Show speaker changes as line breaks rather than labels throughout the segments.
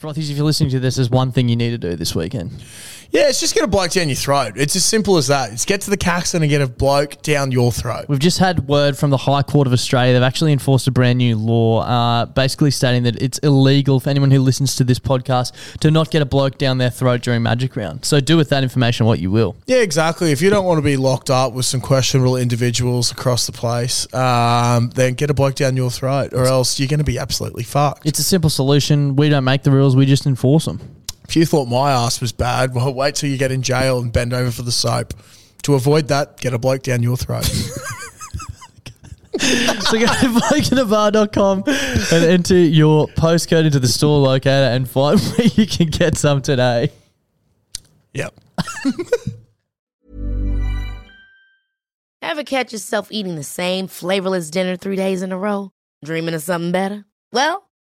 Frothies, if you're listening to this, there's one thing you need to do this weekend.
Yeah, it's just get a bloke down your throat. It's as simple as that. It's get to the Caxton and get a bloke down your throat.
We've just had word from the High Court of Australia. They've actually enforced a brand new law, uh, basically stating that it's illegal for anyone who listens to this podcast to not get a bloke down their throat during Magic Round. So do with that information what you will.
Yeah, exactly. If you don't want to be locked up with some questionable individuals across the place, um, then get a bloke down your throat, or else you're going to be absolutely fucked.
It's a simple solution. We don't make the rules, we just enforce them.
If you thought my ass was bad, well, wait till you get in jail and bend over for the soap. To avoid that, get a bloke down your throat.
so go to blokeinabar.com and enter your postcode into the store locator and find where you can get some today.
yep.
Ever catch yourself eating the same flavorless dinner three days in a row? Dreaming of something better? Well,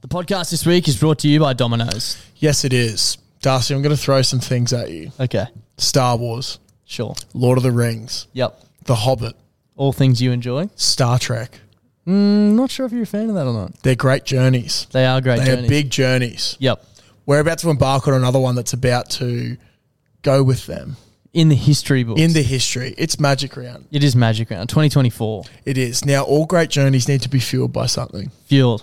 The podcast this week is brought to you by Domino's.
Yes, it is. Darcy, I'm going to throw some things at you
Okay,
Star Wars,
sure.
Lord of the Rings,
Yep.
The Hobbit,
All things you enjoy.
Star Trek.
Mm, not sure if you're a fan of that or not.
They're great journeys.
They are great
They're
journeys.
big journeys.
Yep.
We're about to embark on another one that's about to go with them
In the history books.
in the history. It's Magic Round.
it is Magic Round 2024.
It is. Now, all great journeys need to be fueled by something.
Fueled.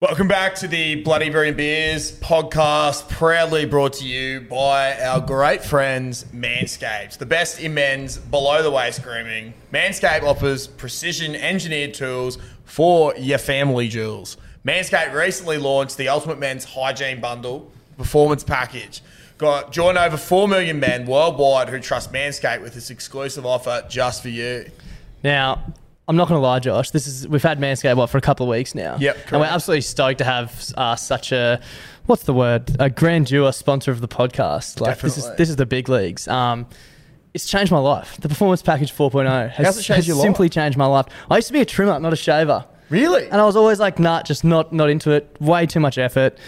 Welcome back to the Bloody Berry and Beers podcast, proudly brought to you by our great friends Manscaped, the best in men's below the waist grooming. Manscaped offers precision engineered tools for your family jewels. Manscaped recently launched the Ultimate Men's Hygiene Bundle Performance Package. Got join over 4 million men worldwide who trust Manscaped with this exclusive offer just for you.
Now, I'm not going to lie, Josh. This is we've had Manscaped what for a couple of weeks now.
Yep,
and we're
correct.
absolutely stoked to have uh, such a what's the word a grandeur sponsor of the podcast. Like this
Definitely.
is this is the big leagues. Um, it's changed my life. The Performance Package 4.0 has,
How's it changed
has
your life?
simply changed my life. I used to be a trimmer, not a shaver.
Really?
And I was always like, nah, just not not into it. Way too much effort.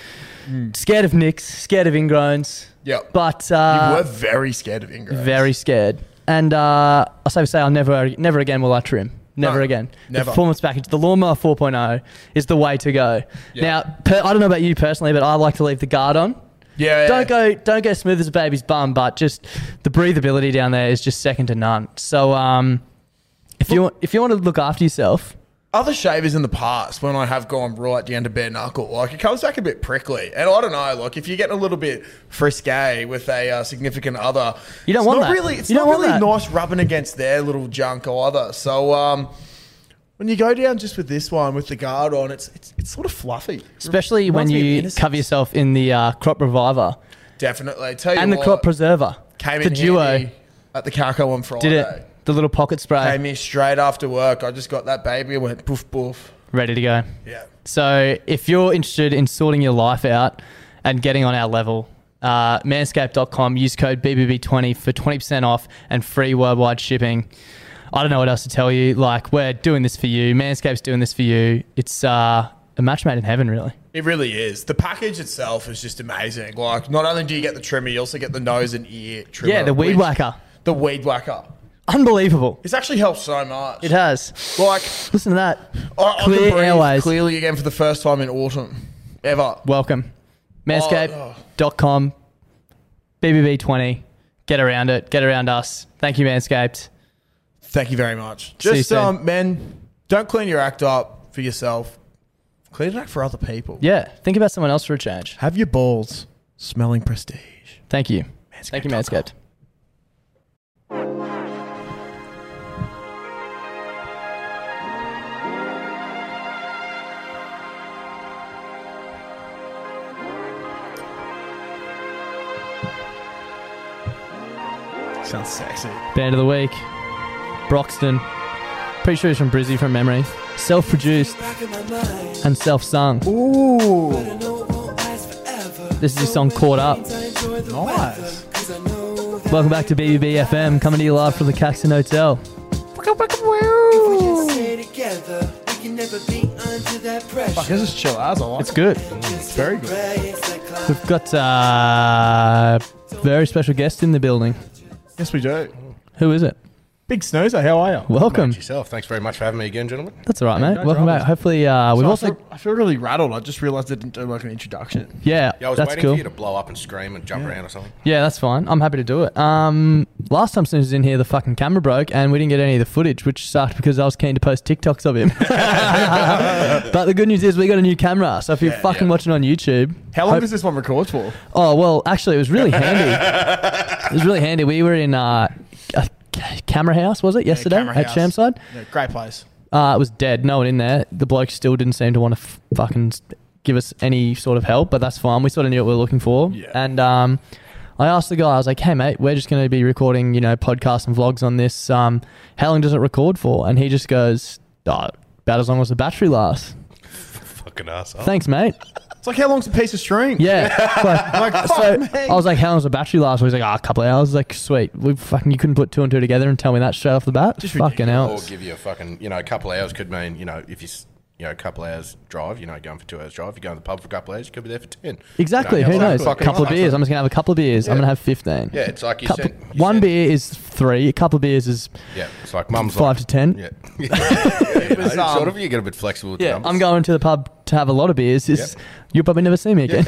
Scared of nicks, scared of ingrowns.
Hmm. Yep.
But uh,
We're very scared of Ingram.
very scared. And uh, I say, say, I'll never, never again will I trim. Never
No,
again.
never.
The performance package, the lawnmower 4.0 is the way to go. Now, per, I don't know about you personally, but I like to leave the guard on.
Yeah.
Don't go, don't go smooth as a baby's bum, but just the breathability down there is just second to none. So, um, if you want, if you want to look after yourself,
other shavers in the past when I have gone right down to bare knuckle, like it comes back a bit prickly. And I don't know, like if you get a little bit frisky with a uh, significant other,
You don't
it's
want
not
that.
really. It's
You
not
don't want
really
that.
nice rubbing against their little junk either. So um, when you go down just with this one with the guard on, it's it's, it's sort of fluffy.
especially when
Reminds me of
you
innocence.
cover yourself in the uh, crop reviver
Definitely, tell you
and the
what,
crop preserver,
came
the
in
duo
handy at the Carco on Friday.
did it. The little pocket spray,
Came in straight after work. I just got that baby and went poof poof.
ready to go.
Yeah.
So if you're interested in sorting your life out and getting on our level,
uh, manscaped.com. Use code BBB20 for 20% off and free worldwide shipping. I don't know what else to tell you. Like, we're doing this for you. Manscaped's doing this for you. It's uh, a match made in heaven, really.
It really is. The package itself is just amazing. Like, not only do you get the trimmer, you also get the nose and ear trimmer.
Yeah, the weed
which-
whacker.
The weed whacker.
Unbelievable.
It's actually helped so much.
It has.
Like,
Listen to that.
I, I can
Clear
breathe
airways.
clearly again for the first time in autumn, ever.
Welcome.
Oh,
Manscaped.com. BBB20. Get around it. Get around us. Thank you, Manscaped.
Thank you very much.
See you
Just,
soon.
um, men, don't clean your act up for yourself. Clean it up for other people.
Yeah. Think about someone else for a change.
Have your balls smelling prestige.
Thank you. Thank you, Manscaped.
Sounds sexy.
Band of the week. Broxton. Pretty sure he's from Brizzy from memory. Self produced and self sung.
Ooh.
This is his song Caught Up.
Nice.
Welcome back to BBB FM, coming to you live from the Caxton Hotel.
Fuck, this is chill as I like
It's good.
It's very good.
We've got uh, very special guest in the building.
Yes, we do.
Who is it?
Big snoozer, how are you?
Welcome.
yourself. Thanks very much for having me again, gentlemen.
That's all right, mate.
no
Welcome
dramas.
back. Hopefully, uh, we've
I
also
feel, I feel really rattled. I just realised I didn't do like an introduction.
yeah,
Yeah, I was
that's
waiting
cool.
for you to blow up and scream and jump around or something.
Yeah, that's fine. I'm happy to do it. Um, last time Snooze was in here, the fucking camera broke and we didn't get any of the footage, which sucked because I was keen to post TikToks of him. but the good news is we got a new camera, so if you're fucking
yeah.
watching on YouTube,
How long does this one record for?
Oh well, actually, it was really handy. it was really handy. We were in uh, a ca- camera house, was it yesterday
camera
at
house.
Shamside?
Yeah, great place.
Uh, it was dead. No one in there. The bloke still didn't seem to want to f- fucking s- give us any sort of help, but that's fine. We sort of knew what we were looking for.
Yeah.
And um, I asked the guy, I was like, hey, mate, we're just going to be recording, you know, podcasts and vlogs on this. Um, how long does it record for? And he just goes, oh, about as long as the battery lasts.
Fucking
Oh.
asshole.
Thanks, mate.
It's like how long's a piece of string?
Yeah. Like,
Like, fuck
so
me.
I was like, "How long's the battery last?" I was like, "Ah, a couple of hours." Like, sweet. We fucking you couldn't put two and two together and tell me that straight off the bat.
Just
fucking
Or
hell.
give you a fucking, you know, a couple of hours could mean, you know, if you, s- you know, a couple of hours drive, you know, going for two hours drive, you go in the pub for a couple of hours, you could be there for 10.
Exactly.
You know,
Who
how long
knows?
fucking
couple of
lasts.
beers. I'm just gonna have a couple of beers. I'm
Yeah.
gonna have fifteen.
Yeah, it's like you
Couple,
said. you
one
said-
beer is three. A couple of beers is
Yeah, it's like mum's
five
like,
to ten.
Yeah. yeah, you know,
was, um,
sort of, you get a bit flexible with the
Yeah,
numbers.
I'm going to the pub to have a lot of beers. Is
Yep.
you'll probably never see me again.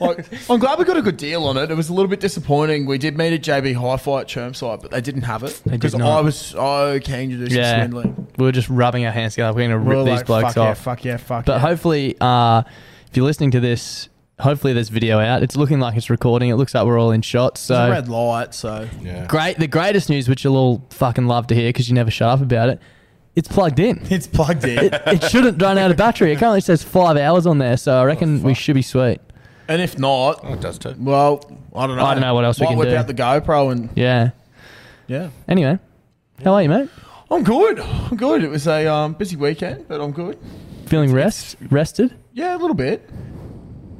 Like, I'm glad we got a good deal on it. It was a little bit disappointing. We did meet at JB Hi-Fi at Chermside, but they didn't have it
did
because
not.
I was so keen to do some
yeah,
swindling.
we were just rubbing our hands together. We're gonna
We
rip
were
these
like,
blokes
fuck yeah,
off.
fuck yeah, fuck
But
yeah.
hopefully, uh, if you're listening to this, hopefully there's video out. It's looking like it's recording. It looks like we're all in shots.
It's
So
a red light, so
Yeah.
great the greatest news which you'll all fucking love to hear because you never shut up about it it's plugged in it,
it's plugged in.
it shouldn't run out of battery it currently says five hours on there so i reckon
Oh,
we should be sweet
and if not,
Oh, it does too.
well, I don't know.
I don't know what else we
Might
can
whip
do.
out the GoPro and
yeah
yeah,
anyway how are you mate
I'm good. I'm good. It was a um, busy weekend, but I'm good.
feeling rest rested
Yeah, a little bit.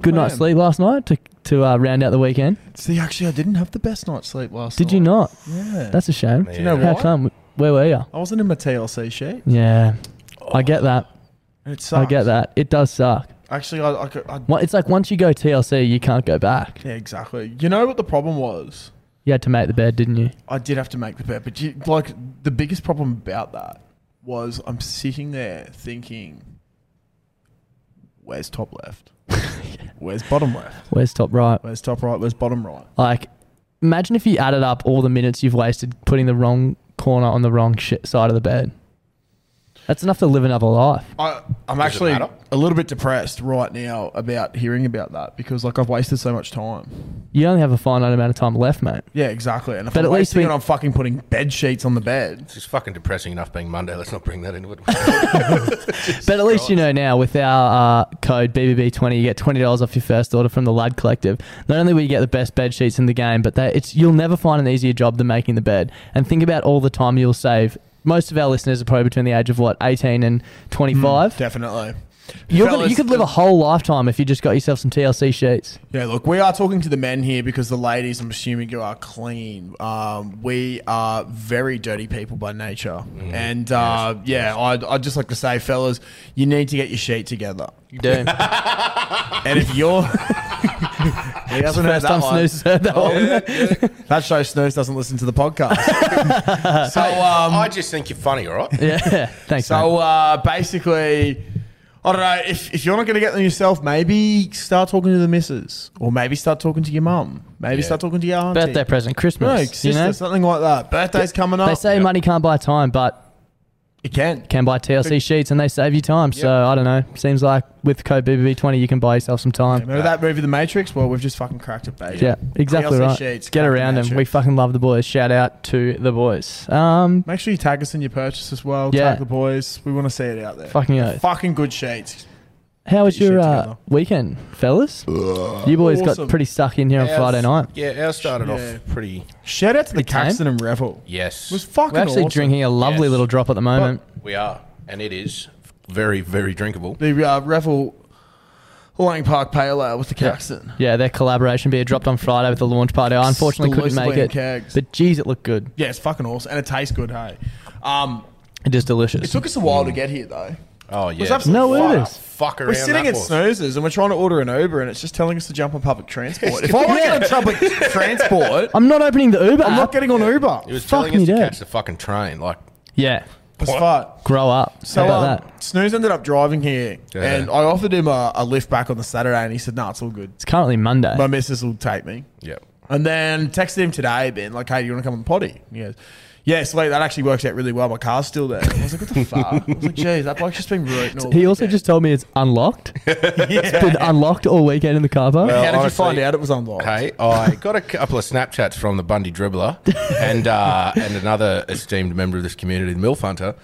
good
I
night's
am.
sleep last night to, to uh, round out the weekend
See, actually, I didn't have the best night's sleep last night.
did you not
Yeah.
that's a shame
Yeah.
you know
how
why?
come where were you
I wasn't in my TLC sheet.
yeah i get
Oh.
that
And it
i
sucks.
get that it does suck
Actually, I, I, could- I
What- it's like once you go tlc you can't go back
yeah, exactly. You know what the problem was?
you had to make the bed didn't you
I did have to make the bet, but you, like the biggest problem about that was I'm sitting there thinking, where's top left? Where's bottom left?
where's top right
Where's top right? Where's bottom right?
Like, imagine if you added up all the minutes you've wasted putting the wrong corner on the wrong shit side of the bed. That's enough to live another life.
I, I'm
Does it
actually
matter?
a little bit depressed right now about hearing about that because like I've wasted so much time.
You only have a finite amount of time left, mate.
Yeah, exactly. And if
But
I'm
at least
wasting
we-
it, I'm fucking putting bed sheets on the bed.
It's fucking depressing enough being Monday. Let's not bring that into it.
But at least you know now with our uh, code BBB20, you get twenty dollars off your first order from the Lad Collective. Not only will you get the best bed sheets in the game, but that it's you'll never find an easier job than making the bed. And think about all the time you'll save. Most of our listeners are probably between the age of what eighteen and twenty-five.
Hmm, Definitely.
You're gonna,
Fellas-
you could live a whole lifetime if you just got yourself some TLC sheets.
Yeah, look, we are talking to the men here because the ladies, I'm assuming, you are clean. Um, we are very dirty people by nature.
Mm-hmm.
And uh, yeah, I'd, I'd just like to say, fellas, you need to get your sheet together.
You do.
And if you're. he doesn't know
First
that
time
one. Oh,
Snooze heard that one.
That show Snooze doesn't listen to the podcast. so um,
I just think you're funny, all right?
Yeah, thanks. mate.
So uh, basically, I don't know. If, if you're not going to get them yourself, maybe start talking to the missus, or maybe start talking to your mum, maybe
Yeah.
start talking to your auntie.
Birthday present,
no,
Christmas.
sister,
you know?
something like that. Birthday's coming up.
They say money can't buy time, but
you can.
can buy TLC sheets and they save you time. So I don't know. Seems like with code BBB20, you can buy yourself some time.
Remember that movie, The Matrix? Well, we've just fucking cracked it, baby.
Yeah, exactly
TLC
right.
sheets,
Get
crack
around
the
them.
mattress.
We fucking love the boys. Shout out to the boys. Um,
Make sure you tag us in your purchase as well.
Yeah.
Tag the boys. We want to see it out there.
fucking oath.
Fucking good sheets.
How was
your
your
shit
uh,
together.
weekend, fellas? you boys
Awesome.
got pretty stuck in here on
Ours-
Friday night.
Yeah, ours started
Yeah.
off pretty.
Shout out to the,
game?
Caxton and Revel.
Yes.
It was fucking
We're actually
awesome.
drinking a lovely
Yes.
little drop at the moment.
we are, and it is very, very drinkable.
the uh, Revel Lang Park Pale Ale with the Caxton.
Yeah, their collaboration beer dropped on Friday with the launch party. I unfortunately couldn't
Exclusively
make
in
it,
kegs.
but geez, it looked good.
Yeah, it's fucking awesome, and it tastes good. Hey, um,
It is delicious.
it took us a while to get here though.
Oh yeah.
absolutely
No, it
Fuck-
is.
Fuck around.
We're sitting at
that was.
Snoozers and we're trying to order an Uber, and it's just telling us to jump on public transport. if I want to get on public transport,
I'm not opening the Uber.
I'm
app.
not getting on Uber.
It was
Fuck
telling
me
us to
dead.
catch the fucking train. Like,
yeah,
It's fuck.
grow up.
So
How about
um,
that?
Snooze ended up driving here,
Yeah.
and I offered him a, a lift back on the Saturday, and he said, "No, it's all good.
It's currently Monday.
My missus will take me."
yeah.
And then texted him today, being like, hey, do you want to come on potty? And he goes, yeah, so like, that actually works out really well. My car's still there. I was like, what the fuck? I was like, geez, that bike's just been rooting all
He also
weekend."
just told me it's unlocked. It's been unlocked all weekend in the car park.
Well,
How did
honestly-
you find out it was unlocked?
Hey, I got a couple of Snapchats from the Bundy dribbler and uh, and another esteemed member of this community, the Milf Hunter,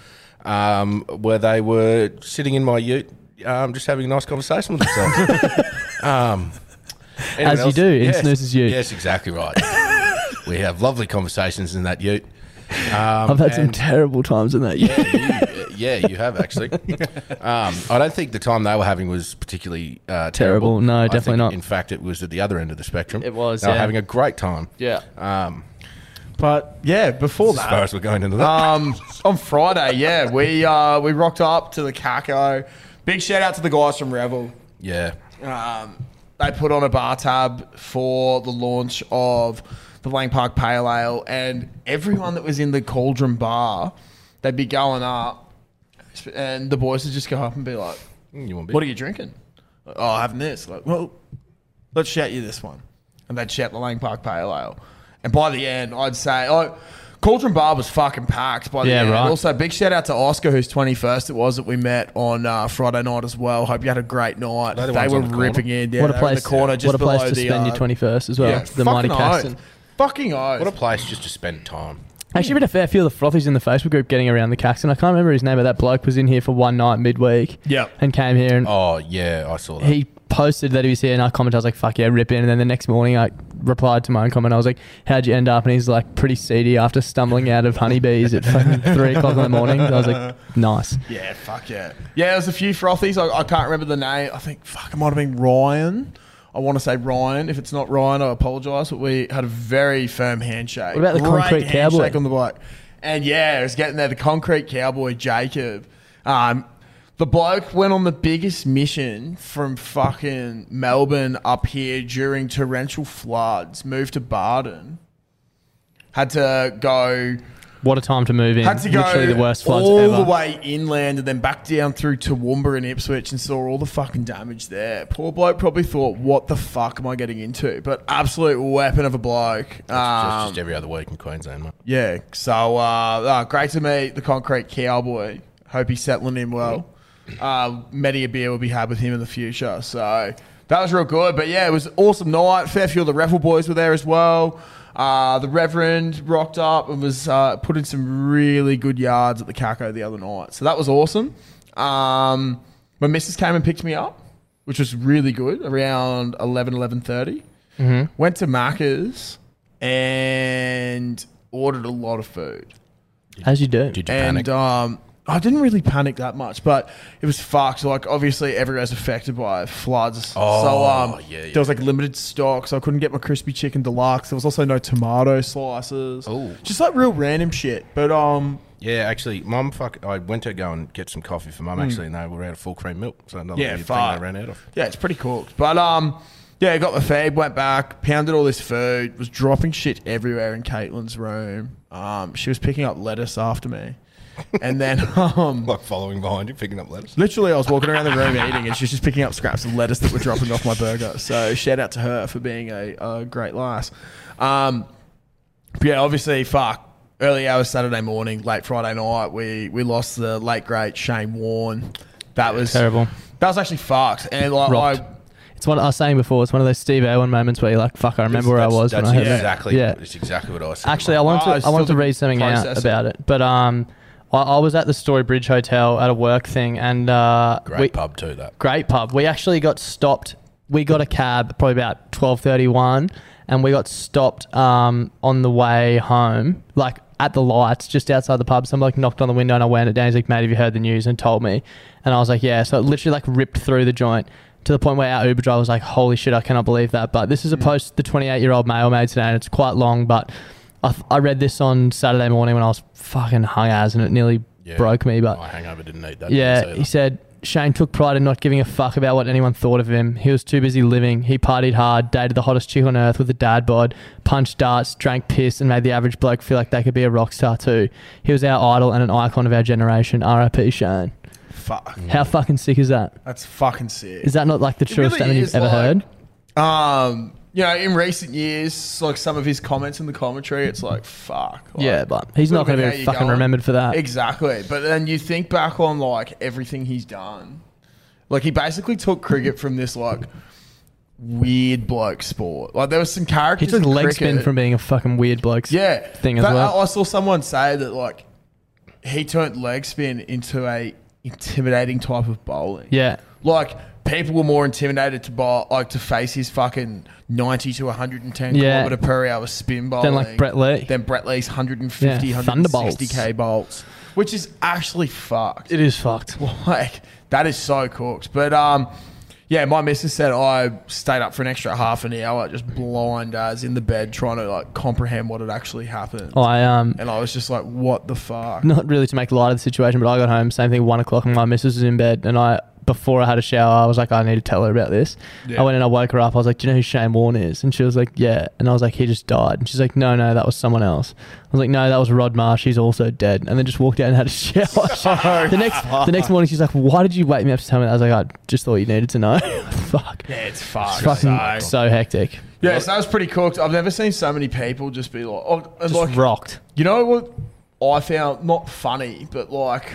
um, where they were sitting in my ute, um, just having a nice conversation with themselves. um, anyone
As you do in
yes,
Snooze's ute.
Yes, exactly right. we have lovely conversations in that ute.
I've had some
um, and-
terrible times in that year.
Yeah, you, Uh, yeah, you have actually. Um, I don't think the time they were having was particularly uh, terrible.
Terrible. No,
I
definitely
think,
not.
In fact, it was at the other end of the spectrum.
It was,
They were
yeah.
having a great time.
Yeah.
Um,
But yeah, before
as far
that,
as we're going into that.
um, on Friday, yeah, we uh, we rocked up to the Caco. Big shout out to the guys from Revel.
yeah.
Um, they put on a bar tab for the launch of the Lang Park Pale Ale, and everyone that was in the Cauldron Bar, they'd be going up, and the boys would just go up and be like,
Mm, You want
"What are you drinking? Oh, having this. Like, well, let's shout you this one." And they'd shout the Lang Park Pale Ale, and by the end, I'd say, "Oh." Cauldron Bar was fucking packed by the
Yeah,
end.
right.
Also, big shout out to Oscar, who's 21st it was that we met on uh, Friday night as well. Hope you had a great night.
They're the
They
ones
were
on the corner.
ripping in. Yeah,
what a
they were in
place!
the corner, just
what a place
below
to
the,
spend
uh,
your twenty first as well.
yeah,
the mighty
fucking
Caston.
oath. Fucking oath.
What a place just to spend time.
Actually, been a fair few of the frothies in the Facebook group getting around the Caxton. I can't remember his name, but that bloke was in here for one night midweek.
Yep.
and came here and
Oh yeah, I saw that.
he posted that he was here, and I commented, I was like, "Fuck yeah, rip in!" And then the next morning, I replied to my own comment. I was like, "How'd you end up?" And he's like, "Pretty seedy after stumbling out of honeybees at fucking three o'clock in the morning." I was like, "Nice."
Yeah, fuck yeah. Yeah, there was a few frothies. I, I can't remember the name. I think fuck it might have been Ryan. I want to say Ryan. If it's not Ryan, I apologise. But we had a very firm handshake.
What about the concrete
handshake
cowboy?
on the bike? And yeah, it was getting there. The concrete cowboy Jacob. Um, the bloke went on the biggest mission from fucking Melbourne up here during torrential floods. Moved to Barden. Had to go
What a time to move in!
had to go
Literally the worst floods
all
ever.
the way inland and then back down through Toowoomba and Ipswich and saw all the fucking damage there. Poor bloke probably thought, "What the fuck am I getting into?" But absolute weapon of a bloke.
Just-
Um,
just, every other week in Queensland, mate.
yeah. So uh, uh, great to meet the concrete cowboy. Hope he's settling in well. Uh, Many a beer will be had with him in the future. So that was real good. But yeah, it was an awesome night. Fair few of the Revel boys were there as well. Uh, the Reverend rocked up and was uh, put in some really good yards at the Caco the other night. So that was awesome. Um, my missus came and picked me up, which was really good, around 11, 11.30. Went to Macca's and ordered a lot of food.
As you do.
Did you
And
panic?
um, I didn't really panic that much, but it was fucked. Like obviously everywhere's affected by floods. so um,
Oh, yeah, yeah.
there was like limited stock, so I couldn't get my crispy chicken deluxe. There was also no tomato slices.
Ooh.
Just like real random shit. But um,
Yeah, actually, mum. Fuck, I went to go and get some coffee for mum. Actually, and they were out of full cream milk, so another
Hmm. Yeah,
weird
fuck.
thing they ran out of.
Yeah, it's pretty cooked. But um, yeah, got my fag, went back, pounded all this food, was dropping shit everywhere in Caitlin's room. Um, she was picking up lettuce after me, and then um,
Like following behind you, picking up lettuce.
literally I was walking around the room eating, and she was just picking up scraps of lettuce that were dropping off my burger. So shout out to her for being a, a great lass. Um, but yeah, obviously, fuck. Early hours Saturday morning, late Friday night, we we lost the late great Shane Warne. That was
Terrible.
That was actually fucked, and like
Rocked.
uh, I.
It's one I was saying before. It's one of those Steve Irwin moments where you're like, "Fuck, I remember where I
That's-
was when
That's
I heard that."
exactly.
Yeah.
That's exactly what I said.
Actually, I
Mum.
wanted
Oh,
to,
it's
I wanted to
still
read something out
processing.
about it, but um, I, I was at the Storybridge Hotel at a work thing, and uh,
great
we-
pub too. That
great pub. We actually got stopped. We got a cab probably about twelve thirty one, and we got stopped um, on the way home, like at the lights just outside the pub. Some like knocked on the window, and I went it down. He's like, "Mate, have you heard the news?" And told me, and I was like, "Yeah." So it literally like ripped through the joint. To the point where our Uber driver was like, "Holy shit, I cannot believe that!" But this is a
Mm.
post the 28-year-old male made today, and it's quite long. But I, th- I read this on Saturday morning when I was fucking hung as, and it nearly
Yeah.
broke me. But
my hangover didn't eat that.
yeah,
either.
he said Shane took pride in not giving a fuck about what anyone thought of him. He was too busy living. He partied hard, dated the hottest chick on earth with a dad bod, punched darts, drank piss, and made the average bloke feel like they could be a rock star too. He was our idol and an icon of our generation. R.I.P. Shane.
Fuck.
How fucking sick is that?
That's fucking sick.
Is that not like the truest
really
statement you've
is,
ever
like-
heard?
Um, you know, in recent years, like some of his comments in the commentary, it's like fuck. like,
yeah, but he's not
look at
going to
how
be
you're
fucking
going.
remembered for that.
Exactly. But then you think back on like everything he's done. Like he basically took cricket from this like weird bloke sport. Like there was some
he
characters.
took
in
leg
cricket-
spin from being a fucking weird bloke
yeah uh, oh.
thing as
That-
well.
I saw someone say that like he turned leg spin into a intimidating type of bowling.
yeah.
Like people were more intimidated to bowl, like to face his fucking ninety to one hundred and ten
Yeah.
kilometer per hour spin bowling.
Then, like, Brett Lee.
Then Brett Lee's 150,
Yeah,
160 k bolts, which is actually fucked.
It is fucked.
Like that is so cooked. But um, yeah, my missus said I stayed up for an extra half an hour, just blind as in the bed, trying to like comprehend what had actually happened.
I um
And I was just like, what the fuck?
not really to make light of the situation, but I got home, same thing, one o'clock, and my missus was in bed. And I, before I had a shower, I was like, I need to tell her about this. I went and I woke her up. I was like, Do you know who Shane Warne is? And she was like, Yeah. And I was like, He just died. And she's like, No, no, that was someone else. I was like, No, that was Rod Marsh. He's also dead. And then just walked out and had a shower.
Oh,
the next the next morning, she's like, Why did you wake me up to tell me that? I was like, I just thought you needed to know. Fuck.
Yeah, it's fucked. So-
Fucking so hectic.
yeah, so that was pretty cooked. I've never seen so many people just be like, oh, and
Just
like,
rocked.
You know what I found not funny, but like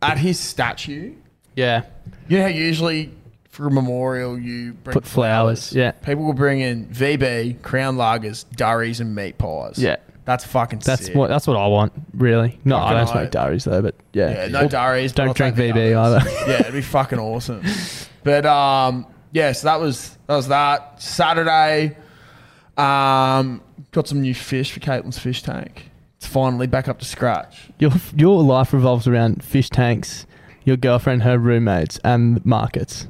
at his statue,
Yeah.
you know how usually for a memorial you bring
Put flowers. Yeah.
People will bring in VB, crown lagers, durries, and meat pies.
Yeah.
that's fucking.
That's
sick.
what that's what I want, really. No, I
Fucking
don't
right.
smoke diaries though, but yeah.
Yeah, no durries. but I'll
Don't drink
take the
VB
others.
either.
yeah, it'd be fucking awesome. But um, yeah, so that was that was that Saturday. Um, got some new fish for Caitlin's fish tank. It's finally back up to scratch.
Your your life revolves around fish tanks, your girlfriend, her roommates, and markets,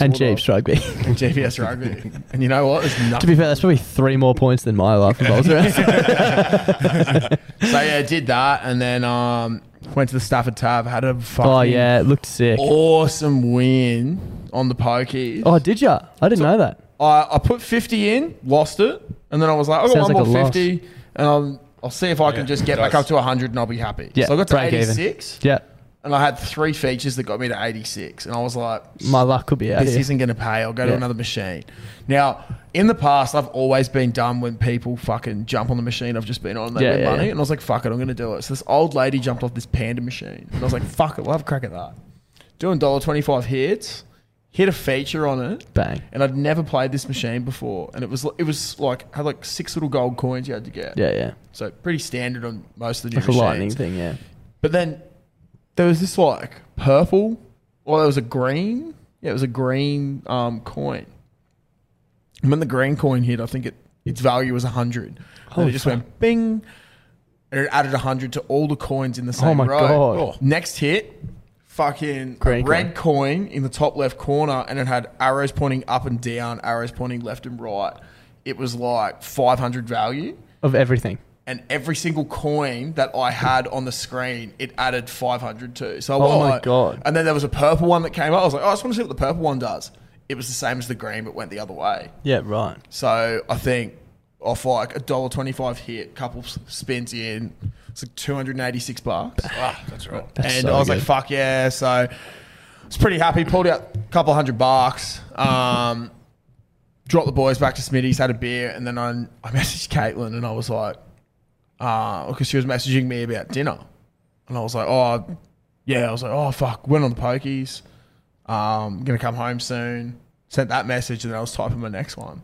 and
Sort of.
Jeeps rugby.
JVS rugby. and you know what? There's
to
nothing.
be fair, that's probably three more points than my life revolves around. Oh,
so yeah, did that, and then um, went to the Stafford Tab, had a fucking
oh yeah, it looked sick.
awesome win on the pokies.
Oh, did ya? I didn't know that.
I, I put fifty in, lost it, and then I was like, I got
Sounds
one
like
more
a
fifty, and I'll, I'll see if I
Yeah,
can just get
nice.
back up to hundred, and I'll be happy.
Yeah,
so I got to
break even.
eighty six,
Yeah,
and I had three features that got me to eighty six, and I was like,
my luck could be out
this
here.
isn't going to pay. I'll go
Yeah.
to another machine. Now, in the past, I've always been dumb when people fucking jump on the machine I've just been on. and They
Yeah,
win
yeah,
money,
yeah.
and I was like, "Fuck it, I'm going to do it." So this old lady jumped off this panda machine, and I was like, "Fuck it, we'll have a crack at that." Doing dollar twenty five hits, hit a feature on it,
Bang.
and I'd never played this machine before, and it was it was like had like six little gold coins you had to get.
Yeah, yeah.
So pretty standard on most of the new
Like a lightning
machines.
thing. Yeah.
But then there was this like purple, or there was a green. Yeah, it was a green um, coin. And when the green coin hit, I think it its value was 100. And
Holy
it just
fuck.
went bing. and it added 100 to all the coins in the same
Oh my
row.
God. Oh.
Next hit, fucking a
Green
red coin in the top left corner, and it had arrows pointing up and down, arrows pointing left and right. It was like 500 value
of everything.
and every single coin that I had on the screen, it added 500 to. So I
Oh
went
my
like-
God.
And then there was a purple one that came up. I was like, oh, I just want to see what the purple one does. It was the same as the green, but went the other way.
Yeah, right.
So I think off like a dollar twenty-five hit, couple s- spins in, it's like two hundred and eighty-six bucks.
Ah, That's right.
That's
and
so
I was like,
good.
fuck yeah. So I was pretty happy. Pulled out a couple hundred bucks. Um, dropped the boys back to Smitty's, had a beer, and then I, I messaged Caitlin and I was like, uh, because she was messaging me about dinner. And I was like, oh, yeah. I was like, oh, fuck, went on the pokies. Um, gonna come home soon. Sent that message and then I was typing my next one.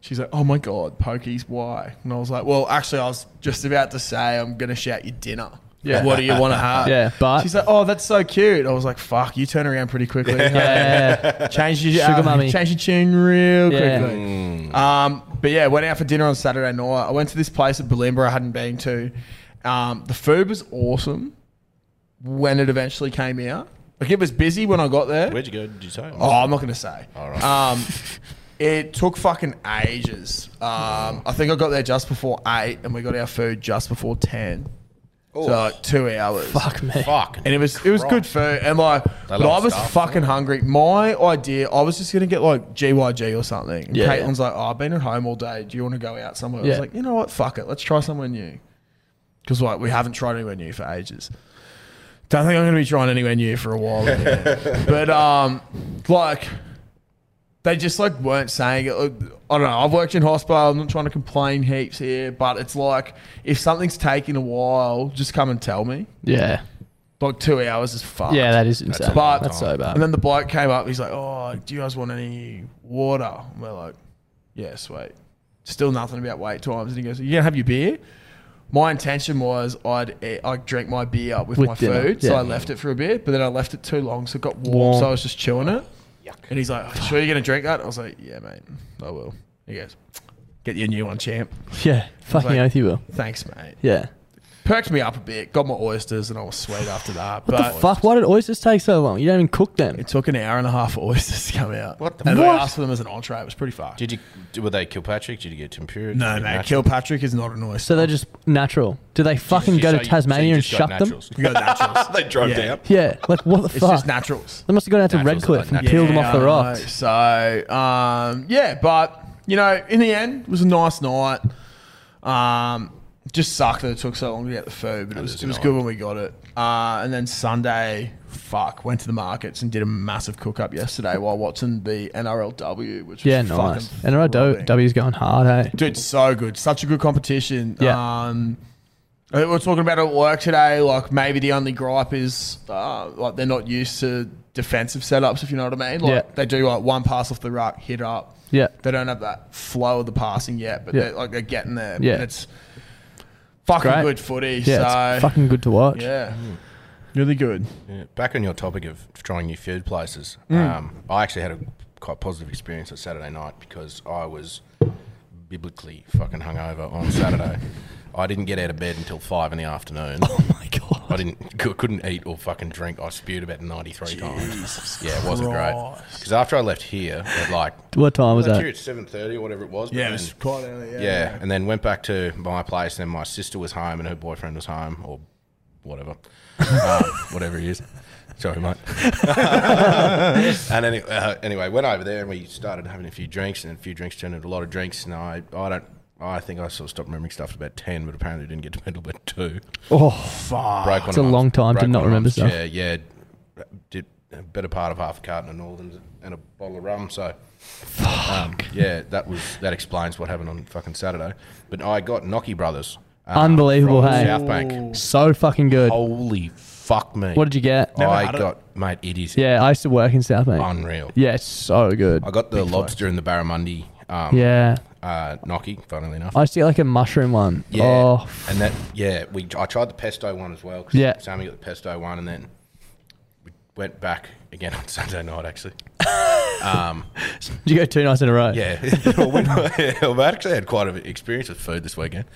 She's like, oh my God, pokies, why? And I was like, well, actually, I was just about to say, I'm gonna shout you dinner.
Yeah.
What do you want to have?
Yeah, but-
she's like, "Oh, that's so cute." I was like, "Fuck, you turn around pretty quickly.
Yeah.
change your
Sugar
uh,
mummy.
change your tune real
Yeah.
quickly."
Mm.
Um, but yeah, went out for dinner on Saturday night. I went to this place at Bulimba I hadn't been to. Um, the food was awesome when it eventually came out. Like it was busy when I got there.
Where'd you go? Did you say?
Oh, I'm not gonna say.
All right.
Um, it took fucking ages. Um, I think I got there just before eight, and we got our food just before ten. So like two hours.
Fuck me.
fuck.
And it was it was good food. And like, but I
love
was
stuff,
fucking hungry. My idea, I was just gonna get like GYG or something. And
Yeah.
Caitlin's like, oh, I've been at home all day. Do you want to go out somewhere? I
Yeah.
was like, you know what? Fuck it. Let's try somewhere new. Because like we haven't tried anywhere new for ages. Don't think I'm gonna be trying anywhere new for a while. but um, like. They just like weren't saying it. Like, I don't know. I've worked in hospital. I'm not trying to complain heaps here, but it's like if something's taking a while, just come and tell me.
Yeah.
Like two hours is fucked.
Yeah, that is insane. That's,
bad.
so bad.
And then the bloke came up. He's like, "Oh, do you guys want any water?" And we're like, "Yeah, sweet." Still nothing about wait times. And he goes, "You gonna have your beer?" My intention was I'd eat, I drank my beer with,
With
my
dinner,
food, so
yeah.
I left it for a bit, but then I left it too long, so it got warm,
Warm.
so I was just chewing it. And he's like, "Sure, you're gonna drink that?" I was like, "Yeah, mate, I will." He goes, "Get you a new one, champ."
yeah. Fucking
like-
oath you will.
Thanks, mate.
Yeah.
Perked me up a bit. Got my oysters, and I was sweet after that.
What
but
the fuck? Why did oysters take so long? You don't even cook them.
It took an hour and a half for oysters to come out.
What the
and
fuck?
they asked for them as an entree. It was pretty far.
Did you? Were they Kilpatrick? Did you get Tempura?
no, mate. Kilpatrick is not an oyster.
So they're just natural. Do they fucking go to Tasmania and shuck them?
You got naturals.
they drove
Yeah.
down.
Yeah. Like what the
it's
fuck?
just naturals.
they must have gone out to
Naturals,
Redcliffe
like
and
natural.
peeled them off the
I
rocks.
know. So, um, yeah, but, you know, in the end, it was a nice night. Um, just sucked that it took so long to get the food, but it was,
is
it was
annoying.
good when we got it. Uh, and then Sunday, fuck, went to the markets and did a massive cook up yesterday while watching the NRLW, which was
Yeah,
fucking
nice. NRLW
thrilling.
W's going hard, eh?
Dude, so good. Such a good competition.
Yeah.
Um, we were talking about it at work today. Like, maybe the only gripe is uh, like they're not used to defensive setups, if you know what I mean. Like,
Yeah.
they do like one pass off the ruck, hit up.
Yeah.
They don't have that flow of the passing yet, but
Yeah.
they're, like they're getting there.
Yeah.
And it's fucking
Great.
good footy.
Yeah,
so,
it's fucking good to watch.
yeah.
Mm.
Really good.
Yeah. Back on your topic of trying new food places,
Mm.
um, I actually had a quite positive experience on Saturday night because I was biblically fucking hungover on Saturday. I didn't get out of bed until five in the afternoon.
Oh my god.
I didn't cou- couldn't eat or fucking drink. I spewed about ninety three times. Yeah, it wasn't great. Because after I left here at like
What time was
I left here
that?
at seven thirty or whatever it was. but
Yeah, it
then-
was quite early. Yeah.
yeah, and then went back to my place. And then my sister was home, and her boyfriend was home, or whatever, um, whatever he is. Sorry, mate. and any, uh, anyway, went over there and we started having a few drinks, and a few drinks turned into a lot of drinks. And I, I don't, I think I sort of stopped remembering stuff at about ten, but apparently didn't get to bed till about two.
Oh,
Broke one
It's a
of mum's-
long time to
broke
not
one of
remember
mum's
stuff.
chair, Uh, Yeah, did a better part of half a carton of Northerns and a bottle of rum. So, um, yeah, that was that explains what happened on fucking Saturday. But I got Nocky Brothers. um,
Unbelievable,
from
hey?
South Bank.
so fucking good.
Holy fuck me!
What did you get?
I
had it.
got mate? It is
Yeah, I used to work in South Bank.
unreal.
Yeah, it's so good.
I got the lobster and the barramundi. Um,
Yeah.
Uh, Nocky, funnily enough.
I used to get like a mushroom one.
Yeah.
Oh,
And that, yeah, we I tried the pesto one as well. 'cause
Yeah.
Sammy got the pesto one, and then we Went back again on Sunday night, actually. Um,
Did you go two nights in a row?
Yeah. well, we, well, I actually had quite an experience with food this weekend.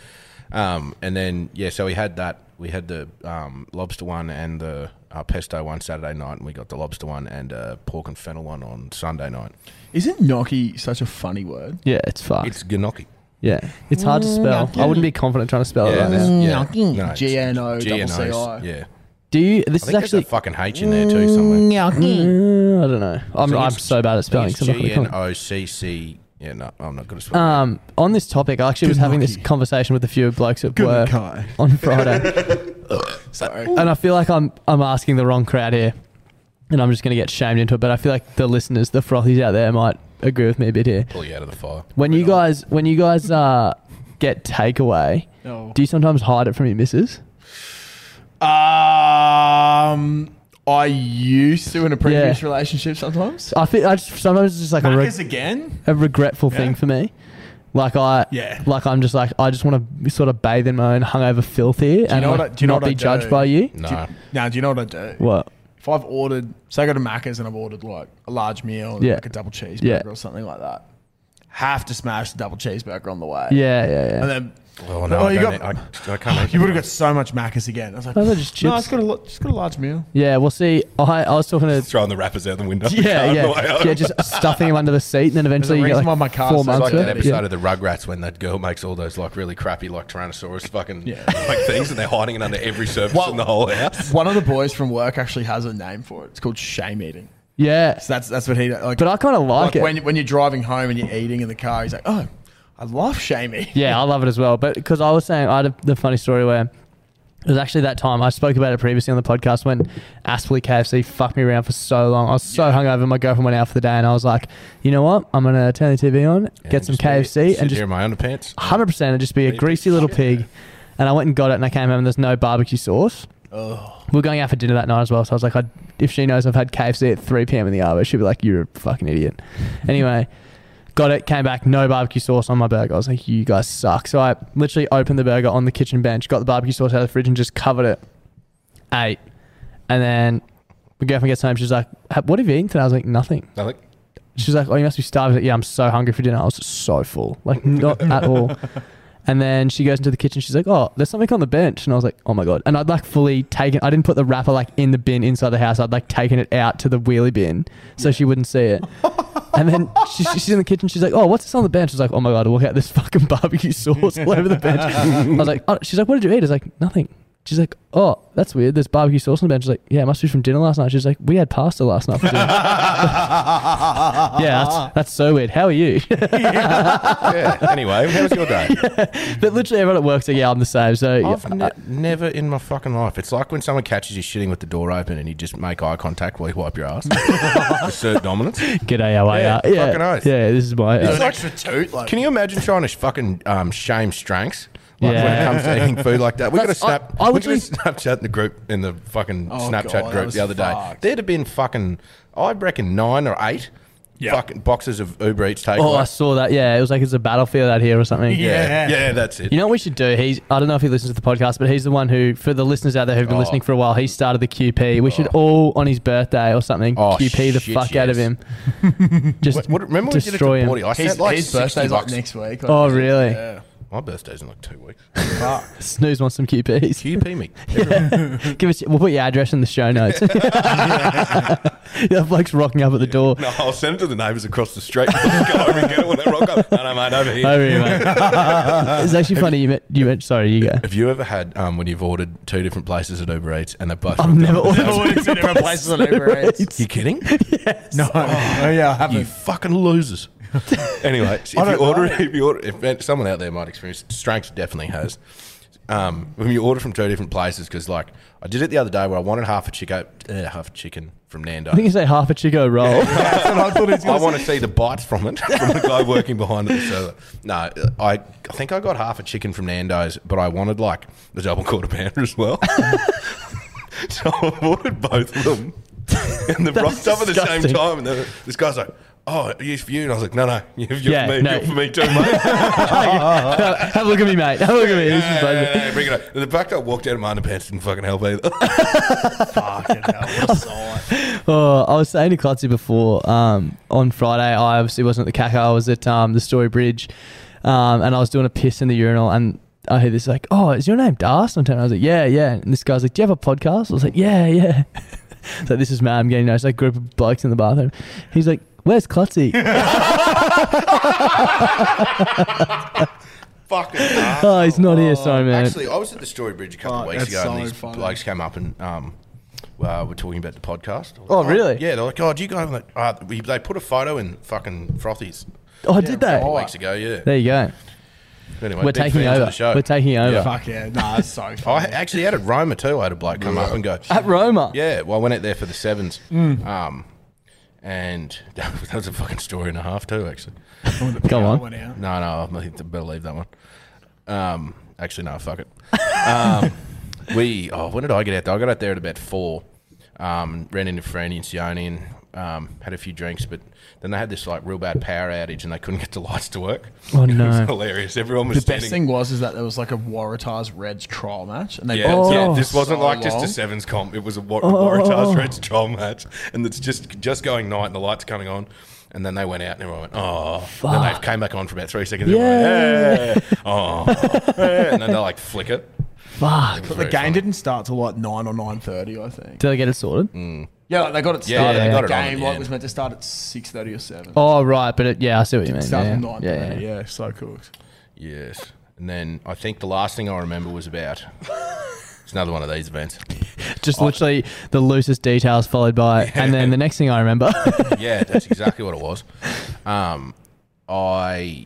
Um, and then, yeah, so we had that. We had the um, lobster one and the uh, pesto one Saturday night, and we got the lobster one and uh, pork and fennel one on Sunday night.
Isn't gnocchi such a funny word?
Yeah, it's fucked.
It's gnocchi.
yeah, it's hard
Mm,
to spell. I wouldn't be confident trying to spell it right now.
yeah. No, it's-
G N O double C
GNOs,
I.
Yeah.
Do you?
I
This is
think there's a
actually.
fucking H in there too somewhere.
Mm, I don't know. I'm,
think
I'm
it's-
so bad at spelling.
It's
So I'm not
G
gonna comment.
N O C C. Yeah, no, I'm not going to spell. it.
Um, on this topic, I actually was having this
Gnocchi.
conversation with a few blokes at
Good
work
Kai.
on Friday,
Sorry.
and I feel like I'm I'm asking the wrong crowd here, and I'm just going to get shamed into it. But I feel like the listeners, the frothies out there, might agree with me a bit here.
Pull you out of the fire.
When you guys when you guys uh, get takeaway,
No.
do you sometimes hide it from your missus?
Um, I used to in a previous
Yeah.
relationship sometimes.
I feel I just, sometimes it's just like a,
Maccas
reg-
again?
a regretful thing for me. Like I,
Yeah.
like I'm just like I just want to sort of bathe in my own hungover filth here and
know what
like,
I- do you know
not
what I
be judged
do?
by you.
No.
Do you, now, do you know what I do?
What?
If I've ordered, say I go to Macca's and I've ordered like a large meal, and
Yeah.
like a double cheeseburger
Yeah.
or something like that, have to smash the double cheeseburger on the way.
Yeah, yeah, yeah.
And then
Oh no,
Oh,
I,
you
don't
got-
need- I, I can't.
you would have got so much Macca's again. I was like,
Those are just
no,
chips.
it's got a, lo- just got a large meal.
Yeah, well, see, Oh, I, I was talking to.
throwing the wrappers out the window.
Yeah,
On the way
yeah,
home.
yeah, just stuffing him under the seat, and then eventually you get
reason why
like
my car
four
says
It's
months
like
worth.
that episode
Yeah.
of the Rugrats when that girl makes all those like really crappy like Tyrannosaurus fucking
Yeah.
like things and they're hiding it under every surface
Well-
in the whole house.
One of the boys from work actually has a name for it. It's called shame eating.
yeah.
So that's that's what he like.
But I kind of like,
like
it.
when when you're driving home and you're eating in the car, he's like, oh, I love shame eating.
yeah, I love it as well. But because I was saying, I had a, the funny story where it was actually that time I spoke about it previously on the podcast when Aspley KFC fucked me around for so long. I was so hungover. My girlfriend went out for the day, and I was like, you know what? I'm gonna turn the TV on, get some
Just be-
KFC,
sit
and
here
just
in my underpants.
hundred percent and just be a
Maybe.
greasy little pig. And I went and got it, and I came home and there's no barbecue sauce. We are going out for dinner that night as well, so I was like, i if she knows I've had KFC at three p.m. in the hour, she'd be like, "You're a fucking idiot." anyway, got it, came back, no barbecue sauce on my burger. I was like, "You guys suck." So I literally opened the burger on the kitchen bench, got the barbecue sauce out of the fridge, and just covered it. Ate, and then my girlfriend gets home. She's like, "Ha- "What have you eaten today?" I was like, "Nothing."
I think
She's like, "Oh, you must be starving." I was like, yeah, I'm so hungry for dinner. I was so full, like not at all. And then she goes into the kitchen. She's like, "Oh, there's something on the bench," and I was like, "Oh my god!" And I'd like fully taken. I didn't put the wrapper like in the bin inside the house. I'd like taken it out to the wheelie bin so she wouldn't see it. And then she, she- she's in the kitchen. She's like, "Oh, what's this on the bench?" I was like, "Oh my god! Look at this fucking barbecue sauce all over the bench." I was like, oh. "She's like, what did you eat?" I was like, "Nothing." She's like, "Oh, that's weird. There's barbecue sauce on the bench." She's like, "Yeah, it must be from dinner last night." She's like, "We had pasta last night for dinner." yeah, that's, that's so weird. How are you?
yeah. Anyway, how was your day? Oh,
but literally everyone at work said, "Yeah, I'm the same." So yeah,
I've ne- never in my fucking life. It's like when someone catches you shitting with the door open and you just make eye contact while you wipe your ass. Assert dominance.
g'day, how are
Yeah,
you? Yeah,
fucking oath.
yeah, this is my. uh,
It's
An
like-
extra toot. Like,
Can you imagine trying to fucking um, shame strengths? Like when it
Yeah.
comes to eating food like that, we got a
That's- I-
snap.
I
we got a
literally-
Snapchat in the group in the fucking
Oh,
Snapchat
God, that
group
was
the other day.
fucked.
There'd have been fucking, I reckon nine or eight
Yeah.
fucking boxes of Uber Eats takeaway.
oh, I saw that. Yeah, it was like it's a battlefield out here or something.
Yeah.
yeah, yeah, that's it.
You know what we should do? He's I don't know if he listens to the podcast, but he's the one who, for the listeners out there who've been
Oh.
listening for a while, he started the QP. We should all on his birthday or something
Oh,
QP the
shit,
fuck out of
yes.
him. Just
what, remember we did it to
destroy
Bordy?
him.
I
his,
sent like
his
60
birthday's like
bucks.
next week. like-
Oh really?
Yeah.
My birthday's in like two weeks.
Snooze wants some QPs.
QP me.
Give us. We'll put your address in the show notes. that bloke's rocking up at the door.
No, I'll send it to the neighbours across the street. Go over and get it when they rock up. No, no, mate, over here.
Over here, mate. it's actually funny you met. You met. Sorry, you go.
Have you ever had um, when you've ordered two different places at Uber Eats and they both?
I've never ordered.
Never ordered two different places on Uber Eats.
You kidding?
No. Oh, yeah, I haven't.
you fucking losers. anyway, if you
don't
order, if you order, if someone out there might experience, Stranks definitely has. Um, when you order from two different places, because like I did it the other day where I wanted half a chicken, uh, half a chicken from Nando.
I think you say half a Chico roll.
I, want to see the bites from it from the guy working behind the server. No, I, I think I got half a chicken from Nando's, but I wanted like the double quarter pounder as well. so I ordered both of them, and they rocked up at the same
disgusting.
time. And the, this guy's like, "Oh, you for you," and I was like, "No, no, you for
Yeah,
me,
no.
you for me too, mate."
Have a look at me, mate. Have a look at me. This
Yeah,
is
yeah,
buzzing.
yeah, bring it up. And the back guy walked out of my underpants didn't fucking help either.
Fucking hell, what a sight.
Oh, I was saying to Klotzy before um, on Friday, I obviously wasn't at the caca. I was at um, the Story Bridge, um, and I was doing a piss in the urinal, and I hear this like, "Oh, is your name Darst?" And I was like, "Yeah, yeah." And this guy's like, "Do you have a podcast?" I was like, "Yeah, yeah." so this is mad. I'm getting noticed. Like group of blokes in the bathroom. He's like, "Where's Klotzy?"
Fucking
oh, he's not here. Sorry, man.
Actually, I was at the Story Bridge a couple of weeks
Oh, that's
ago,
so
and these
funny.
blokes came up and um, uh, were talking about the podcast.
Oh, really?
Yeah, they're like, "Oh, do you guys?" I'm like, uh, we, they put a photo in fucking frothies
oh, did they?
four weeks ago. Yeah.
There you go.
Anyway,
We're
big
taking
fans of
over.
the show.
We're taking over.
Yeah.
Fuck yeah, nah, it's so
I
funny.
actually had a Roma too. I had a bloke come up and go,
At Roma. Mm.
Yeah, well, I went out there for the sevens. Um, and that was, that was a fucking story and a half too, actually.
Go
I
on.
went out.
No, no, I think I better leave that one. Um, actually, no, fuck it. Um, we, oh, when did I get out there? I got out there at about four. Um, ran into Franny and Sione and um, had a few drinks, but then they had this like real bad power outage and they couldn't get the lights to work.
Oh,
it was
no.
hilarious. Everyone was
The best
standing-
thing was is that there was like a Waratahs Reds trial match, and they Oh.
Yeah,
built it
yeah,
up
this
for
wasn't
so
like just
long.
a sevens comp. It was a Wa- Waratahs Reds trial match, and it's just just going night, and the lights coming on, and then they went out, and everyone went, "Oh!" And then they came back on for about three seconds. everyone went, "Hey, oh, hey," and then they like flick it.
Fuck.
It was
The
very
game
funny.
didn't start till like nine or nine thirty, I think.
Did I get it sorted?
Yeah, like they got it
Mm. Yeah,
started.
they
the
got it on at
game
the
like,
end.
was meant to start at six thirty or seven.
Oh, right. But it, yeah, I see what you mean.
Started
Yeah.
at nine
yeah,
thirty.
yeah.
Yeah, so cooked.
Yes, and then I think the last thing I remember was about. It's another one of these events.
Just literally the loosest details followed by, and then the next thing I remember.
Yeah, that's exactly what it was. Um, I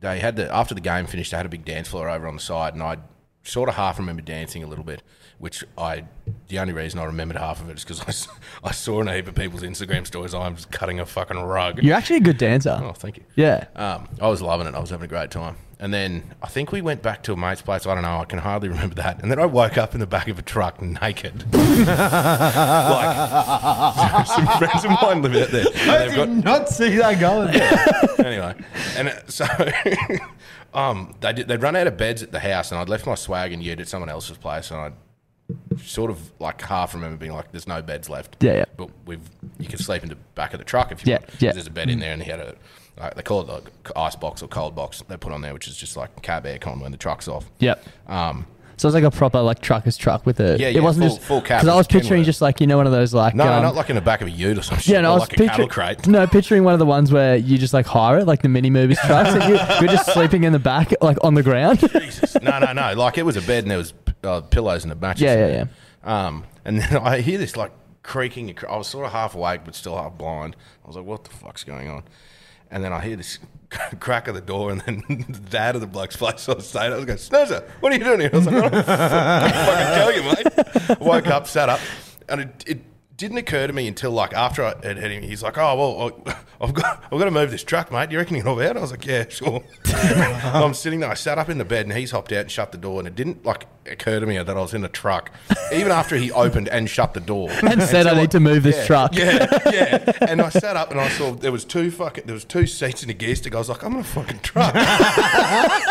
they had the after the game finished, they had a big dance floor over on the side, and I sort of half remember dancing a little bit, which I the only reason I remembered half of it is because I, s- I saw in a heap of people's Instagram stories I'm just cutting a fucking rug.
You're actually a good dancer.
Oh, thank you.
Yeah.
Um, I was loving it. I was having a great time. And then I think we went back to a mate's place. I don't know. I can hardly remember that. And then I woke up in the back of a truck naked. like, some friends of mine live out there. and they've got-
not see that going.
anyway, and uh, so um, they did, they'd run out of beds at the house, and I'd left my swag and ute at someone else's place, and I sort of like half remember being like, "There's no beds left."
Yeah, yeah.
But we've you can sleep in the back of the truck if you
Yeah,
want. 'cause
yeah.
There's a bed in there, and he had a like, they call it the ice box or cold box that they put on there, which is just like cab aircon when the truck's off.
Yep.
Um,
So it was like a proper like trucker's truck with a.
Yeah,
It
yeah,
wasn't
full-
just
full cab,
Because I
it
was
was
picturing
Kenworth.
just like you know one of those like.
no, no,
um,
not like in the back of a ute or something.
yeah, no, I was
like a cattle
picturing,
crate.
no, picturing one of the ones where you just like hire it, like the mini movies trucks, and you, you're just sleeping in the back, like on the ground.
Jesus. No, no, no. Like it was a bed and there was uh, pillows and a mattress.
Yeah, yeah,
in there. Um, and then I hear this like creaking. acro- I was sort of half awake but still half blind. I was like, "What the fuck's going on?" And then I hear this crack of the door, and then the dad of the bloke's place. I was saying, "I was going, Snoozer, what are you doing here?" I was like, "I don't fucking tell you, mate." Woke up, sat up, and it. it didn't occur to me until like after I had hit him. He's like, "Oh well, I- I've got I've got to move this truck, mate. You reckon you can help out?" I was like, "Yeah, sure." I'm sitting there. I sat up in the bed, and he's hopped out and shut the door. And it didn't like occur to me that I was in a truck, even after he opened and shut the door
and said, "I need to move this truck."
yeah, yeah. And I sat up and I saw there was two fucking there was two seats in a gear stick. I was like, I'm in a fucking truck.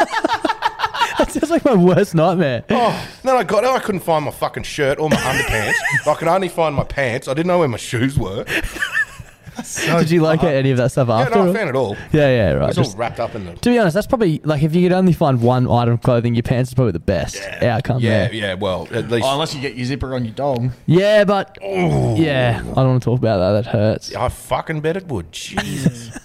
That sounds like my worst nightmare.
oh. Then I got out. I couldn't find my fucking shirt or my underpants. I could only find my pants. I didn't know where my shoes were.
Did you like any of that stuff
Yeah,
after?
no,
all?
I found it all.
yeah, yeah,
It
right.
was
Just,
all wrapped up in the.
to be honest, that's probably like if you could only find one item of clothing, your pants is probably the best outcome.
Yeah,
there.
yeah. Well, at least
Oh, unless you get your zipper on your dog.
yeah, but
Oh.
yeah, I don't want to talk about that. That hurts.
I fucking bet it would. Jesus.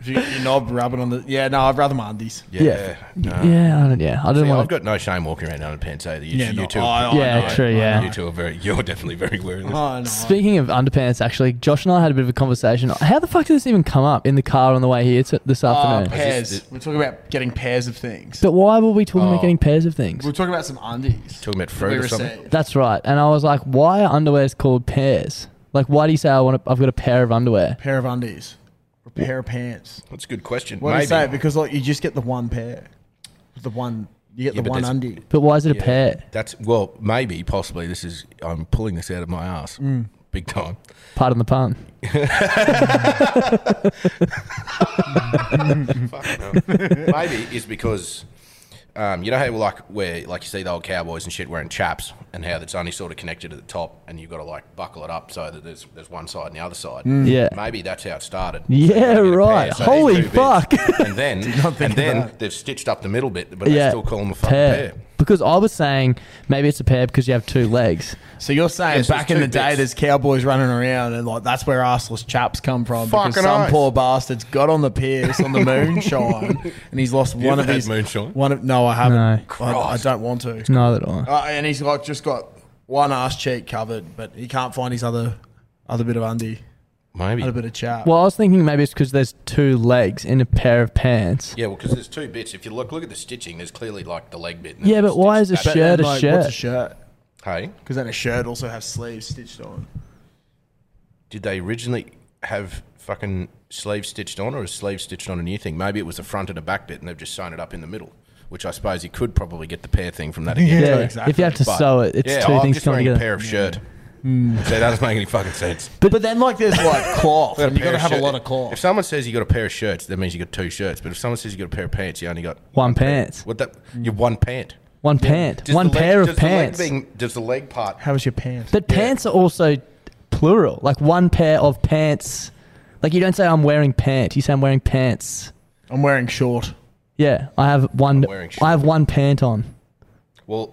If you get your knob rubbing on the yeah, no, I'd rather my undies.
Yeah.
Yeah.
No.
Yeah, I don't. Yeah, I don't
Yeah, I've
want. to
got no shame walking around in pants either. You,
Yeah,
you
no,
two,
I- I
Yeah, know, true, I yeah. know.
You two are very. You're definitely very wearing this.
Oh no.
Speaking of underpants, actually, Josh and I had a bit of a conversation. How the fuck did this even come up in the car on the way here t-
Oh,
this
Uh,
afternoon?
pairs. We're talking about getting pairs of things.
but why were we talking about
Oh.
getting pairs of things?
We're talking about some undies.
Talking about
we
fruit or something.
received.
That's right. And I was like, why are underwears called pairs? Like, why do you say I want? A, I've got a pair of underwear.
Pair of undies. Or pair of pants.
That's a good question.
What do
Maybe.
you say? Because like you just get the one pair. The one you get
Yeah,
the
but
one
there's-
undie.
But why is it a pair?
That's well, maybe, possibly. This is I'm pulling this out of my ass,
Mm.
big time.
Pardon the pun.
maybe it's because Um, you know how like where like you see the old cowboys and shit wearing chaps, and how it's only sort of connected at the top, and you've got to like buckle it up so that there's there's one side and the other side.
Mm. Yeah.
maybe that's how it started.
Yeah,
So you get a
right.
pair, so
Holy
these two bits.
fuck.
and then and then they've stitched up the middle bit, but they still call them a fucking pair.
Because I was saying maybe it's a pair because you have two legs.
So you're saying
Yes,
back
there's
in
two
the day,
bits.
there's cowboys running around, and like that's where arseless chaps come from.
Fucking
because some
oath.
poor bastards got on the piers on the moonshine, and he's lost one of
ever had
his
moonshine?
One of no, I haven't.
No.
I, I don't want to.
Neither do I.
Uh, and he's like just got one ass cheek covered, but he can't find his other other bit of undie,
Maybe.
other bit of
Uh,
chap.
Well, I was thinking maybe it's because there's two legs in a pair of pants.
Yeah, well, because there's two bits. If you look look at the stitching, there's clearly like the leg bit. and
Yeah,
then
but why is
stitched
a
back.
shirt a
Like,
shirt?
What's a shirt?
Hey,
Because then a shirt also has sleeves stitched on.
did they originally have fucking sleeve stitched on, or is sleeve stitched on a new thing? Maybe it was a front and a back bit, and they've just sewn it up in the middle. Which I suppose you could probably get the pair thing from that again.
yeah,
exactly.
if you have to
But-
sew it, it's
yeah,
two
I'm
things
just
coming together.
wearing a pair of shirt. So that doesn't make any fucking sense.
But, then like there's like cloth,
Got a
and you
pair
got to have a
shirt.
lot of cloth.
If someone says you got a pair of shirts, that means you got two shirts. But if someone says you got a pair of pants, you only got
One pants.
what that you one pant.
One pant.
Does
One
the leg-
pair
does
of
the leg
pants.
being- does the leg part?
How was your pants?
But pants are also plural. Like one pair of pants. Like you don't say I'm wearing pant. You say I'm wearing pants.
I'm wearing short.
Yeah, I have one.
wearing
I have one pant on.
Well,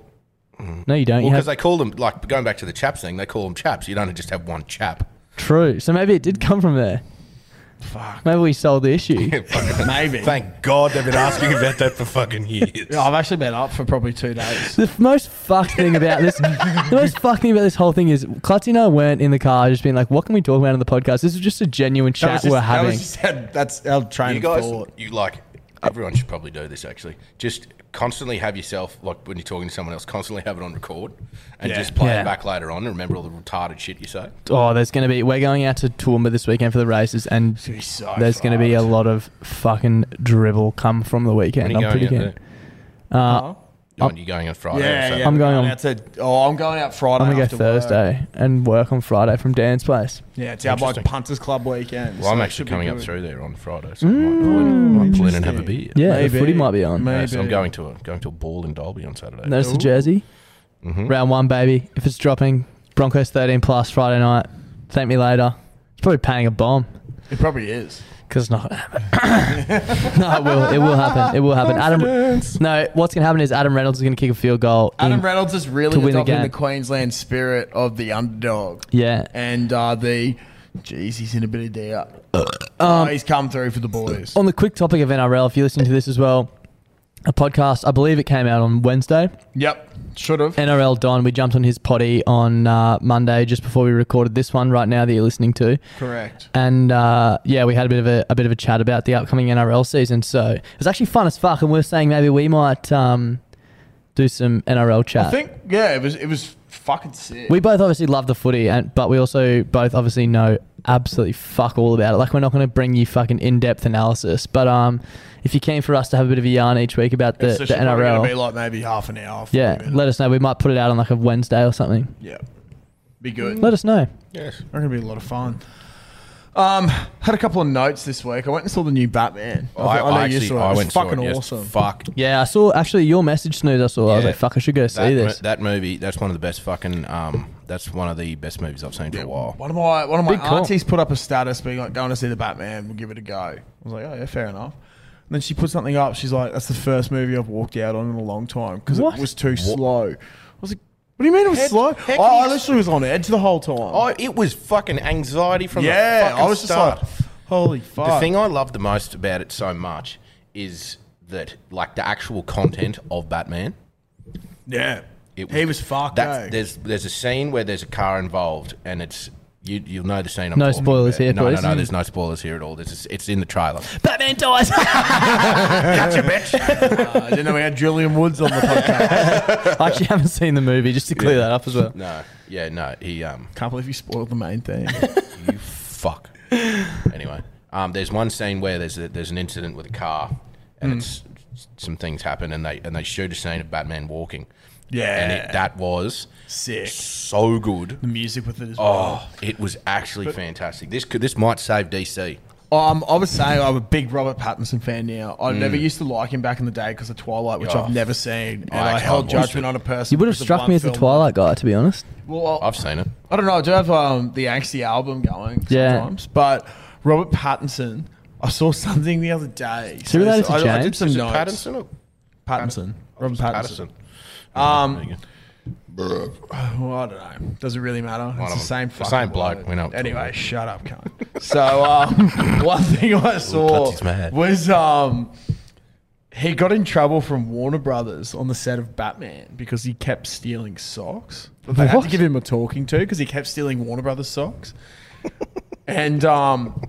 No, you don't.
Well,
you
because
have
they call them like going back to the chaps thing, they call them chaps. You don't just have one chap.
true. So maybe it did come from there. Fuck. Maybe we solved the issue.
Maybe.
Thank God they've been asking about that for fucking years.
Yeah, I've actually been up for probably two days.
The f- most fucked thing about this, the most fucked thing about this whole thing is Klutzy and I weren't in the car, just being like, "What can we talk about on the podcast?" This is just a genuine
That
chat
was just-
we're
that
having.
was just how- that's our train
You
of
guys,
thought.
you like everyone should probably do this actually. Just constantly have yourself like when you're talking to someone else, constantly have it on record and just play
Yeah.
it back later on and remember all the retarded shit you say.
oh, there's gonna be we're going out to Toowoomba this weekend for the races, and
be so
there's gonna be a
fucked.
lot of fucking dribble come from the weekend.
When are you
I'm pretty
going out
keen. Uh,
there? Oh, you're going on Friday. or
Yeah,
something.
yeah.
I'm
we're
going on-
out to, oh, I'm going out Friday.
I'm gonna go
after work.
Thursday and work on Friday from Dan's place.
Yeah, it's our like
Interesting.
punters club weekend.
Well, I'm
so it should
actually
be
coming up
good.
through there on Friday, so I might, pull in- might pull in and have a beer.
Mm. Yeah,
Maybe.
the footy might be on.
Maybe.
Uh, so I'm going to a going to a ball in Derby on Saturday.
Notice the jersey.
Mm-hmm.
Round one, baby. If it's dropping, Broncos 13 plus Friday night. Thank me later. It's probably paying a bomb.
It probably is.
Because it's not gonna happen. no, it will. It will happen. It will happen. Adam. No, what's gonna happen is Adam Reynolds is gonna kick a field goal. in-
Adam Reynolds is really
Mm. to win
adopting
again.
the Queensland spirit of the underdog.
Yeah.
And uh, the, geez, he's in a bit of doubt.
Uh,
oh, he's come through for the boys.
On the quick topic of NRL, if you're listening to this as well, a podcast. I believe it came out on Wednesday.
Yep, should have.
NRL Don. We jumped on his potty on uh, Monday just before we recorded this one. Right now that you're listening to.
Correct.
and uh, yeah, we had a bit of a, a bit of a chat about the upcoming NRL season. So it was actually fun as fuck, and we are saying maybe we might um, do some NRL chat.
I think yeah, it was it was fucking sick.
we both obviously love the footy, and but we also both obviously know absolutely fuck all about it. Like we're not going to bring you fucking in depth analysis, but um, if you came for us to have a bit of a yarn each week about the,
so
the
she's probably gonna be
NRL,
like maybe half an hour. 40
yeah,
minutes.
let us know. We might put it out on like a Wednesday or something.
Yeah. Be good.
Let us know.
Yes.
They're going to be a lot of fun. Um, had a couple of notes this week. I went and saw the new Batman.
I,
know
I
you
actually,
saw it.
I
It's
went
fucking
to it, yes.
awesome.
Fuck.
Yeah, I saw actually your message, Snooze. I saw. I was
Yeah.
like, fuck, I should go see
That,
this.
mo- that movie, that's one of the best fucking, um, that's one of the best movies I've seen for a while.
One of my one of my
Big call.
aunties put up a status being like, "Going to see the Batman. We'll give it a go." I was like, "Oh yeah, fair enough." And then she put something up. She's like, "That's the first movie I've walked out on in a long time because
What?
it was too slow." I was like, "What do you mean it was slow?"
how
I,
can
I
you-
literally was on edge the whole time.
Oh, it was fucking anxiety from the
yeah,
fucking
I was just
start.
like, "Holy fuck!"
the thing I love the most about it so much is that, like, the actual content of Batman.
yeah,
It
he was fucked.
That's,
eh?
there's, there's a scene where there's a car involved and it's, you, you'll know the scene I'm
No
talking
spoilers
about.
here,
No,
please.
no, no, there's no spoilers here at all. This is, it's in the trailer.
Batman dies.
Gotcha, bitch.
I didn't know we had Julian Woods on the podcast.
I actually haven't seen the movie, just to clear that up as well.
No, yeah, no, he, um,
Can't believe you spoiled the main thing.
you fuck. Anyway, um, there's one scene where there's a, there's an incident with a car, and it's some things happen, and they and they shoot a scene of Batman walking.
Yeah.
and it, that was
Sick.
so good.
The music with it as well.
Oh, it was actually fantastic. This could this might save DC.
Um, I was saying I'm a big Robert Pattinson fan now.
Mm.
I never used to like him back in the day because of Twilight, which
Yeah.
I've never seen, and
Oh, I
I, held
can't watch
judgment
it.
on a person.
You would have
because of
struck
one
me as the
film.
Twilight guy, to be honest.
Well, I-
I've seen it.
I don't know. I do have um, the angsty album going
Yeah.
sometimes, but Robert Pattinson. I saw something the other day.
he related to
I, I did
James?
some
Is it
notes.
Pattinson or
Pattinson. Robert Pattinson.
Patterson?
Um,
There
well, I don't know. Does it really matter? It's the
of 'em.
same
The
fucking
same bloke.
word.
We know what we're
Anyway,
talking
shut up, cunt. so um, one thing I saw
Cunty's mad.
was um, he got in trouble from Warner Brothers on the set of Batman because he kept stealing socks. But they had to
What?
give him a talking to because he kept stealing Warner Brothers socks. and um,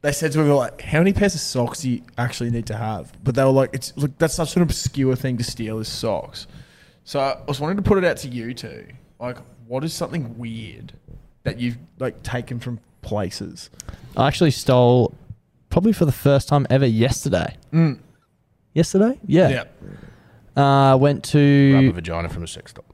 they said to him, like, how many pairs of socks do you actually need to have? But they were like, it's look, that's such an obscure thing to steal is socks. So I was wanting to put it out to you two. Like, what is something weird that you've like taken from places?
I actually stole, probably for the first time ever, yesterday. Yesterday? Yeah. Uh, went
you go. Rub a
to.
vagina from a sex doll.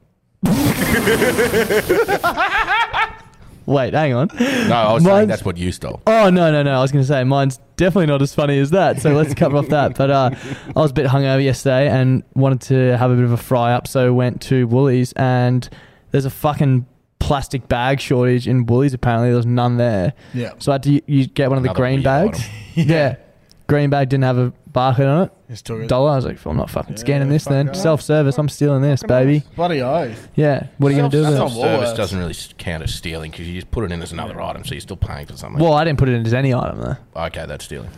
Wait, hang on.
No, I was saying
Mine's-
that's what you stole.
Oh no no no! I was going to say mine's definitely not as funny as that. So let's cover off that. But uh, I was a bit hungover yesterday and wanted to have a bit of a fry up, so went to Woolies and there's a fucking plastic bag shortage in Woolies. Apparently, there's none there.
Yeah.
So I had to u- you get one of the
Another
green
weird
bags.
item.
Yeah. Green bag didn't have a barcode on it.
It's too
Dollar. I was like, I'm not fucking scanning this.
fuck
Then
off.
self service. I'm stealing this, baby.
Bloody oath.
Yeah. What are you going to do with
Self-
it?
Self-
Service
Woolworths.
doesn't really s- count as stealing because you just put it in as another item, so you're still paying for something.
Well, I didn't put it in as any item though.
Okay, that's stealing.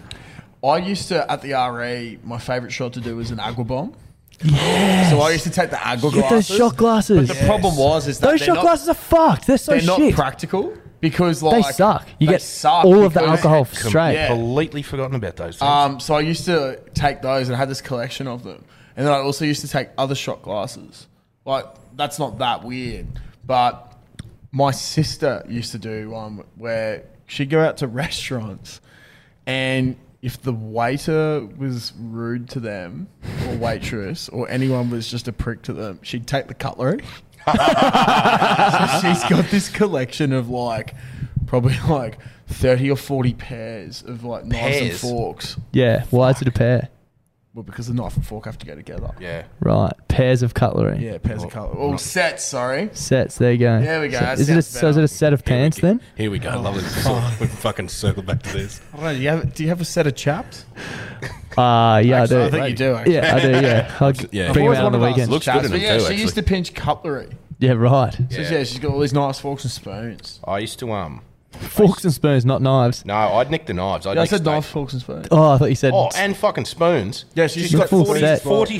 I used to at the RE, my favourite shot to do was an agua bomb. So I used to take the agua
Get those
glasses.
shot glasses.
The problem was is that
Those
they're
shot
not,
glasses are fucked. They're so
they're not
shit.
practical because
They
like
suck. You
they
get
suck
all of the
because-
alcohol straight.
Yeah.
Completely forgotten about those things.
Um, so I used to take those and I had this collection of them. And then I also used to take other shot glasses. Like, that's not that weird. But my sister used to do one where she'd go out to restaurants and if the waiter was rude to them or waitress or anyone was just a prick to them, she'd take the cutlery. So she's got this collection of like probably like 30 or 40 pairs of like knives and
Pairs?
forks.
Yeah, why is it a pair?
Well, because the knife and fork have to go together.
yeah.
Right, pairs of cutlery.
Yeah, pairs of colour. Oh, sets, sorry.
Sets. There you go.
There we go,
So
that
is it a,
sounds
so is
better.
it a set of pants then?
Here we go. Lovely. We fucking circle back to this.
I don't know, do you have, do you have a set of chaps?
Ah, yeah,
Actually,
I do.
you do, actually.
yeah, I do. Yeah, I'll g-
Yeah.
bring them
Always
out on the
wanted to ask
weekend.
Looks
chaps,
good in
but
them
yeah,
too,
she used to
actually.
pinch cutlery.
Yeah, right.
So
Yeah.
yeah. she's got all these nice forks and spoons.
I used to um.
Forks and spoons, not knives.
No, I'd nick the knives. I'd
Yeah, I
nick
said
steak.
knife, forks, and spoons.
Oh, I thought you said.
Oh, and fucking spoons.
Yeah, she's
she's
got
got
full
40,
set.
40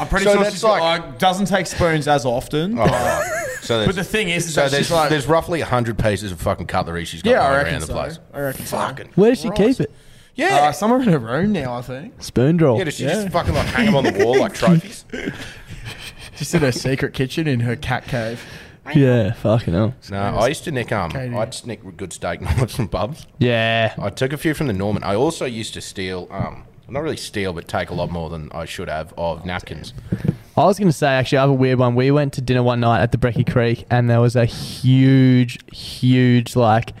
I'm pretty
so
sure
that's
she
like.
like, doesn't take spoons as often.
Oh, right. so there's-
But the thing is, is
so
that
there's
she's like-
there's roughly hundred pieces of fucking cutlery she's got
yeah, I
lying
reckon
around the
so.
place.
I reckon so.
Fucking
where does she
Christ.
keep it?
Yeah,
Uh, somewhere in her room now, I think.
Spoon drawer.
yeah. Does she just fucking like hang them on the wall like trophies?
She's in her secret kitchen in her cat cave.
Yeah, fucking hell.
No, I used to nick um,
Katie.
I'd just nick good steak knives from Bubs.
Yeah,
I took a few from the Norman. I also used to steal um, not really steal, but take a lot more than I should have of napkins.
I was going to say, actually, I have a weird one. We went to dinner one night at the Brecky Creek, and there was a huge, huge like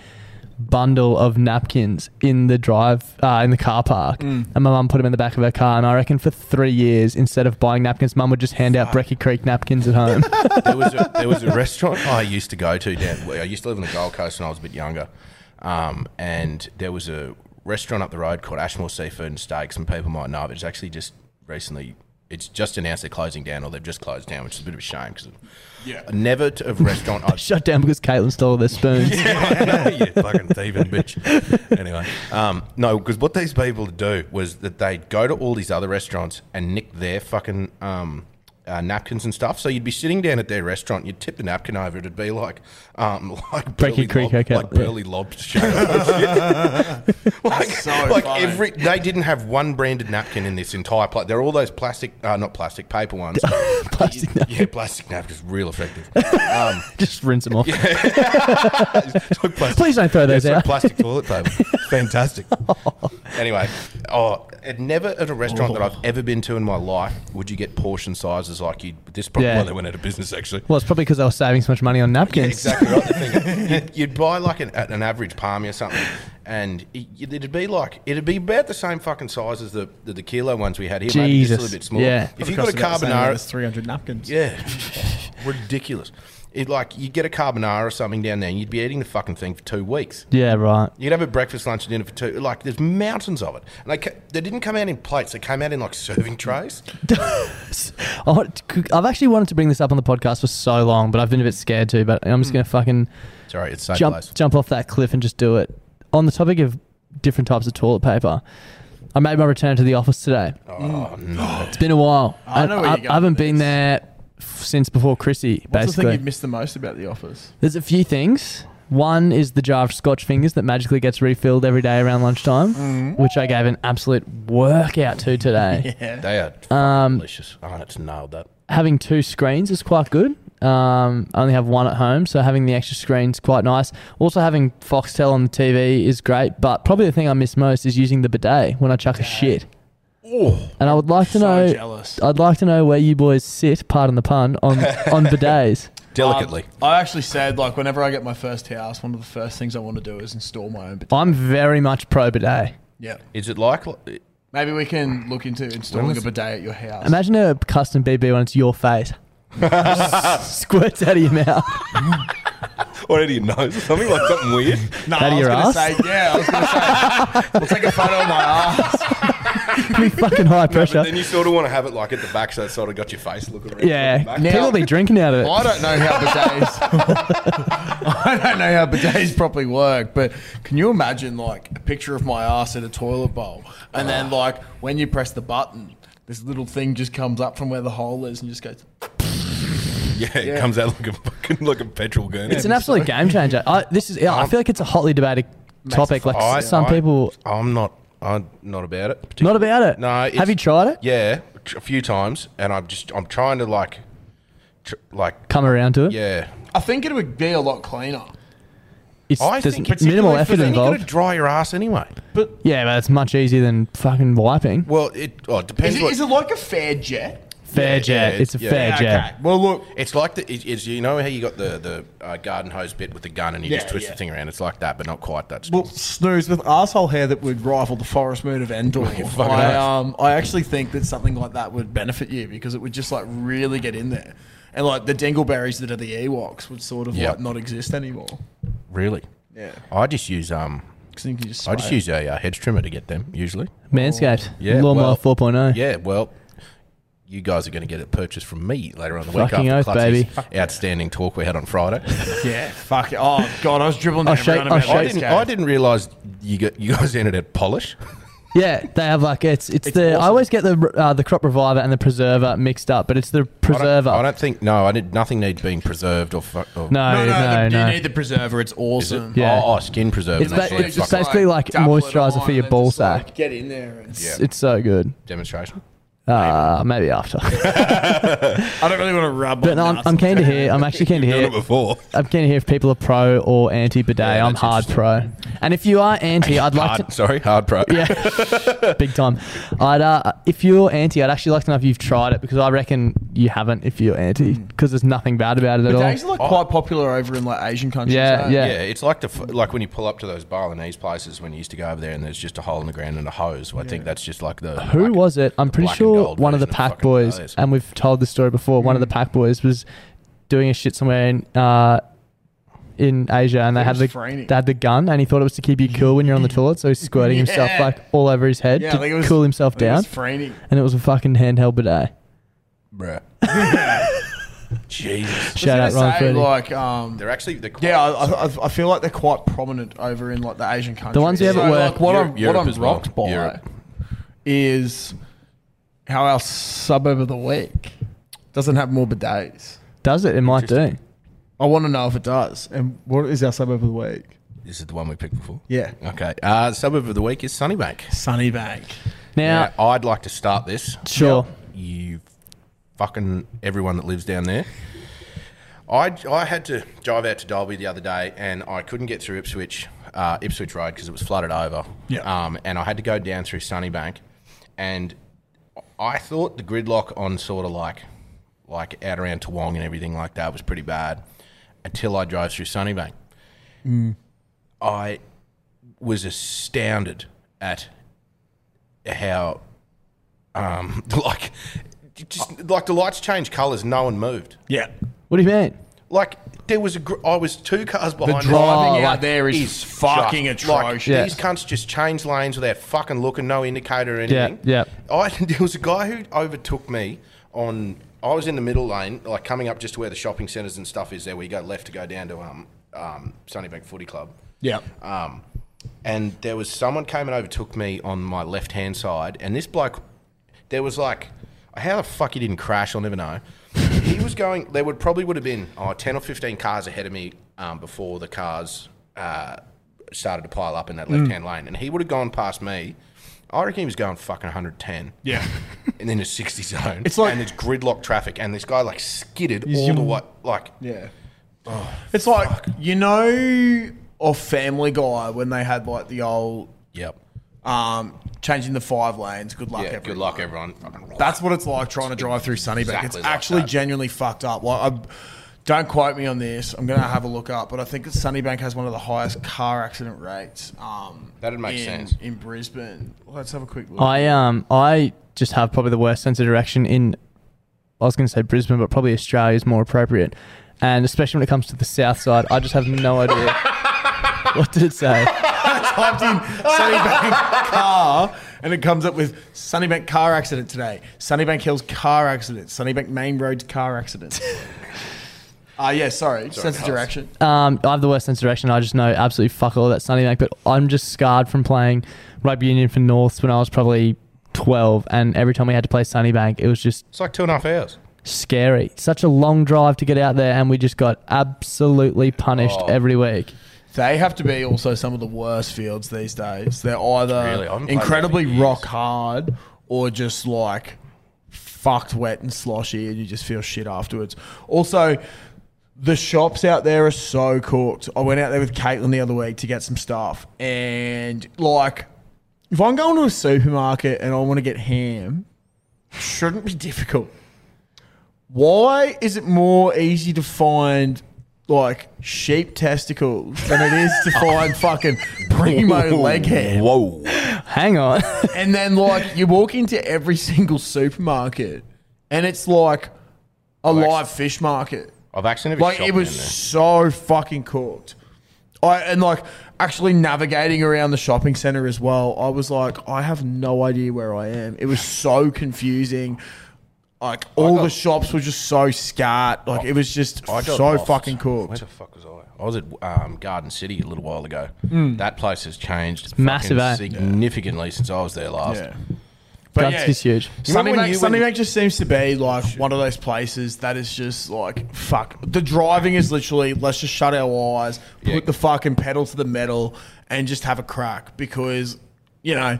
bundle of napkins in the drive uh, in the car park,
Mm.
and my mum put them in the back of her car. And I reckon for three years, instead of buying napkins, mum would just hand out Brecky Creek napkins at home.
there was a, there was a restaurant I used to go to down. I used to live on the Gold Coast when I was a bit younger, um, and there was a restaurant up the road called Ashmore Seafood and Steaks. And people might know, but it's actually just recently. It's just announced they're closing down, or they've just closed down, which is a bit of a shame because yeah, never to a restaurant I've
Shut down because Caitlin stole their spoons.
no, you fucking thieving bitch. Anyway, um, no, because what these people do was that they'd go to all these other restaurants and nick their fucking um, uh, napkins and stuff. So you'd be sitting down at their restaurant, you'd tip the napkin over, it'd be like, um, like
Breaky
Burley
Creek,
Lob-
okay,
like
yeah.
Burley Lobster. like, like
funny.
every they didn't have one branded napkin in this entire place. They're all those plastic, uh, not plastic, paper ones.
Plastic napkins.
yeah, plastic napkins, real effective. Um,
Just rinse them off.
took plastic-
Please don't throw those
it's like
out.
plastic toilet paper. Fantastic.
Oh.
anyway, oh, it never at a restaurant that I've ever been to in my life would you get portion sizes is like you. This is probably
Yeah.
why they went out of business actually.
Well, it's probably because I was saving so much money on
Yeah,
napkins.
exactly right. The thing, you'd, you'd buy like an, an average palmy or something, and it, it'd be like it'd be about the same fucking size as the the, the kilo ones we had here, maybe just a
Jesus.
little bit smaller.
Yeah.
If you got a carbonara,
three hundred napkins.
yeah, ridiculous. It like you get a carbonara or something down there, and you'd be eating the fucking thing for two weeks.
Yeah, right.
You'd have it breakfast, lunch, and dinner for two. Like there's mountains of it, and they ca- they didn't come out in plates. They came out in like serving trays.
I want- I've actually wanted to bring this up on the podcast for so long, but I've been a bit scared to. But I'm just
Hmm.
going to fucking
Sorry, it's so
jump
close.
jump off that cliff and just do it. On the topic of different types of toilet paper, I made my return to the office today.
Mm.
Oh no!
It's been a while.
I know where you're going
I haven't
with
been
this.
there f- since before Chrissy.
What's the thing
basically,
you've missed the most about The Office?
There's a few things. One is the jar of Scotch fingers that magically gets refilled every day around lunchtime, which I gave an absolute workout to today.
They are um, delicious. Oh, it's nailed that.
Having two screens is quite good. Um, I only have one at home, so having the extra screen's quite nice. Also, having Foxtel on the TV is great, but probably the thing I miss most is using the bidet when I chuck a shit. and I would like to know.
jealous.
I'd like to know where you boys sit. Pardon the pun on on bidets.
Delicately.
Um, I actually said like whenever I get my first house, one of the first things I want to do is install my own. Bidet.
I'm very much pro bidet.
Yeah,
Is it like li-
maybe we can look into installing a bidet at your house.
Imagine a custom BB when it's your face. Squirts out of your mouth.
or out of your nose or something like something weird?
No,
Out of
I was
your
gonna
ass?
say yeah. I was gonna say we'll take a photo of Oh my ass.
Pretty fucking high pressure.
But then you sort of want to have it like at the back, so it's sort of got your face looking. Around
yeah.
Back.
People be drinking out of it.
I don't know how bidets. I don't know how bidets properly work, but can you imagine like a picture of my ass in a toilet bowl, and then
Ah.
like when you press the button, this little thing just comes up from where the hole is and just goes.
yeah, it comes out like a fucking like a petrol gun.
It's an absolute game changer. I, this is. I feel like it's a hotly debated topic. Like s- some people,
I'm not. I'm not about it.
not
particularly.
about it.
No. it's-
Have you tried it?
Yeah, tr- a few times, and I'm just I'm trying to like, tr- like
Come around to it.
yeah.
I think it would be a lot cleaner.
It's,
I
there's
think
minimal
particularly for
effort
them, You
involved.
gotta dry your ass anyway.
Yeah, but it's much easier than fucking wiping.
Well, it oh, it depends.
Is it,
what,
is it like a fair jet?
Fair
yeah,
jet.
yeah,
it's a
yeah.
fair
Yeah,
jet.
Well, look,
It's like the it, it's you know how you got the the uh, garden hose bit with the gun and you
Yeah,
just twist
yeah.
the thing around. It's like that, but not quite that.
Well, snooze with arsehole hair that would rival the forest moon of Endor.
fucking
I,
oath.
um, I actually think that something like that would benefit you because it would just like really get in there. And like the dingleberries that are the Ewoks would sort of
Yeah.
like not exist anymore.
really?
Yeah.
I just use um,
'Cause you can just
I just
spray it.
use a uh, hedge trimmer to get them usually.
Manscaped.
Yeah,
Lawnmower oh.
well,
4.0.
Yeah, well, you guys are going to get it purchased from me later on in the
Fucking
week
oath,
after Clutzy's
baby.
outstanding talk we had on Friday.
Yeah. Fuck it. Oh, God. I was dribbling down
I'll shake-
around
I'll
about
shake-
I
Lions
didn't.
Cave.
I didn't realize you got you guys ended at polish.
Yeah, they have like it's it's, the I
awesome.
always get the uh, the crop reviver and the preserver mixed up, but it's the
I don't-
preserver.
I don't think. No, I did. Nothing needs being preserved or. Fu-
no,
or
No,
no, no,
no, the- you need the preserver. It's awesome.
Yeah.
Oh, oh, skin preserver.
It's
and that
ba-
shit.
it's
Fucking
just basically like
double it
moisturiser for
on
your
and
ball
just, like,
sack.
get in there. And
Yeah.
It's so good.
demonstration.
Uh, maybe after,
I don't really want to rub.
but no, I'm, I'm keen to hear. I'm actually keen to
Done
hear.
it before.
I'm keen to hear if people are pro or anti bidet.
Yeah,
I'm
that's
hard pro, and if you are anti, I'd like
Hard, sorry, hard pro. Yeah.
to big time. I'd uh, if you're anti, I'd actually like to know if you've tried it because I reckon you haven't. If you're anti, because there's nothing bad about it at all.
Days are like quite popular over in like Asian countries.
Yeah,
eh?
yeah.
Yeah, it's like the f- like when you pull up to those Balinese places when you used to go over there, and there's just a hole in the ground and a hose. I think that's just like the
Who
like,
was it? I'm
the
pretty
black and
sure
gold
one of the
version
pack
fucking
boys,
hose.
and we've told this story before. One of the pack boys was doing a shit somewhere in uh, in Asia, and they
was
had the
Franny.
they had the gun, and he thought it was to keep you cool when you're on the toilet, so he's squirting himself
Yeah.
like all over his head
Yeah,
to
I think it was-
cool
I
himself
think it
down,
was Franny.
and it was a fucking handheld bidet.
Bruh. Jesus.
Shout out
I was
Ryan
gonna say,
Freddie.
like um,
They're actually they're quite,
Yeah, I, I, I feel like they're quite prominent over in like the Asian countries.
ones who
So,
haven't
Like,
worked-
what I'm
Europe
what I'm
as well.
rocked by
Europe.
is how our suburb of the week doesn't have more bidets.
Does it? It might do.
I want to know if it does. And what is our suburb of the week?
This is the one we picked before.
Yeah,
Okay. Uh, suburb of the week is Sunnybank.
Sunnybank.
Now,
Now, I'd like to start this.
sure,
You fucking everyone that lives down there. I, I had to drive out to Dalby the other day and I couldn't get through Ipswich, uh, Ipswich Road because it was flooded over.
Yeah.
Um, and I had to go down through Sunnybank. And I thought the gridlock on sort of like like out around Toowong and everything like that was pretty bad until I drove through Sunnybank.
Mm.
I was astounded at how, um, like, just like the lights changed colours, no one moved.
Yeah.
What do you mean?
Like there was a, gr- I was two cars behind. me.
driving
out there is fucking
just-
atrocious.
Like,
Yeah.
These cunts just change lanes without fucking looking, no indicator or anything.
yeah.
I there was a guy who overtook me on. I was in the middle lane, like coming up just to where the shopping centres and stuff is. There, where you go left to go down to um um Sunnybank Footy Club.
Yeah.
Um, and there was someone came and overtook me on my left hand side, and this bloke, there was like, how the fuck he didn't crash, I'll never know. he was going. There would probably would have been oh, 10 or fifteen cars ahead of me um, before the cars uh, started to pile up in that
Mm.
left hand lane, and he would have gone past me. I reckon he was going fucking 110.
Yeah.
And then a 60 zone.
It's like-
and it's gridlock traffic, and this guy like skidded all the way. Like, oh,
Yeah. it's like you know of Family Guy when they had like the old
yep.
um changing the five lanes. Good luck,
Yeah,
everyone.
good luck, everyone. Fucking
That's what it's like trying to drive through Sunnybank.
Exactly
it's
like
actually
that.
genuinely fucked up. Like, I, don't quote me on this. I'm going to have a look up, but I think that Sunnybank has one of the higgest car accident rates. Um,
That'd make
in-
sense.
in Brisbane. Let's have a quick look.
I um I just have probably the worst sense of direction in I was going to say Brisbane, but probably Australia is more appropriate. And especially when it comes to the south side, I just have no idea. what did it say?
typed in Sunnybank car and it comes up with Sunnybank car accident today. Sunnybank Hills car accident. Sunnybank Main Road car accident. Ah, yeah, sorry. Sense of
Carl.
direction.
Um, I have the worst sense of direction. I just know absolutely fuck all that Sunnybank, but I'm just scarred from playing rugby union for Norths when I was probably 12. And every time we had to play Sunnybank, it was just
It's like two and a half hours.
scary. Such a long drive to get out there, and we just got absolutely punished every week.
They have to be also some of the worst fields these days. They're either
Really? I haven't played
incredibly
that for years.
rock hard or just like fucked wet and sloshy and you just feel shit afterwards. Also, the shops out there are so cooked. I went out there with Caitlin the other week to get some stuff and like if I'm going to a supermarket and I want to get ham, shouldn't be difficult. Why is it more easy to find like sheep testicles than it is to find fucking primo leg hair?
Whoa.
Oh. Hang on.
And then like you walk into every single supermarket and it's like a live fish market.
I've actually never
Like
shot
it
down
was
there.
so fucking cooked. I and like actually navigating around the shopping center as well. I was like, I have no idea where I am. It was so confusing. Like all the shops were just so scat. Like it was just
I got
so
lost.
fucking
Where
cooked.
the fuck was I? I was at um, Garden City a little while ago.
Hmm.
That place has changed
massive,
fucking
eh?
significantly since I was there last.
Yeah.
But huge.
Remember
Sunnybank,
when you went-
Sunnybank just seems to be like one of those places that is just like fuck. The driving is literally let's just shut our eyes,
Yeah.
put the fucking pedal to the metal, and just have a crack because you know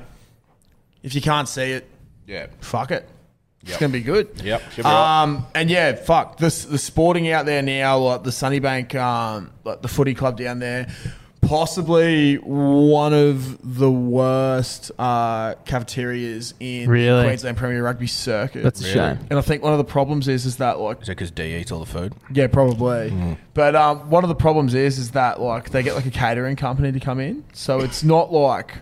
if you can't see it,
Yeah.
fuck it. It's
Yep.
gonna be good.
Yep. Should be right.
Um, and yeah, fuck the the sporting out there now, like the Sunnybank, um, like the footy club down there, possibly one of the worst uh, cafeterias in
Really?
Queensland Premier Rugby circuit.
That's a
Really?
shame.
and I think one of the problems is is that like
Is that because D E eats all the food?
yeah, probably. But um, one of the problems is is that like they get like a catering company to come in, so it's not like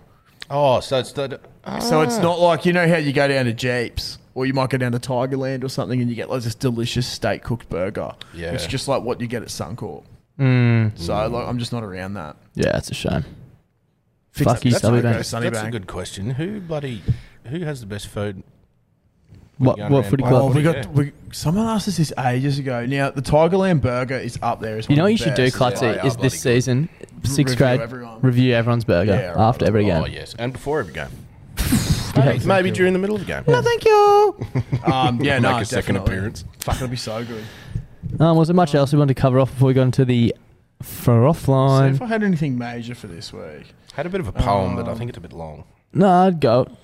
Oh, so it's the. ah.
so it's
Ah.
not like you know how you go down to Jeeps or you might go down to Tigerland or something and you get like this delicious steak cooked burger.
Yeah.
It's just like what you get at Suncorp.
Mm.
So like I'm just not around that.
Yeah, that's a shame.
Fix
Fuck
up-
you,
that's
Sunnybank.
okay,
That's, that's a
Sunnybank.
good question. Who bloody. Who has the best food?
What,
Young
what
man.
footy
Oh,
Oh,
club?
we got
Yeah.
we, someone asked us this ages ago. Now the Tigerland burger is up there. As
You
one
know
of
what you
the
should do,
best.
Clutzy,
they are
is
bloody
this season, sixth
Review
grade,
everyone.
review everyone's burger
Yeah, right.
uh, after every game.
Oh, yes. And before every game. maybe, maybe during the middle of the game.
Thank you. Um, yeah, no,
Make a second
definitely.
appearance.
Fuck, it'll be so good.
Um, was there much else we wanted to cover off before we got into the for
So
offline?
if I had anything major for this week,
Had a bit of a poem, but I think it's a bit long.
no, I'd go.
I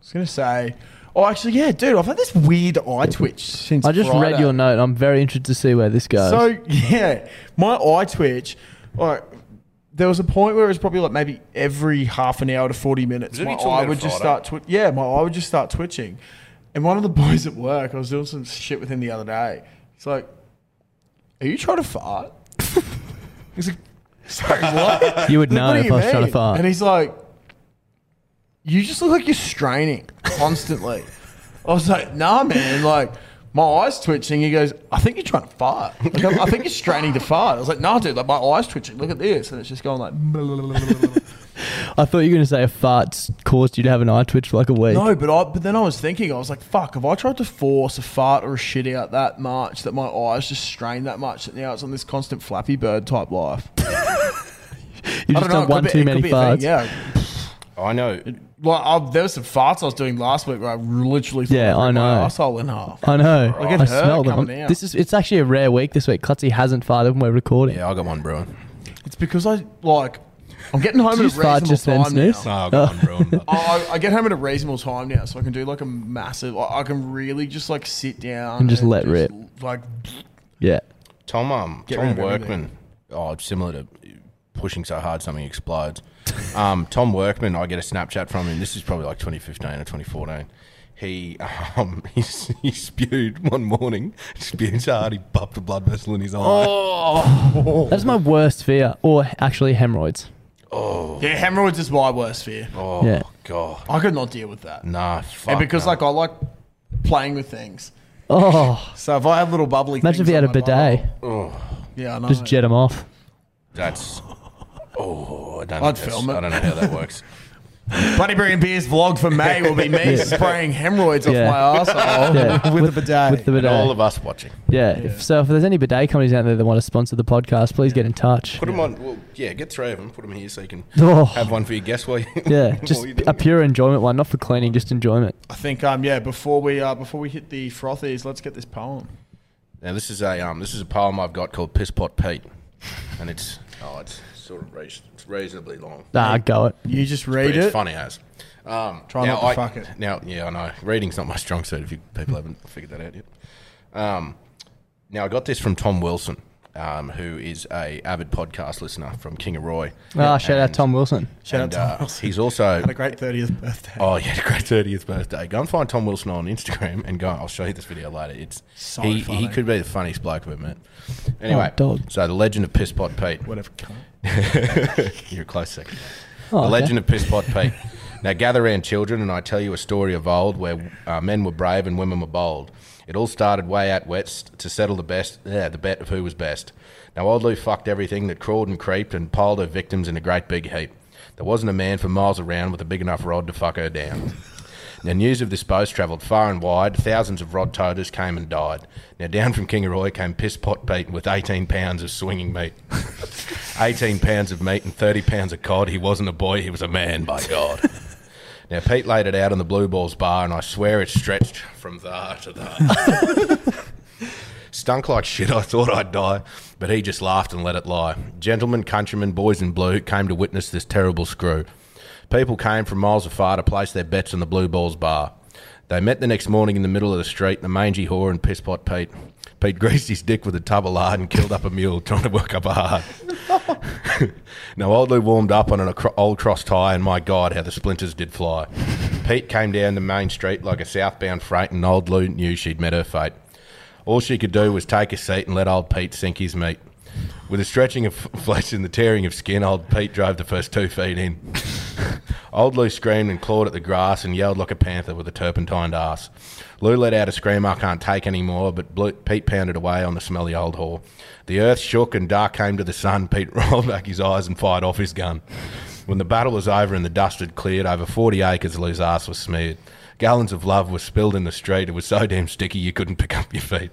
was gonna say. Oh, actually, yeah, dude, I've had this weird eye twitch since.
I just read
Friday.
your note. I'm very interested to see where this goes.
So yeah, my eye twitch. Like, there was a point where it was probably like maybe every half an hour to forty minutes,
Was it
my
you talking
eye
about
would just start.
Friday?
Twi- yeah, my eye would just start twitching, And one of the boys at work, I was doing some shit with him the other day. He's like, "Are you trying to fart?" he's like, "Sorry, what?"
You would
Like,
know
"What do
if
you
I was trying to
mean?"
fart.
And he's like, "You just look like you're straining constantly." I was like, "Nah, man. Like, my eyes twitching." He goes, "I think you're trying to fart. Like, I, I think you're straining to fart." I was like, "Nah, dude. Like, my eyes twitching. Look at this." And it's just going like.
I thought you were going to say a fart caused you to have an eye twitch for like a week.
No, but I but then I was thinking, I was like, fuck, have I tried to force a fart or a shit out that much that my eyes just strain that much that now it's on this constant flappy bird type life?
You've
I don't know,
just done
it could
one
be-
too
it
many
could be a
farts.
thing, yeah.
I know.
Well, I, there were some farts I was doing last week where I literally thought
Yeah,
ripped
I know.
my asshole in half.
I know.
I get
I
hurt
smell them.
coming out.
This is it's actually a rare week this week. Clutzy hasn't farted when we're recording.
Yeah, I got one brewing.
It's because I like I'm getting home at a
you
reasonable
fart just then,
time
Snooze?
No,
now.
I got one brewing. but-
I, I get home at a reasonable time now, so I can do like a massive. I, I can really just like sit down
And just let rip.
Like
Yeah.
Tom, um,
rid
Tom
of
Workman. Oh, it's similar to pushing so hard something explodes. um, Tom Workman, I get a Snapchat from him. This is probably like 2015 or 2014. He um, he, s- he spewed one morning, spewed so hard he popped a blood vessel in his eye.
Oh.
That's my worst fear. Or actually hemorrhoids.
yeah, hemorrhoids is my worst fear.
Oh,
Yeah.
God.
I could not deal with that.
Nah, fuck.
and because
no.
like I like playing with things.
Oh,
So if I have little bubbly,
imagine if
things
you had a
on my
bidet.
bum, yeah, I know.
Just jet them off.
Oh. That's. Oh, I don't,
I'd
think that's-
film it.
I don't know how that works.
Bloody Berry and Beers vlog for May will be me spraying hemorrhoids
Yeah.
off my arsehole
Yeah.
with, a bidet.
With the
and
bidet.
all of us watching.
yeah. If, so if there's any bidet companies out there that want to sponsor the podcast, please get in touch.
Put them on. Well, yeah, get three of them. Put them here so you can
Oh.
have one for your guest while you.
Yeah,
while
just
you're
a
doing it.
pure enjoyment one, not for cleaning, just enjoyment.
I think um yeah before we uh before we hit the frothies, let's get this poem.
Now this is a um, this is a poem I've got called Piss Pot Pete, and it's oh it's sort of reas- it's reasonably long.
Ah, go it.
You just
but
read
it's
it.
funny as. Um,
Try
now
not to
I-
fuck it.
Now, yeah, I know reading's not my strong suit. If you people haven't figured that out yet. Um, now I got this from Tom Wilson, um, who is a avid podcast listener from King of Roy.
Ah, shout out Tom Wilson.
Shout
and,
out to
uh, He's also
Had a great thirtieth birthday.
Oh yeah, great thirtieth birthday. Go and find Tom Wilson on Instagram and go. I'll show you this video later. It's
So
he,
funny.
he could be the funniest bloke I've ever met. Anyway,
dog.
so the legend of Pisspot Pete.
Whatever. cunt.
You're a close second.
Oh,
the
okay.
legend of Pisspot Pete. now gather round, children, and I tell you a story of old where uh, men were brave and women were bold. It all started way out west to settle the best, yeah, the bet of who was best. Now old Lou fucked everything that crawled and creeped and piled her victims in a great big heap. There wasn't a man for miles around with a big enough rod to fuck her down. Now, news of this boast travelled far and wide. Thousands of rod toters came and died. Now, down from Kingaroy came Piss Pot Pete with 18 pounds of swinging meat. 18 pounds of meat and 30 pounds of cod. He wasn't a boy, he was a man, by God. now, Pete laid it out on the Blue Balls bar, and I swear it stretched from there to there. Stunk like shit, I thought I'd die, but he just laughed and let it lie. Gentlemen, countrymen, boys in blue came to witness this terrible screw. People came from miles afar to place their bets on the Blue Balls bar. They met the next morning in the middle of the street, the mangy whore and pisspot Pete. Pete greased his dick with a tub of lard and killed up a mule trying to work up a heart. Now, old Lou warmed up on an acro- old cross tie, and my God, how the splinters did fly. Pete came down the main street like a southbound freight, and old Lou knew she'd met her fate. All she could do was take a seat and let old Pete sink his meat. With the stretching of f- flesh and the tearing of skin, old Pete drove the first two feet in. Old Lou screamed and clawed at the grass and yelled like a panther with a turpentined ass. Lou let out a scream I can't take any more, but Blue, Pete pounded away on the smelly old whore. The earth shook and dark came to the sun. Pete rolled back his eyes and fired off his gun. When the battle was over and the dust had cleared, over 40 acres of Lou's ass was smeared. Gallons of love were spilled in the street. It was so damn sticky you couldn't pick up your feet.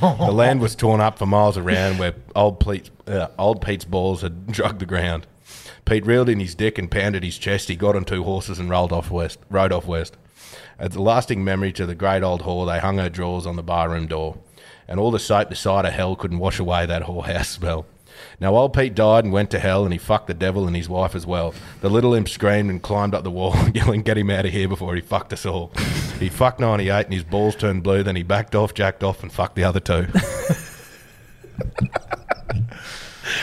the land was torn up for miles around where old Pete's, uh, old Pete's balls had drugged the ground. Pete reeled in his dick and pounded his chest. He got on two horses and rolled off west, rode off west. As a lasting memory to the great old whore, they hung her drawers on the barroom door, and all the soap the side of hell couldn't wash away that whorehouse smell. Now old Pete died and went to hell, and he fucked the devil and his wife as well. The little imp screamed and climbed up the wall, yelling, "Get him out of here before he fucked us all!" He fucked ninety-eight, and his balls turned blue. Then he backed off, jacked off, and fucked the other two.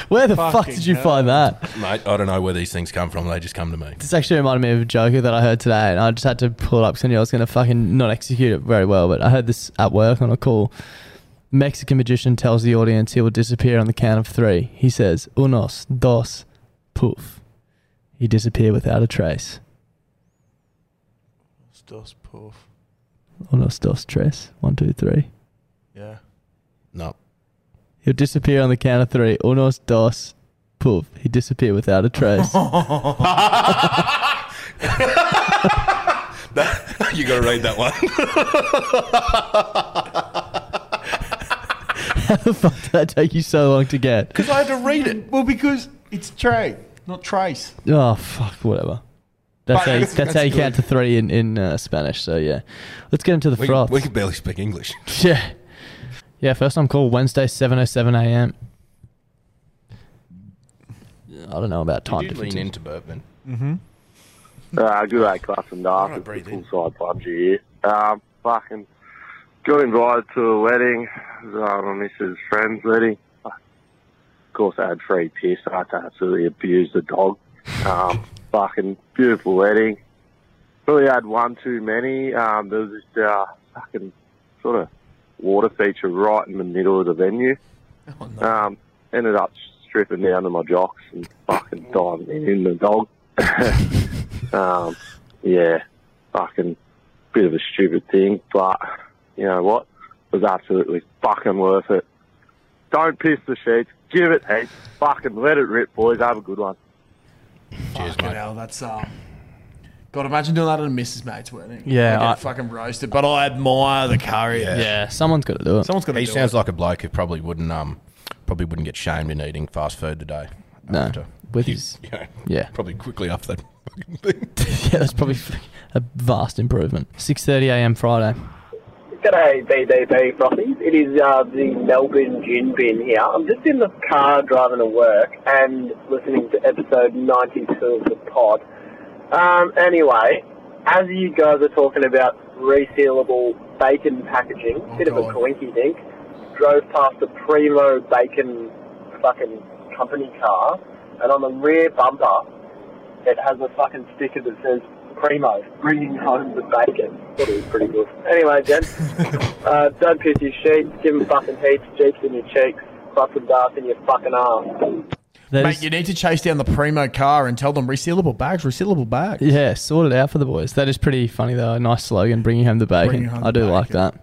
Where the fuck did you find that?
Mate, I don't know where these things come from. They just come to me.
This actually reminded me of a joke that I heard today, and I just had to pull it up because I knew I was going to fucking not execute it very well. But I heard this at work on a call. Mexican magician tells the audience he will disappear on the count of three. He says, unos, dos, poof. He disappeared without a trace.
Dust puff.
Unos, dos, tres. One, two, three.
Yeah.
No.
He'll disappear on the count of three. Unos, dos, poof. He disappeared without a trace.
you got to read that one.
that take you so long to get.
Because I had to read it. Well, because it's Trey, not Trace.
Oh fuck, whatever.
But
That's how,
that's-
that's, how you
that's
count to three in in uh, Spanish. So yeah, let's get into the
we,
froth.
we can barely speak English.
Yeah, yeah. First time call Wednesday, seven oh seven a.m. I don't know about time differences.
Burpman.
Mm-hmm.
Uh, good day, class and dark.
Alright,
It's
breathe in.
the full side Bungie here. Um, fucking got invited to a wedding. It was, uh, my missus' friend's wedding. Of course, I had free piss. I had to absolutely abuse the dog. Um, fucking beautiful wedding. Really had one too many. Um, there was this uh, fucking sort of water feature right in the middle of the venue. Um, ended up stripping down to my jocks and fucking diving in the dog. Um, yeah, fucking bit of a stupid thing, but you know what? It was absolutely fucking worth it. Don't piss the sheets. Give it heaps. Fucking let it rip, boys. Have a good one.
Cheers,
Fucking
mate.
hell, that's um. God, imagine doing that at a Mrs. Mate's wedding.
Yeah,
I get
I-
fucking roasted. But I admire the courage.
Yeah.
Yeah, someone's got to do it.
Someone's got to
He
do
sounds like a bloke who probably wouldn't um probably wouldn't get shamed in eating fast food today.
No,
After.
with his
You know,
yeah,
probably quickly off that fucking thing.
yeah. That's probably a vast improvement. Six thirty a.m. Friday.
G'day, BBB Frothies. It is uh, the Melbourne Gin Bin here. I'm just in the car driving to work and listening to episode 92 of the pod. Um, anyway, as you guys are talking about resealable bacon packaging, bit of a
God.
coinky dink, drove past a Primo bacon fucking company car, and on the rear bumper, it has a fucking sticker that says Primo, bringing home the bacon. Thought it was pretty good. Anyway, gents, uh, don't piss your sheets, give them fucking heaps, cheeks in your cheeks, fucking darts in your fucking arms.
That
Mate,
is-
you need to chase down the primo car and tell them resealable bags, resealable bags.
Yeah, sort it out for the boys. That is pretty funny though. A nice slogan, bringing home the bacon.
Bringing home
I
the
do like
bacon.
that.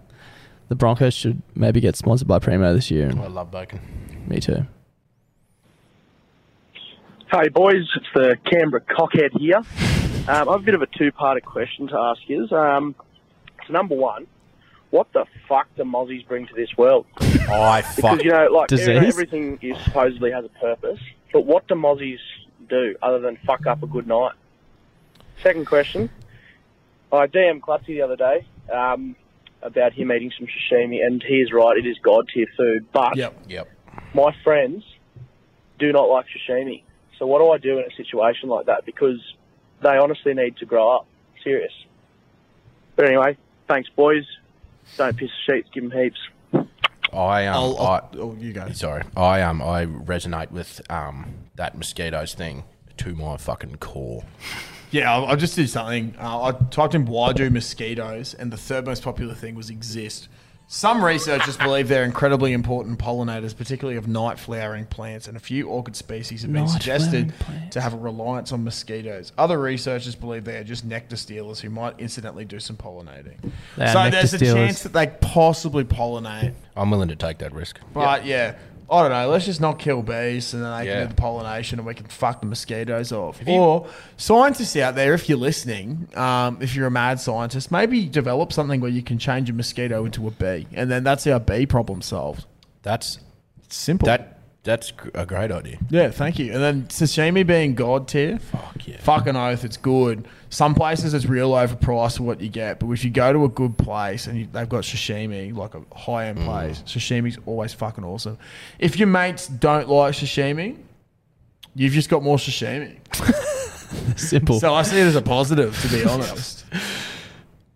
The Broncos should maybe get sponsored by Primo this year.
I love bacon.
Me too.
Hey boys, it's the Canberra cockhead here. Um, I have a bit of a two-parted question to ask you. Um, so number one, what the fuck do mozzies bring to this world?
I fuck.
Because you know, like
Disease?
every- everything is supposedly has a purpose, but what do mozzies do other than fuck up a good night? Second question, I DM Clutzy the other day um, about him eating some sashimi, and he is right; it is god tier food. But
Yep.
Yep.
my friends do not like sashimi. So what do I do in a situation like that? Because they honestly need to grow up. Serious. But anyway, thanks, boys. Don't piss the sheets. Give them heaps.
I um.
I'll,
I,
I'll, oh, you go.
sorry. I um. I resonate with um that mosquitoes thing to my fucking core.
Yeah, I, I just did something. Uh, I typed in why do mosquitoes, and the third most popular thing was exist. Some researchers believe they're incredibly important pollinators, particularly of night flowering plants, and a few orchid species have been suggested to have a reliance on mosquitoes. Other researchers believe they are just nectar stealers who might incidentally do some pollinating.
They are
so
nectar
there's a
stealers.
chance that they possibly pollinate,
I'm willing to take that risk.
but yeah. I don't know. Let's just not kill bees, and then they
Yeah.
can do the pollination, and we can fuck the mosquitoes off. or scientists out there, if you're listening, um, if you're a mad scientist, maybe develop something where you can change a mosquito into a bee, and then that's our bee problem solved.
That's
It's simple.
that. That's gr- a great idea.
yeah, thank you. And then sashimi being god tier,
Fuck yeah.
fucking oath, it's good. Some places it's real overpriced for what you get, but if you go to a good place and you, they've got sashimi, like a high
Mm.
end place, sashimi's always fucking awesome. If your mates don't like sashimi, you've just got more sashimi.
Simple.
So I see it as a positive, to be honest.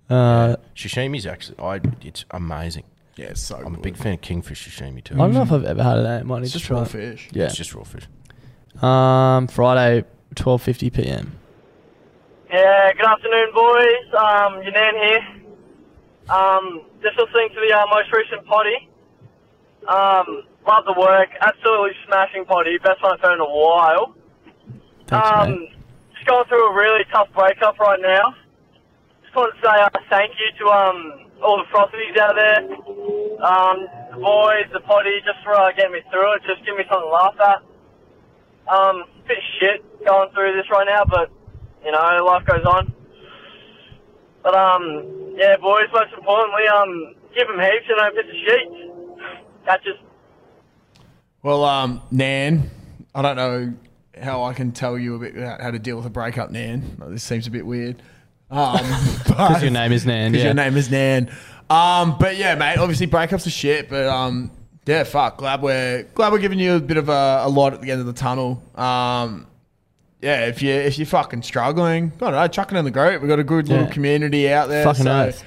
Uh,
Sashimi's actually. I. It's amazing.
Yeah, it's so
I'm a
good.
big fan of kingfish sashimi too.
I don't know if I've ever had that. Might need
It's
to
just
try
raw
it.
fish.
Yeah.
It's just raw fish.
Um, Friday, twelve fifty p.m.
Yeah, good afternoon, boys. Um, your nan here. Um, just listening to the uh, most recent potty. Um, love the work. Absolutely smashing potty. Best one I've heard in a while.
Thanks,
um,
mate.
Just going through a really tough breakup right now. Just want to say uh, thank you to um, all the frothies out there, um, the boys, the potty, just for uh, getting me through it. Just give me something to laugh at. Um, bit shit going through this right now, but you know life goes on. But um, yeah, boys. Most importantly, um, give them heaps and don't piss a sheet. That just
Well, um, Nan, I don't know how I can tell you a bit about how to deal with a breakup, Nan. This seems a bit weird. Um, because
Your name is Nan.
because
Yeah.
your name is Nan. Um, but yeah, mate. Obviously, breakups are shit. But um, yeah, fuck. Glad we're glad we're giving you a bit of a, a light at the end of the tunnel. Um, yeah, if you if you're fucking struggling, I don't know, chuck it in the group. We've got a good little
Yeah.
community out there.
Fucking oath.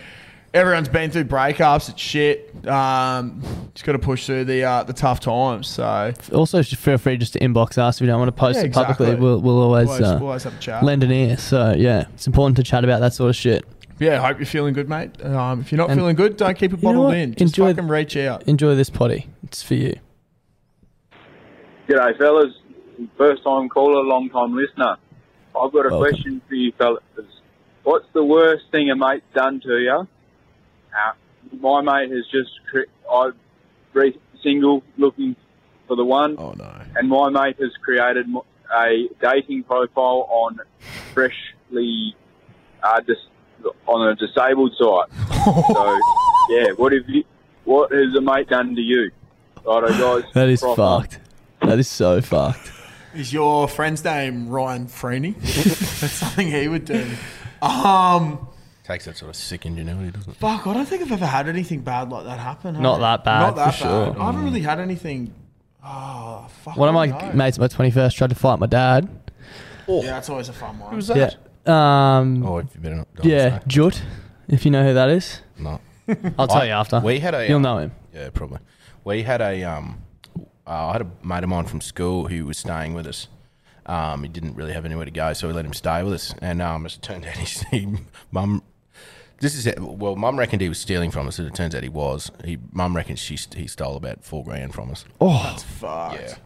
Everyone's been through breakups. It's shit. Um, just got to push through the uh, the tough times. So
Also, sh- feel free just to inbox us if you don't want to post
Yeah,
it publicly.
exactly.
We'll, we'll always,
Always-
uh,
always have a chat.
lend an ear. So yeah, it's important to chat about that sort of shit.
yeah, hope you're feeling good, mate. Um, if you're not
And-
feeling good, don't keep it
You know
bottled
what?
in. Just
Enjoy-
fucking reach out.
Enjoy this potty. It's for you.
G'day, fellas. First time caller, long time listener. I've got a
Welcome.
question for you, fellas. What's the worst thing a mate's done to you? Uh, my mate has just, cre- I'm re- single looking for the one,
Oh no.
and my mate has created mo- a dating profile on freshly, uh, dis- on a disabled site. so, yeah, what have you, what has a mate done to you? Righto, guys.
That is
Prop up.
fucked. That is so fucked.
Is your friend's name Ryan Freeney? That's something he would do. Um,
Takes that sort of sick ingenuity, doesn't it?
fuck, I don't think I've ever had anything bad like that happen. have
Not
I?
that bad,
Not that
for
bad.
sure.
I haven't really had anything. Oh, fuck.
One of
I
my
don't know.
mates at my twenty first tried to fight my dad.
Yeah, that's always a fun one.
Who's that?
Yeah. Um.
Oh, if you better not. don't
yeah,
say.
Jut. If you know who that is,
No.
I'll tell
I-
you after.
We had a.
You'll
um,
know him.
Yeah, probably. We had a um, uh, I had a mate of mine from school who was staying with us. Um, he didn't really have anywhere to go, so we let him stay with us. And um, as it turned out, his he, mum. This is it. well, mum reckoned he was stealing from us, and it turns out he was. He mum reckoned she st- he stole about four grand from us.
Oh.
That's fucked.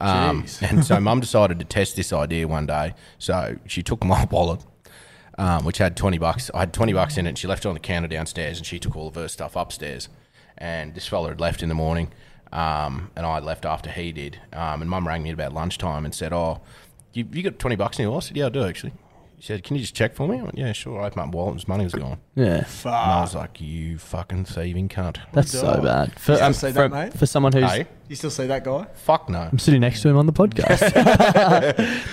Um, and so mum decided to test this idea one day. So she took my wallet, um, which had 20 bucks. I had 20 bucks in it. And she left it on the counter downstairs and she took all of her stuff upstairs. And this fella had left in the morning um, and I had left after he did. Um, and mum rang me at about lunchtime and said, Oh, you, you got 20 bucks in your wallet? I said, Yeah, I do actually. She said, Can you just check for me? I went, Yeah, sure. I opened up my wallet and his money was gone.
Yeah,
And I was like, You fucking thieving cunt.
that's so bad. For,
still
um,
say
for,
that, mate?
for someone who's
Hey,
You still see that guy?
fuck no.
I'm sitting next to him on the podcast.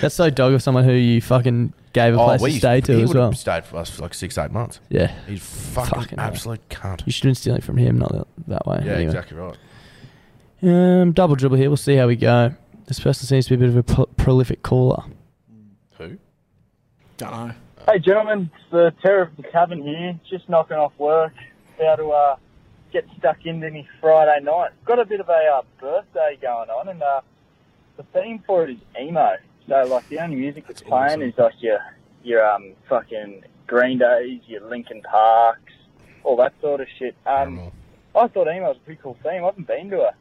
that's so dog of someone who you fucking gave a place to
Oh, used-
stay to
he
as
would have
well.
Stayed for us for like six, eight months.
Yeah,
He's fucking,
Fucking hell.
absolute cunt.
you should have been stealing from him, not that, that way.
Yeah,
Anyway.
exactly right.
Um, double dribble here. We'll see how we go. This person seems to be a bit of a pro- prolific caller.
Who?
Don't know.
Hey gentlemen, it's the terror of the cabin here. Just knocking off work, about to uh, get stuck into me Friday night. Got a bit of a uh, birthday going on, and uh, the theme for it is emo. So like the only music that's, playing is like your your um fucking Green Days, your Linkin Parks, all that sort of shit. Um,
Animal.
I thought emo was a pretty cool theme. I haven't been to a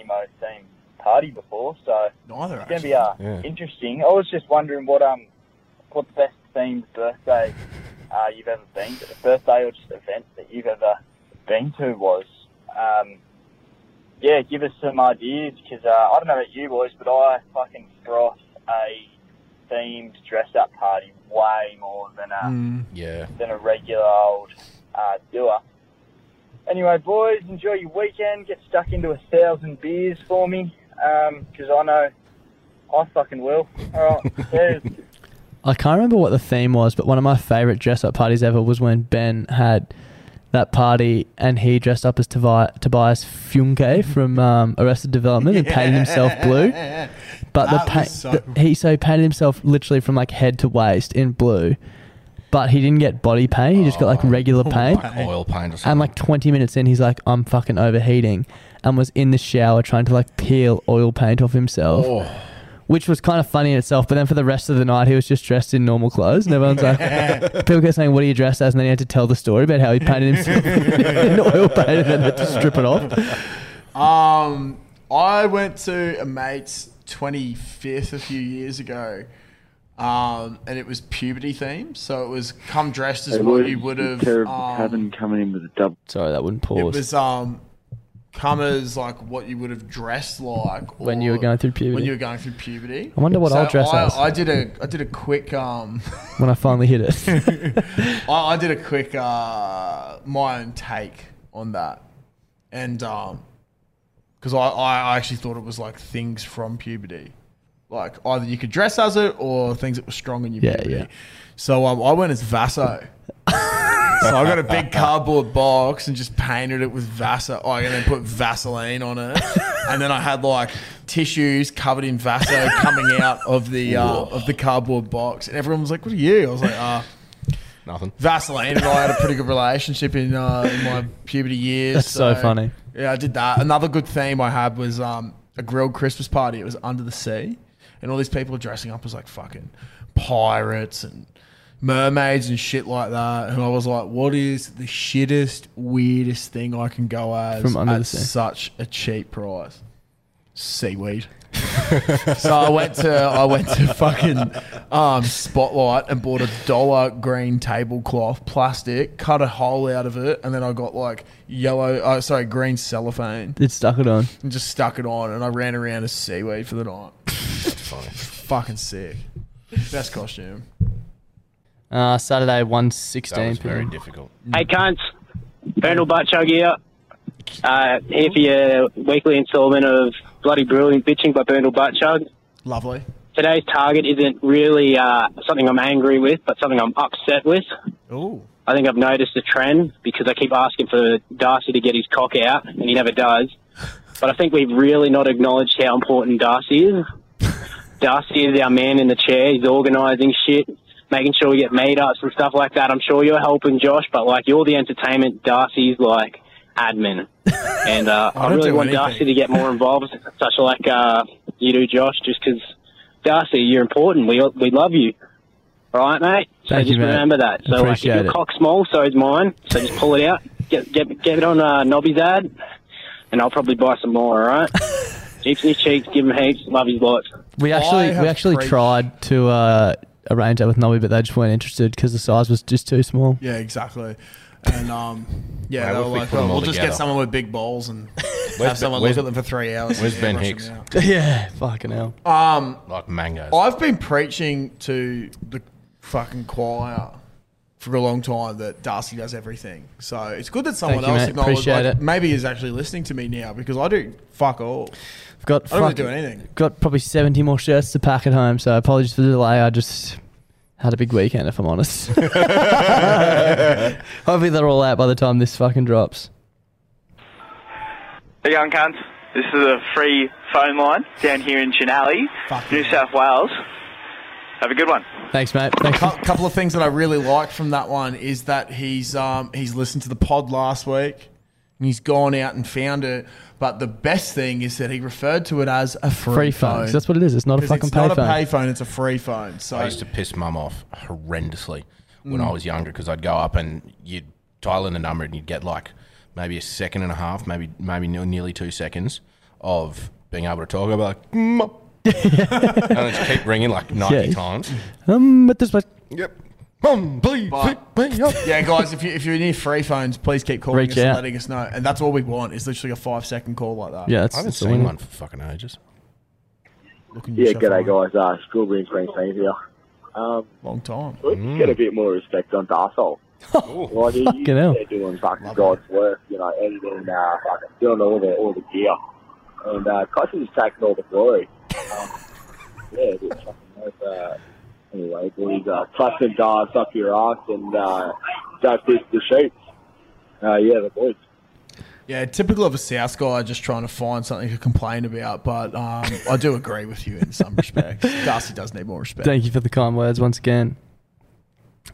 emo theme party before, so
Neither.
it's gonna
Actually.
be uh,
Yeah.
interesting. I was just wondering what um what the best themed birthday uh, you've ever been to, birthday or just event that you've ever been to was. Um, yeah, give us some ideas because uh, I don't know about you boys, but I fucking froth a themed dress up party way more than
Mm.
a
Mm.
Yeah.
than a regular old uh, doer. Anyway, boys, enjoy your weekend. Get stuck into a thousand beers for me, because I know I fucking will. All right, cheers.
I can't remember what the theme was, but one of my favourite dress up parties ever was when Ben had that party and he dressed up as Tobi- Tobias Funke from um, Arrested Development and painted himself blue. But the,
That
pa-
was so-
the- he so painted himself literally from like head to waist in blue. but he didn't get body pain. He just got
Oh,
like regular pain,
Like oil paint or something.
And like 20 minutes in, he's like, "I'm fucking overheating," and was in the shower trying to like peel oil paint off himself.
Oh.
Oh.
Which was kind of funny in itself, but then for the rest of the night, he was just dressed in normal clothes, and everyone's like, people kept saying, "What are you dressed as?" And then he had to tell the story about how he painted himself in oil paint and then had to strip it off.
Um, I went to a mate's 25th a few years ago, um, and it was puberty themed. So it was come dressed as what you would have.
Terrible
um,
having coming in with a double.
Sorry, that wouldn't
it was um, come as like what you would have dressed like
When you were
or
going through puberty.
When you were going through puberty.
I wonder what I'll dress
I,
as.
I did a I did a quick um.
when I finally hit it.
I, I did a quick uh, my own take on that, and um, because I, I I actually thought it was like things from puberty, like either you could dress as it or things that were strong in your
Yeah,
puberty.
yeah.
So um, I went as Vaso. So I got a big cardboard box and just painted it with Vasa. Oh, and then put Vaseline on it, and then I had like tissues covered in Vaso coming out of the uh, of the cardboard box. And everyone was like, "What are you?" I was like, "Uh,
Nothing.
Vaseline and I had a pretty good relationship in, uh, in my puberty years.
That's so funny.
Yeah, I did that. Another good theme I had was um, a grilled Christmas party. It was under the sea, and all these people were dressing up as like fucking pirates and mermaids and shit like that. And I was like, what is the shittest, weirdest thing I can go as
From under
at
the sea.
such a cheap price? Seaweed. so I went to I went to fucking um, Spotlight and bought a dollar green tablecloth plastic, cut a hole out of it, and then I got like yellow, uh, sorry, green cellophane,
it stuck it on.
and just stuck it on, and I ran around as seaweed for the night. Fucking sick. Best costume.
Uh, Saturday,
That
116
was very
p.m.
difficult.
Hey, cunts. Bernal Buttchug here. Uh, here for your weekly installment of Bloody Brilliant Bitching by Bernal Buttchug.
Lovely.
Today's target isn't really uh, something I'm angry with, but something I'm upset with.
Ooh.
I think I've noticed a trend because I keep asking for Darcy to get his cock out, and he never does. But I think we've really not acknowledged how important Darcy is. Darcy is our man in the chair. He's organising shit, making sure we get meetups and stuff like that. I'm sure you're helping Josh, but like you're the entertainment. Darcy's like admin, and uh,
I
I,
don't
really
do
want
anything.
Darcy to get more involved, such like uh, you do, Josh, just because Darcy, you're important. We we love you. All right, mate. So
Thank you,
just
mate.
remember that. So like, if
Appreciate
your
it.
cock's small, so is mine. So just pull it out. Get get get it on uh, Nobby's ad, and I'll probably buy some more. All right. Cheeks in his cheeks, give him heaps, love his life.
We
I
actually we
have
actually
preached-
tried to uh, arrange that with Nobby, but they just weren't interested because the size was just too small.
Yeah, exactly. And um, yeah,
Wow,
they
what
were
if we
like,
put 'em
oh,
all
we'll just
together?
get someone with big balls and
Ben-
have someone
where's-
look at them for three hours. and
where's Ben
airbrush
Hicks?
them out.
yeah, fucking hell.
Um,
Like mangoes.
I've been preaching to the fucking choir for a long time that Darcy does everything. So it's good that someone
Thank you,
else
mate.
acknowledges.
Appreciate
Like,
it.
Maybe is actually listening to me now because I do fuck all.
I've got
I don't really
fucking-
do anything.
Got probably 70 more shirts to pack at home, so apologies for the delay. I just had a big weekend, if I'm honest. Hopefully they're all out by the time this fucking drops.
Hey, young cunts. This is a free phone line down here in Chinali,
Fuck
New
yeah.
South Wales. Have a good one.
Thanks, mate. Thanks.
Cou- couple of things that I really liked from that one is that he's um, he's listened to the pod last week and he's gone out and found it. But the best thing is that he referred to it as a free,
Free
phone.
phone. That's what it is. It's not a
'Cause
fucking
it's not
payphone.
a payphone. It's a free phone. So
I used to piss mum off horrendously
Mm.
when I was younger because I'd go up and you'd dial in a number and you'd get like maybe a second and a half, maybe maybe ne- nearly two seconds of being able to talk. I'd be like, "Mum." and I just keep ringing like 90
Yeah.
times.
um, but this was
Yep. Mum, please pick me up.
Yeah, guys, if, you, if you're near free phones, please keep calling
Reach
us and
out.
letting us know. And that's all we want is literally a five second call like that.
yeah, it's,
I haven't
it's the
seen
one.
one for fucking ages.
Looking
Yeah,
yourself
g'day
on.
guys. Uh, Strawberry and cream Queen here. Um,
Long
Oh.
time.
let's get a bit more respect on Darsol. like, he-
fucking hell.
they're doing fucking God's work, you know, editing, uh, fucking doing all the, all the gear. And uh, Cosby's taking all the glory. Um, yeah, it's fucking nice, uh, anyway, boys, uh, clutch and dives up your ass and uh, go fish the sheep. Uh, yeah, the boys.
Yeah, typical of a South guy just trying to find something to complain about. But um, I do agree with you in some respects. Darcy does need more respect.
Thank you for the kind words once again.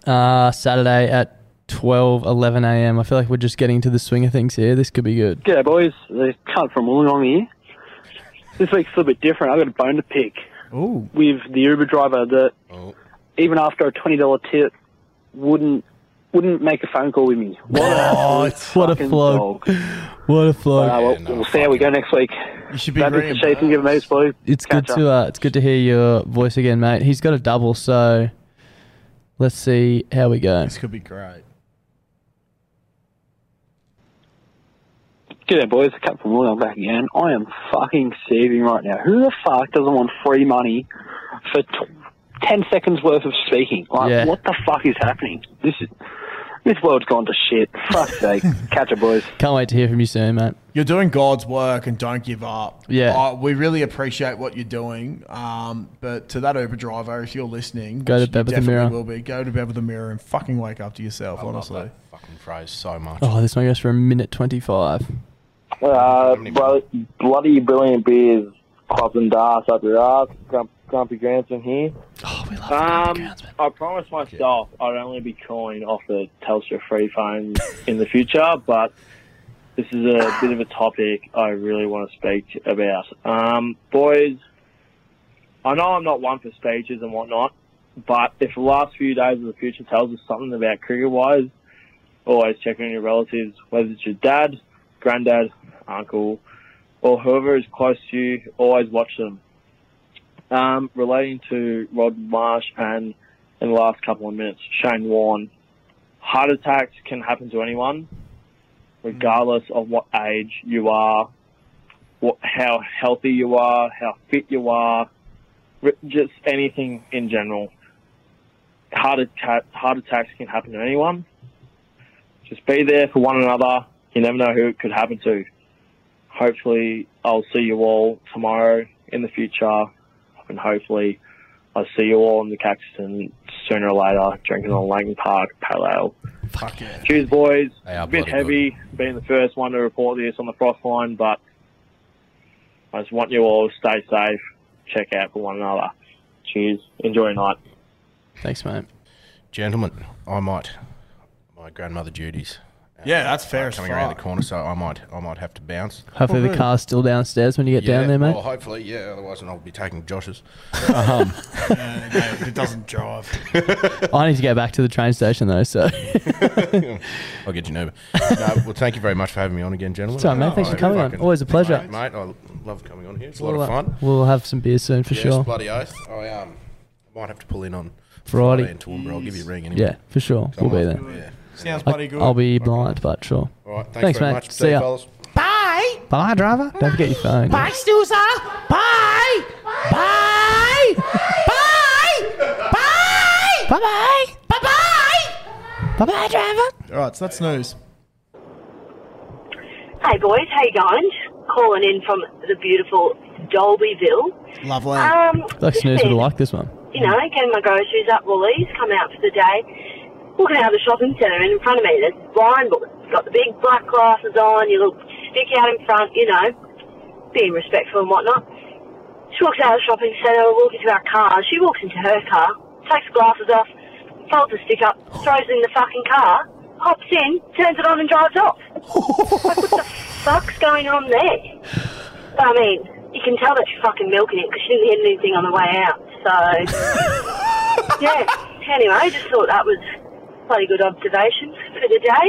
Uh, Saturday at 12, 11 a.m. I feel like we're just getting into the swing of things here. This could be good.
G'day, boys. The cunt from Wollongong here. This week's a little bit different. I've got a bone to pick
Ooh.
with the Uber driver that even after a $20 tip wouldn't wouldn't make a phone call with me. What a,
What a
fucking
flog.
dog.
What a
Uh,
flog.
well, we'll see how we go next week. You should be Mr. Sheath and give him those, boys.
It's good
Catch
to
ya.
uh, it's good to hear your voice again, mate. He's got a double, so let's see how we go.
This could be great.
G'day, boys. The cunt from Wollongong back again. I am fucking saving right now. Who the fuck doesn't want free money for t- 10 seconds worth of speaking? Like,
Yeah.
what the fuck is happening? This is. This world's gone to shit. Fuck's sake. Catch it, boys.
Can't wait to hear from you soon, mate.
You're doing God's work and don't give up.
Yeah.
Uh, we really appreciate what you're doing. Um, but to that Uber driver, if you're listening,
Go to
which you
Bed with the
definitely
Mirror.
Will be go to bed with the mirror and fucking wake up to yourself. honestly,
fucking phrase so much.
Oh, this one goes for a minute twenty-five.
Uh, bro- bloody brilliant beers, clubs and darts up your ass. Grump, grumpy Grandson here.
Um, I promised myself I'd only be calling off the Telstra free phone in the future, but this is a bit of a topic I really want to speak about. Um, boys, I know I'm not one for speeches and whatnot, but if the last few days of the future tells us something about cricket wise, always check on your relatives, whether it's your dad, granddad, uncle, or whoever is close to you, always watch them. Um, relating to Rod Marsh and in the last couple of minutes, Shane Warne, heart attacks can happen to anyone, regardless of what age you are, what, how healthy you are, how fit you are, ri- just anything in general. Heart, attack, heart attacks can happen to anyone. Just be there for one another. You never know who it could happen to. Hopefully, I'll see you all tomorrow in the future and hopefully I'll see you all in the Caxton sooner or later drinking on Lang Park Pale Ale.
Fuck yeah.
Cheers, boys.
They are
a bit
bloody
heavy being the first one to report this on the frost line, but I just want you all to stay safe, check out for one another. Cheers. Enjoy your night.
Thanks, mate.
Gentlemen, I might. My grandmother duties. uh,
Yeah, that's fair
are
as
Coming around
fuck. Oh,
the corner, so I might, I might have to bounce.
Hopefully
Oh,
the car's still downstairs when you get down there, mate.
Well, hopefully, yeah. Otherwise, I'll be taking Josh's.
Um.
Yeah, no, it doesn't drive.
Oh.
I need to go back to the train station though, so
I'll get you an Uber. no, well, thank you very much for having me on again, gentlemen.
It's all right, mate. Thanks for coming on.
fucking-
Always a pleasure.
Mate, mate, I love coming on here. It's a
we'll,
lot of fun.
We'll have some beer soon for
yes,
sure.
bloody oath. I um, might have to pull in on
Friday.
Friday, and Toowoomba. I'll give you a ring anyway.
Yeah, for sure.
So I
we'll be
might-
there.
yeah. Sounds
I-
bloody good.
I'll be blind, but sure.
All right, thanks very
mate.
much.
See
See
ya.
fellas.
Bye.
Bye, driver. Don't forget your phone.
Bye, Snoozer. Bye. Bye. Bye. Bye. Bye. Bye. Bye. Bye. Bye, driver.
All right, so that's news.
Hey boys, how you going? Calling in from the beautiful Dolbyville.
Lovely.
Um,
Like
just
Snooze would
been,
like this one.
You know, getting my groceries up, Woolies, come out for the day, walking out of the shopping centre, and in front of me there's a blind woman. She's got the big black glasses on, your little stick out in front, you know, being respectful and whatnot. She walks out of the shopping centre, we're walking to our car. She walks into her car, takes the glasses off, folds the stick up, throws it in the fucking car, hops in, turns it on and drives off. like, what the fuck's going on there? But I mean, you can tell that she's fucking milking it because she didn't hit anything on the way out. So, yeah. Anyway, just thought that was bloody good observation for the day.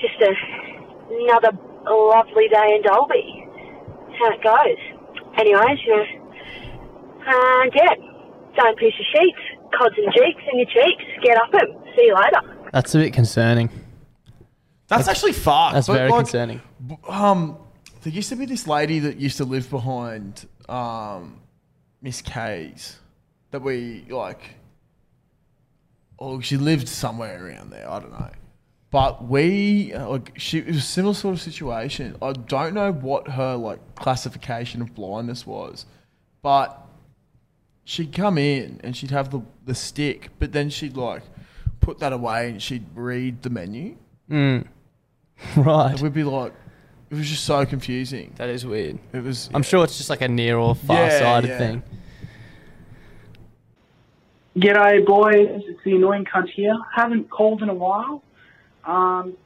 Just a, another lovely day in Dolby. That's how it goes. Anyways, you know, and yeah, don't piece your sheets, cods and jeeks in your cheeks. Get up 'em. See you later.
That's a bit concerning.
That's actually fucked.
That's
but,
very
like,
concerning.
b- Um, there used to be this lady that used to live behind um, Miss K's that we like. Oh, she lived somewhere around there. I don't know. But we uh, like she it was a similar sort of situation. I don't know what her like classification of blindness was, but she'd come in and she'd have the the stick, but then she'd like put that away and she'd read the menu.
Mm. Right.
We'd be like, it was just so confusing.
That is weird.
It was.
I'm sure it's just like a near or far-sighted thing.
G'day, boys. It's the annoying cunt here. Haven't called in a while. Um,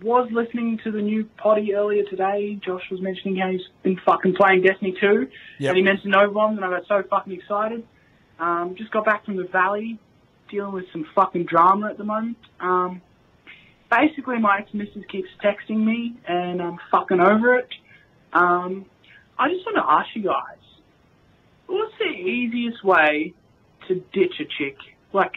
was listening to the new potty earlier today. Josh was mentioning how he's been fucking playing Destiny 2.
Yep.
And he mentioned no bombs, and I got so fucking excited. Um, just got back from the valley, dealing with some fucking drama at the moment. Um, basically, my ex-missus keeps texting me, and I'm fucking over it. Um, I just want to ask you guys, what's the easiest way to ditch a chick? Like,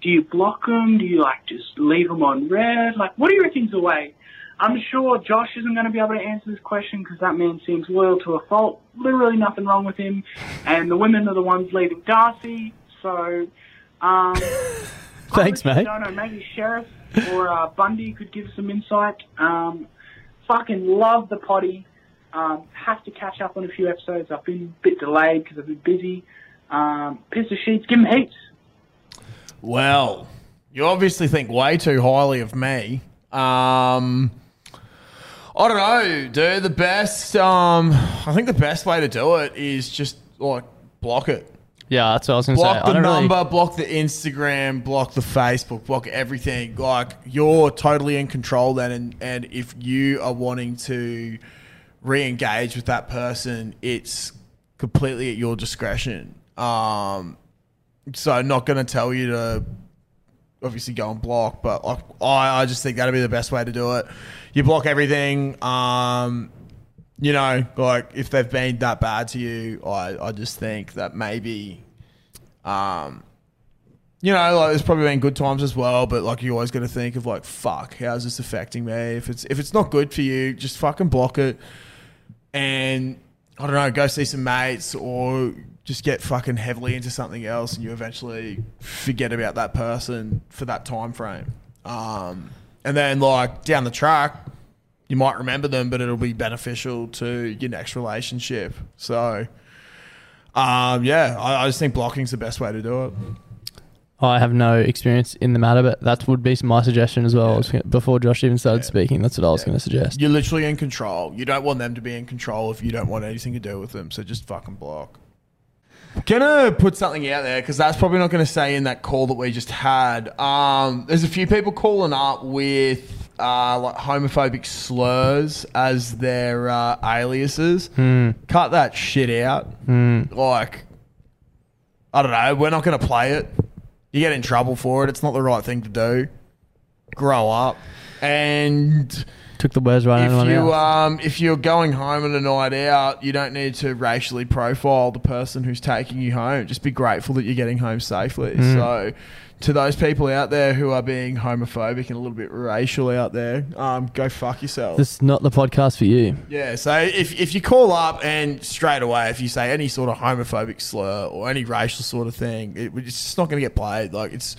do you block them? Do you like just leave them on red? Like, what do you reckon's the way? I'm sure Josh isn't going to be able to answer this question because that man seems loyal to a fault. Literally nothing wrong with him, and the women are the ones leaving Darcy. So, um,
Thanks,
I
mate.
don't know. Maybe Sheriff or uh, Bundy could give some insight. Um, fucking love the potty. Um, have to catch up on a few episodes. I've been a bit delayed because I've been busy. Um, piss the sheets, give him heaps.
Well, you obviously think way too highly of me. Um, I don't know, dude. The best, um, I think the best way to do it is just like block it.
Yeah, that's what I was going to say.
Block
I
the
don't really-
number, block the Instagram, block the Facebook, block everything. Like you're totally in control then, and and if you are wanting to re-engage with that person, it's completely at your discretion. Um, so I'm not going to tell you to obviously go and block, but like, I I just think that'd be the best way to do it. You block everything. Um, you know, like if they've been that bad to you, I, I just think that maybe, um, you know, like there's probably been good times as well, but like you always got to think of like, fuck, how's this affecting me? If it's if it's not good for you, just fucking block it, and I don't know, go see some mates or just get fucking heavily into something else, and you eventually forget about that person for that time frame. Um, and then like down the track, you might remember them, but it'll be beneficial to your next relationship. So, um, yeah, I, I just think blocking's the best way to do it.
I have no experience in the matter, but that would be my suggestion as well. I was gonna- Before Josh even started speaking, that's what I was going to suggest.
You're literally in control. You don't want them to be in control if you don't want anything to do with them. So just fucking block. Gonna put something out there because that's probably not gonna say in that call that we just had. Um, there's a few people calling up with uh, like homophobic slurs as their uh, aliases.
Hmm.
Cut that shit out.
Hmm.
Like, I don't know. We're not going to play it. You get in trouble for it. It's not the right thing to do. Grow up. And
Took the words right out of
if
my
you
mouth.
um, if you're going home on a night out, you don't need to racially profile the person who's taking you home. Just be grateful that you're getting home safely.
Mm.
So, to those people out there who are being homophobic and a little bit racial out there, um, go fuck yourself.
This is not the podcast for you.
Yeah, so if, if you call up and straight away, if you say any sort of homophobic slur or any racial sort of thing, it, it's just not going to get played. Like, it's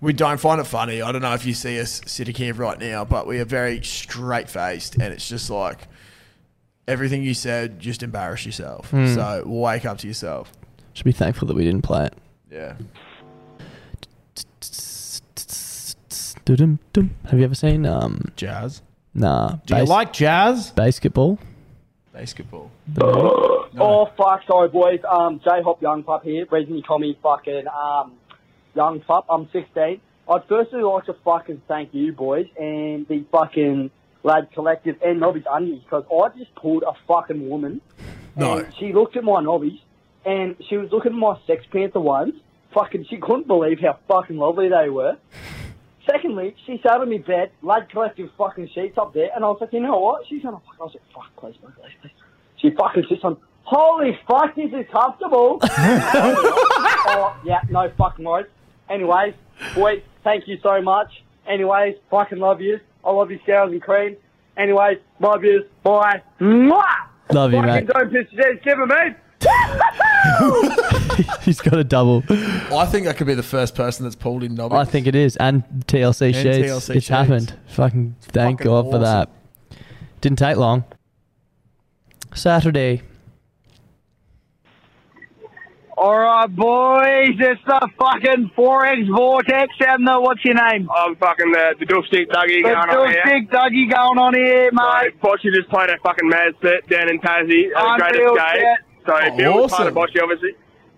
we don't find it funny. I don't know if you see us sitting here right now, but we are very straight faced, and it's just like everything you said, just embarrass yourself.
Hmm.
So wake up to yourself.
Should be thankful that we didn't play it.
Yeah.
Dudum, dum. Have you ever seen um
jazz?
Nah.
Do you like jazz?
Basketball.
Basketball.
Oh fuck, sorry boys. Um, J Hop Young Pup here. Reason you call me fucking um, Young Pup. I'm 16. I'd firstly like to fucking thank you boys and the fucking Lad Collective and Nobby's Onions because I just pulled a fucking woman.
No.
And she looked at my Nobbies and she was looking at my Sex Panther ones. Fucking, she couldn't believe how fucking lovely they were. Secondly, she sat on my bed, Lad Collective fucking sheets up there, and I was like, you know what? She's gonna fuck. I was like, fuck, please, please, please. please. She fucking sits on. Holy fuck, this is comfortable. oh, yeah, no fucking worries. Anyways, boys, thank you so much. Anyways, fucking love you. I love you, Scales and Cream. Anyways, love you. Bye. Mwah!
Love you,
Fucking
mate.
don't piss your head, give me.
He's got a double.
I think I could be the first person that's pulled in Nobby.
I think it is. And TLC
And
sheets.
TLC
it's
sheets.
happened. Fucking thank
Fucking
God for
awesome.
that. Didn't take long. Saturday.
All right, boys, it's the fucking Forex Vortex and the what's your name? Uh,
Oh, fucking the, the doof stick
The
Dougie going on
doof
here.
stick Dougie going on here, mate.
So, Bocce just played a fucking mad set down in Tassie. It was the greatest
Unreal
game.
set.
So,
Oh,
Bill was part
awesome.
of Bocce, obviously.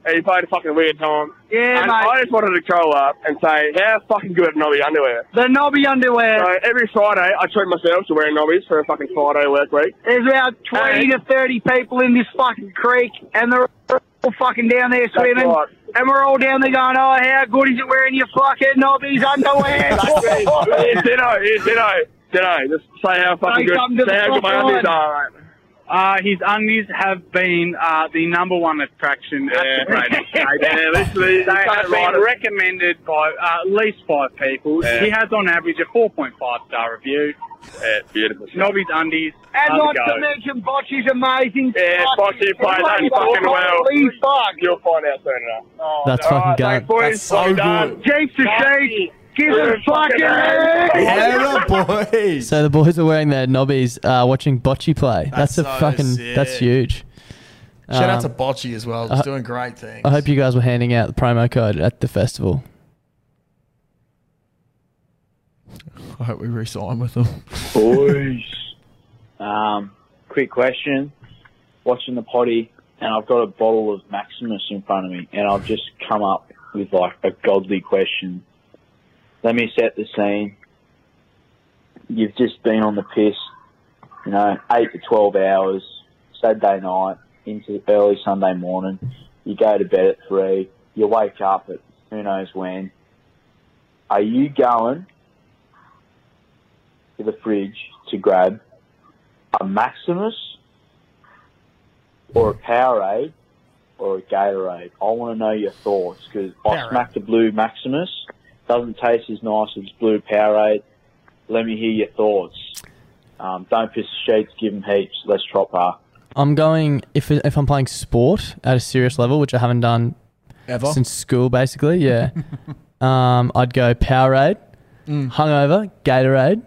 and you played a fucking weird time.
Yeah,
and
mate.
I just wanted to curl up and say, how fucking good are knobby underwear?
The knobby underwear.
So every Friday, I treat myself to wearing knobbies for a fucking Friday work week.
There's about 20 to 30 people in this fucking creek, and they're all fucking down there swimming.
right.
And we're all down there going, oh, how good is it wearing your fucking knobbies underwear?
Yeah, Ditto, yeah, ditto, ditto. Just say how fucking
Say
good,
something to
say
the
how good my
front
undies
line.
are. mate.
Uh, his undies have been uh, the number one attraction at the
Yeah.
Great Escape.
Yeah, literally,
they
you can't
have
write
been
it.
recommended by uh, at least five people.
Yeah.
He has, on average, a 4.5 star review.
Yeah, beautiful.
Nobby's undies.
And
are
not
the
to
go.
mention Bocce's amazing.
Yeah, Bocce played that fucking well.
Holy fuck.
You'll find out soon enough. Oh,
That's
Ah,
all
fucking
right, thanks,
good.
boys.
That's so
Well done.
good.
Jeeps to sheep. Give it fucking
Yeah, boy.
So the boys are wearing their knobbies, uh, watching bocce play. That's,
That's
a
so
fucking. That's
sick.
huge.
Shout out to
Um,
Bocce as well. He's
I-
doing great things.
I hope you guys were handing out the promo code at the festival.
I hope we re-sign with him.
Boys. Um, quick question. Watching the potty, and I've got a bottle of Maximus in front of me, and I've just come up with like a godly question. Let me set the scene. You've just been on the piss, you know, eight to twelve hours, Saturday night into early Sunday morning. You go to bed at three. You wake up at who knows when. Are you going to the fridge to grab a Maximus or a Powerade or a Gatorade. I want to know your thoughts because I
Powerade.
smacked the blue Maximus. Doesn't taste as nice as blue Powerade. Let me hear your thoughts. Um, don't piss the sheets, give them heaps. Let's chop her.
I'm going if if I'm playing sport at a serious level, which I haven't done
Ever?
since school, basically. Yeah, um, I'd go Powerade,
Mm.
hungover, Gatorade,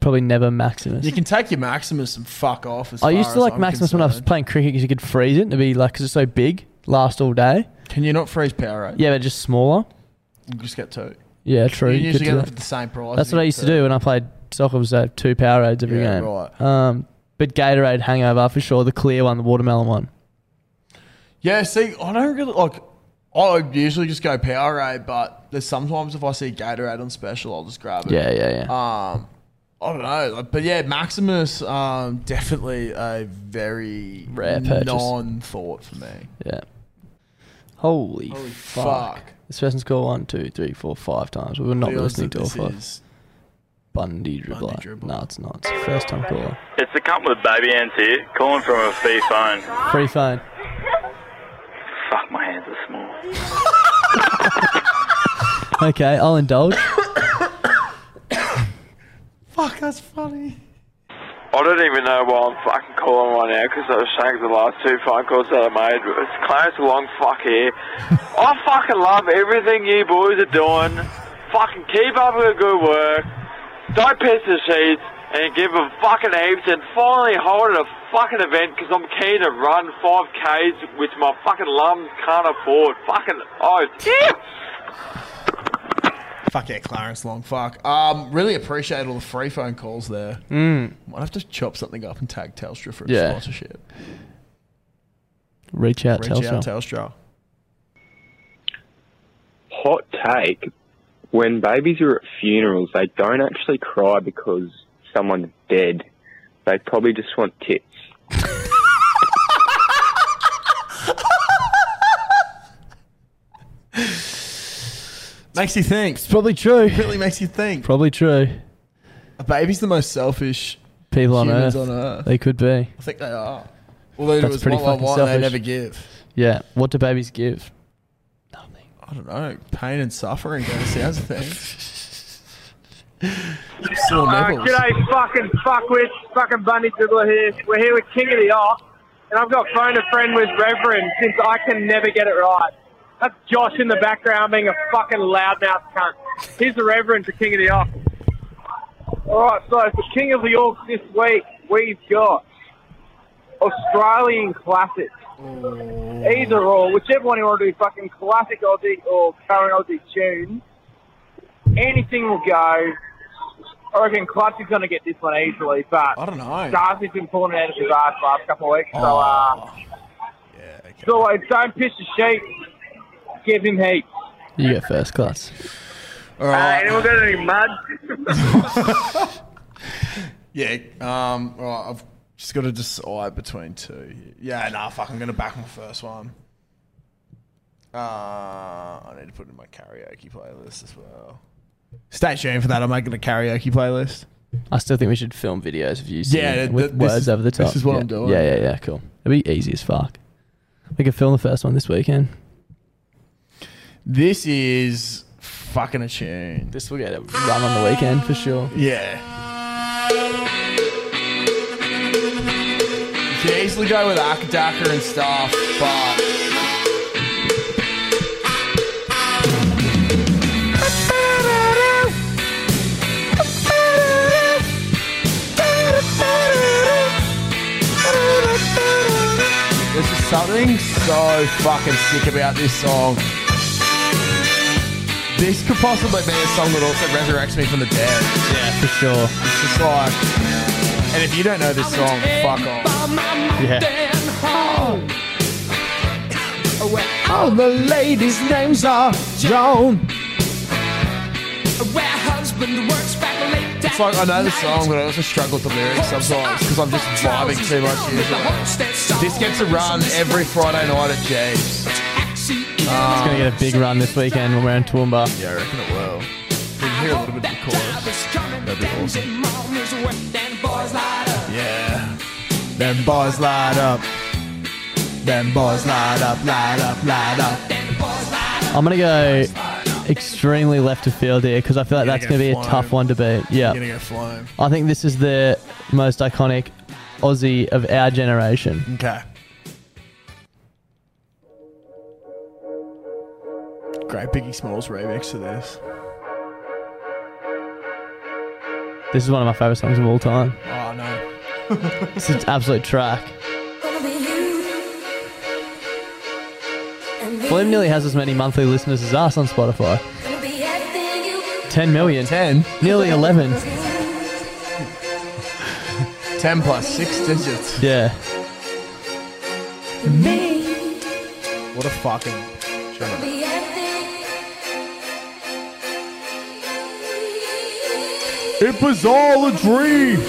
probably never Maximus.
You can take your Maximus and fuck off. As far
I used to
as
like
I'm
Maximus when I was
concerned.
playing cricket because you could freeze it and it'd be like because it's so big, last all day.
Can you not freeze Powerade?
Yeah, but just smaller.
You just get two.
Yeah, true.
You
could
usually
do
get them
that.
for the same price.
That's
You
what I
get
used to
two.
do when I played soccer. Was uh, two Powerades every
Yeah,
game.
right.
Um, but Gatorade hangover for sure. The clear one, the watermelon one.
Yeah, see, I don't really like. I usually just go Powerade, but there's sometimes if I see Gatorade on special, I'll just grab it.
Yeah, yeah,
yeah. Um, I don't know, like, but yeah, Maximus, um, definitely a very
Rare purchase.
non-thought for me.
Yeah. Holy,
Holy
fuck.
fuck.
This person's called one, two, three, four, five times. We were not
Who else
listening to all
this
five.
is?
Bundy dribbler. No, it's not. It's the first time caller.
It's the couple of baby ants here, calling from a fee phone.
Free phone.
Fuck, my hands are small.
Okay, I'll indulge.
Fuck, that's funny.
I don't even know why I'm fucking calling right now because I was shanked the last two phone calls that I made. It's Clarence Long fuck here. I fucking love everything you boys are doing. Fucking keep up the good work. Don't piss the sheets and give them fucking heaps and finally hold a fucking event because I'm keen to run 5Ks which my fucking lungs can't afford. Fucking, oh, damn!
Fuck yeah, Clarence Long. Fuck. Um, really appreciate all the free phone calls there.
Mm.
Might have to chop something up and tag Telstra for a
Yeah.
sponsorship.
Reach out,
Reach
tell
out Telstra.
hot take when babies are at funerals, they don't actually cry because someone's dead. They probably just want tits.
Makes you think. It's
probably true.
Really makes you think.
Probably true.
A baby's the most selfish
People on
humans
earth.
on earth.
They could be.
I think they are. All they do
That's
is
pretty
want, want, want,
fucking
and they
selfish.
never give.
Yeah. What do babies give?
I don't know. Pain and suffering kind of sounds a thing. Sore
Uh,
nipples.
g'day, fucking fuckwits, fucking bunny dribbler here. We're here with King of the Off, and I've got phone a friend with Reverend since I can never get it right. That's Josh in the background being a fucking loudmouth cunt. He's the Reverend for King of the Off. Alright, so for King of the Off this week, we've got Australian classics. Either or, whichever one you want to do, fucking classic Aussie or current Aussie tunes. Anything will go. I reckon Clutch is going to get this one easily, but I
don't know. Oh.
Darcy's been pulling it out of his ass last couple of weeks, so uh,
Yeah.
So I don't piss the sheep. Give him heat.
You get first class.
All right.
anyone got any mud?
Yeah. Um. All right. I've just got to decide between two. Yeah. Nah. Fuck. I'm gonna back my first one. Uh, I need to put it in my karaoke playlist as well. Stay tuned for that. I'm making a karaoke playlist.
I still think we should film videos of you singing
Yeah, th-
with
this
words
is-
over the top.
this is what
yeah.
I'm doing.
Yeah, yeah, yeah. Cool. It'd be easy as fuck. We could film the first one this weekend.
This is fucking a tune.
This will get a run on the weekend for sure.
Yeah. You can easily go with Akadaka and stuff, but. This is something so fucking sick about this song. This could possibly be a song that also resurrects me from the dead. Yeah,
for sure.
It's just like, and if you don't know this song, fuck off. Yeah.
All the ladies' names are Joan.
It's like I know the song, but I also struggle with the lyrics sometimes because I'm just vibing too much usually. This gets a run every Friday night at James.
it's gonna get a big run this weekend when we're in Toowoomba.
Yeah, I reckon it will. We can hear a little bit of the chorus. That'd be awesome. Yeah. Them boys light up. Them boys light up, light up, light up.
I'm gonna go extremely left of field here because I feel like
You're
that's
gonna
gonna be
get
a tough
flown.
one to beat. Yeah.
You're gonna get flown.
I think this is the most iconic Aussie of our generation.
Okay. Great Biggie Smalls remix to this.
This is one of my favorite songs of all time.
Oh no.
It's an absolute track. Bloom nearly has as many monthly listeners as us on Spotify. 10 million.
10.
Nearly 11.
10 plus 6 digits.
Yeah.
What a fucking. It was all a dream.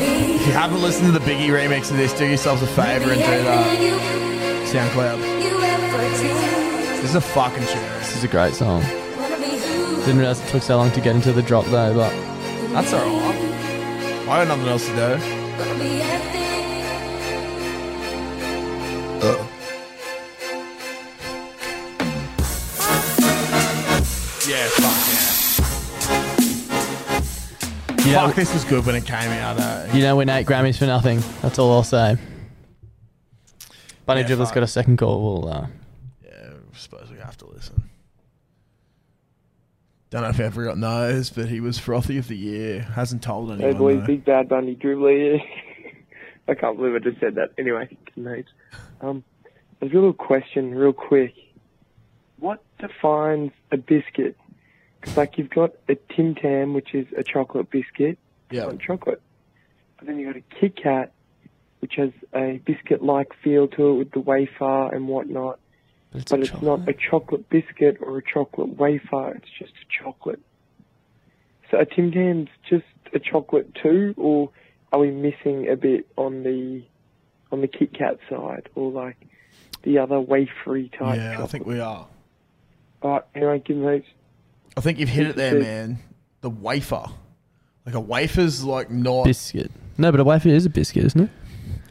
If you haven't listened to the Biggie remix of this, do yourselves a favor and do that. SoundCloud. This is a fucking tune.
This is a great song. Didn't realize it took so long to get into the drop though, but
That's alright. I got nothing else to do. Yeah, fuck yeah.
You know-
fuck, this was good when it came out. Eh?
you know we win eight Grammys for nothing. That's all I'll say. Bunny
Yeah,
Dribbler's
fuck.
got a second call. We'll, uh,
Yeah, I suppose we have to listen. Don't know if everyone knows, but he was frothy of the year. Hasn't told anyone.
Hey boys,
though.
big bad Bundy dribbler. I can't believe I just said that. Anyway, mate, um, there's a little question, real quick. What defines a biscuit? 'Cause, like you've got a Tim Tam, which is a chocolate biscuit
Yeah.
on chocolate, but then you've got a Kit Kat, which has a biscuit-like feel to it with the wafer and whatnot.
But it's,
not a chocolate biscuit or a chocolate wafer. It's just a chocolate. So a Tim Tam's just a chocolate too, or are we missing a bit on the on the Kit Kat side, or like the other wafery type?
Yeah, I think we are.
All right, anyway, give me
I think you've hit it there,
Biscuit.
man. The wafer. Like a wafer's like not
biscuit. No, but a wafer is a biscuit, isn't it?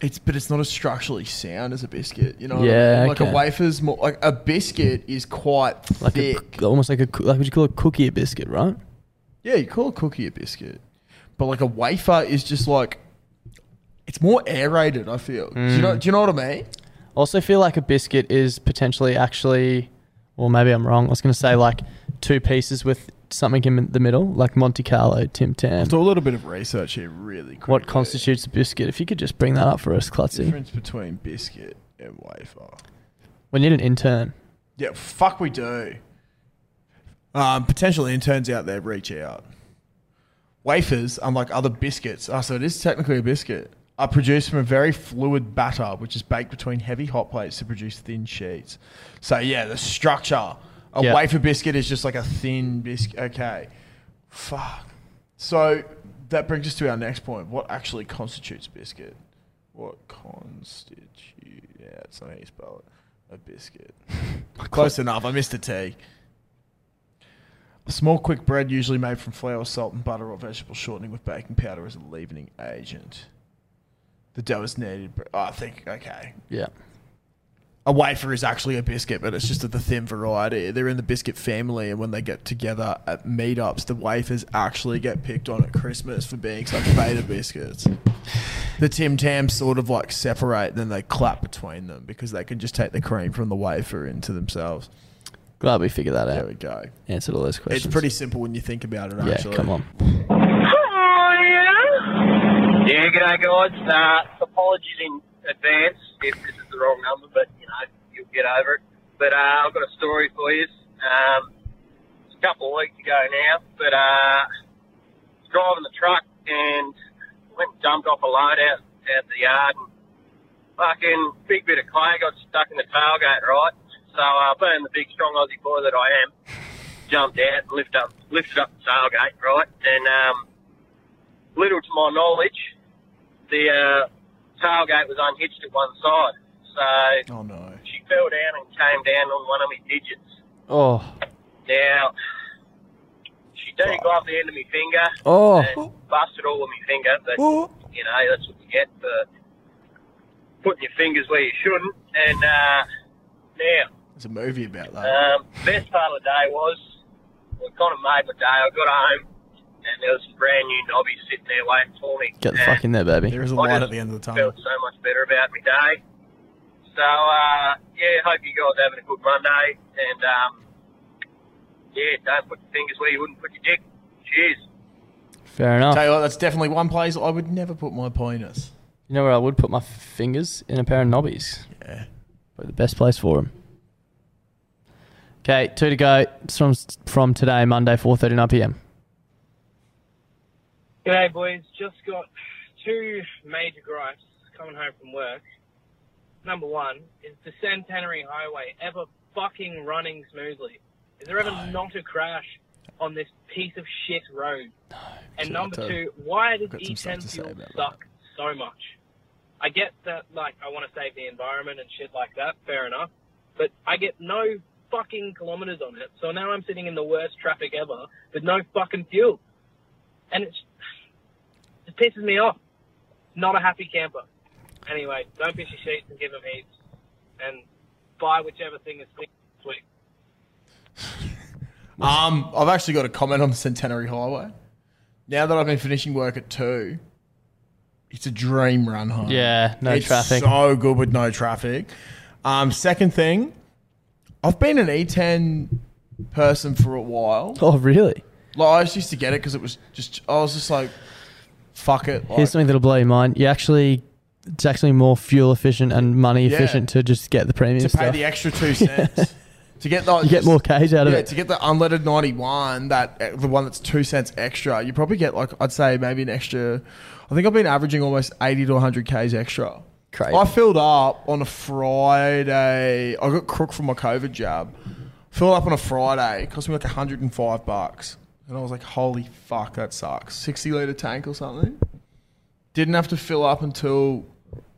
it's but it's not as structurally sound as a biscuit, you know? what I
Yeah,
mean? Like
okay.
a wafer's more like a biscuit is quite
Like a,
thick.
almost like a coo- like would you call a cookie a biscuit, right?
Yeah, you call a cookie a biscuit. But like a wafer is just like it's more aerated, I feel. Do you know
Mm.
do you know what I mean?
Also, feel like a biscuit is potentially actually, well, maybe I'm wrong. I was going to say like two pieces with something in the middle, like Monte Carlo, Tim Tam.
Do a little bit of research here really quick.
What constitutes a biscuit? If you could just bring that up for us, Clutzy.
Difference between biscuit and wafer.
We need an intern.
Yeah, fuck we do. Um, potential interns out ah, there, reach out. Wafers, unlike other biscuits, oh, so it is technically a biscuit, are produced from a very fluid batter, which is baked between heavy hot plates to produce thin sheets. So yeah, the structure. A
Yeah.
wafer biscuit is just like a thin biscuit. Okay. Fuck. So that brings us to our next point. What actually constitutes biscuit? What constitutes? Yeah, it's not how you spell it. A biscuit. Close enough. I missed a T. A small, quick bread usually made from flour, salt, and butter or vegetable shortening with baking powder as a leavening agent. The dough is kneaded. bre- Oh, I think, okay.
Yeah.
A wafer is actually a biscuit, but it's just of the thin variety. They're in the biscuit family, and when they get together at meetups, the wafers actually get picked on at Christmas for being such beta biscuits. The Tim Tams sort of like separate, then they clap between them because they can just take the cream from the wafer into themselves.
Glad we figured that out. There
we go.
Answered all those questions.
It's pretty simple when you think about it,
yeah,
actually.
come on.
Yeah, g'day guys. Uh, apologies in advance if this is the wrong number, but you know you'll get over it. But uh, I've got a story for you. Um, it's a couple of weeks ago now, but uh, was driving the truck and went and dumped off a load out out the yard. And fucking big bit of clay got stuck in the tailgate, right? So uh, being the big strong Aussie boy that I am, jumped out and lifted up lifted up the tailgate, right? And um, little to my knowledge, the uh, tailgate was unhitched at one side. So
oh, no.
she fell down and came down on one of my digits.
Oh,
Now, she did glove the end of my finger
Oh.
and busted all of my finger, but,
Oh.
you know, that's what you get for putting your fingers where you shouldn't. And uh, now,
There's a movie about that.
um, best part of the day was, well, kind of made my day. I got home and there was some brand new knobby sitting there waiting for me.
Get the fuck in there, baby.
There is a
I
light
just
at the end of the tunnel.
felt so much better about my day. So, uh, yeah, hope you guys are having a good Monday. And, um, yeah, don't put your fingers where you wouldn't put your dick. Cheers.
Fair enough.
Tell you what, that's definitely one place I would never put my penis.
You know where I would put my fingers in a pair of knobbies.
Yeah.
Probably the best place for them. Okay, two to go. It's from from today, Monday, four thirty nine p.m.
G'day, boys. Just got two major gripes coming home from work. Number one is the Centenary Highway ever fucking running smoothly? Is there ever not a crash on this piece of shit road? and
Shit,
number
I tell
two,
you,
why does
got some stuff
E10
to say
fuel
about
suck so much? I get that, like, I want to save the environment and shit like that. Fair enough. But I get no fucking kilometers on it. So now I'm sitting in the worst traffic ever with no fucking fuel. And it's it pisses me off. Not a happy camper. Anyway, don't piss your sheets and give them heaps. And buy whichever thing is sweet. sweet.
Um, I've actually got a comment on the Centenary Highway. Now that I've been finishing work at two, it's a dream run home.
Yeah, no
It's
traffic.
So good with no traffic. Um, second thing, I've been an E10 person for a while.
Oh, really?
Like I just used to get it because it was just I was just like, fuck it. Like,
Here's something that'll blow your mind. You actually, it's actually more fuel efficient and money
Yeah.
efficient to just get the premium
to pay
stuff.
the extra two cents. To get the,
You get more Ks out of
yeah,
it.
To get the unleaded ninety one, that eh, the one that's two cents extra, you probably get like I'd say maybe an extra. I think I've been averaging almost eighty to one hundred Ks extra. Crazy. I filled up on a Friday. I got crook from my COVID jab. Filled up on a Friday. It cost me like hundred and five bucks, and I was like, "Holy fuck, that sucks." Sixty liter tank or something. Didn't have to fill up until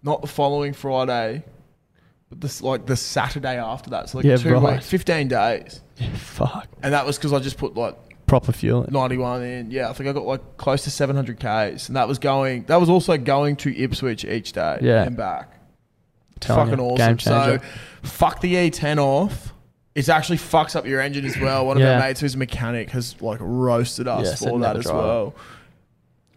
not the following Friday, but this like the Saturday after that. So like
Yeah,
two
right.
weeks, fifteen days.
Fuck.
And that was because I just put like
Proper fuel.
91 in. Yeah, I think I got like close to 700 Ks. And that was going, that was also going to Ipswich each day
Yeah.
and back. It's
Telling
fucking
you,
awesome.
game changer.
So fuck the E10 off. It actually fucks up your engine as well. One of
Yeah.
our mates who's a mechanic has like roasted us
Yeah, said
for that
never
as
drive it.
well.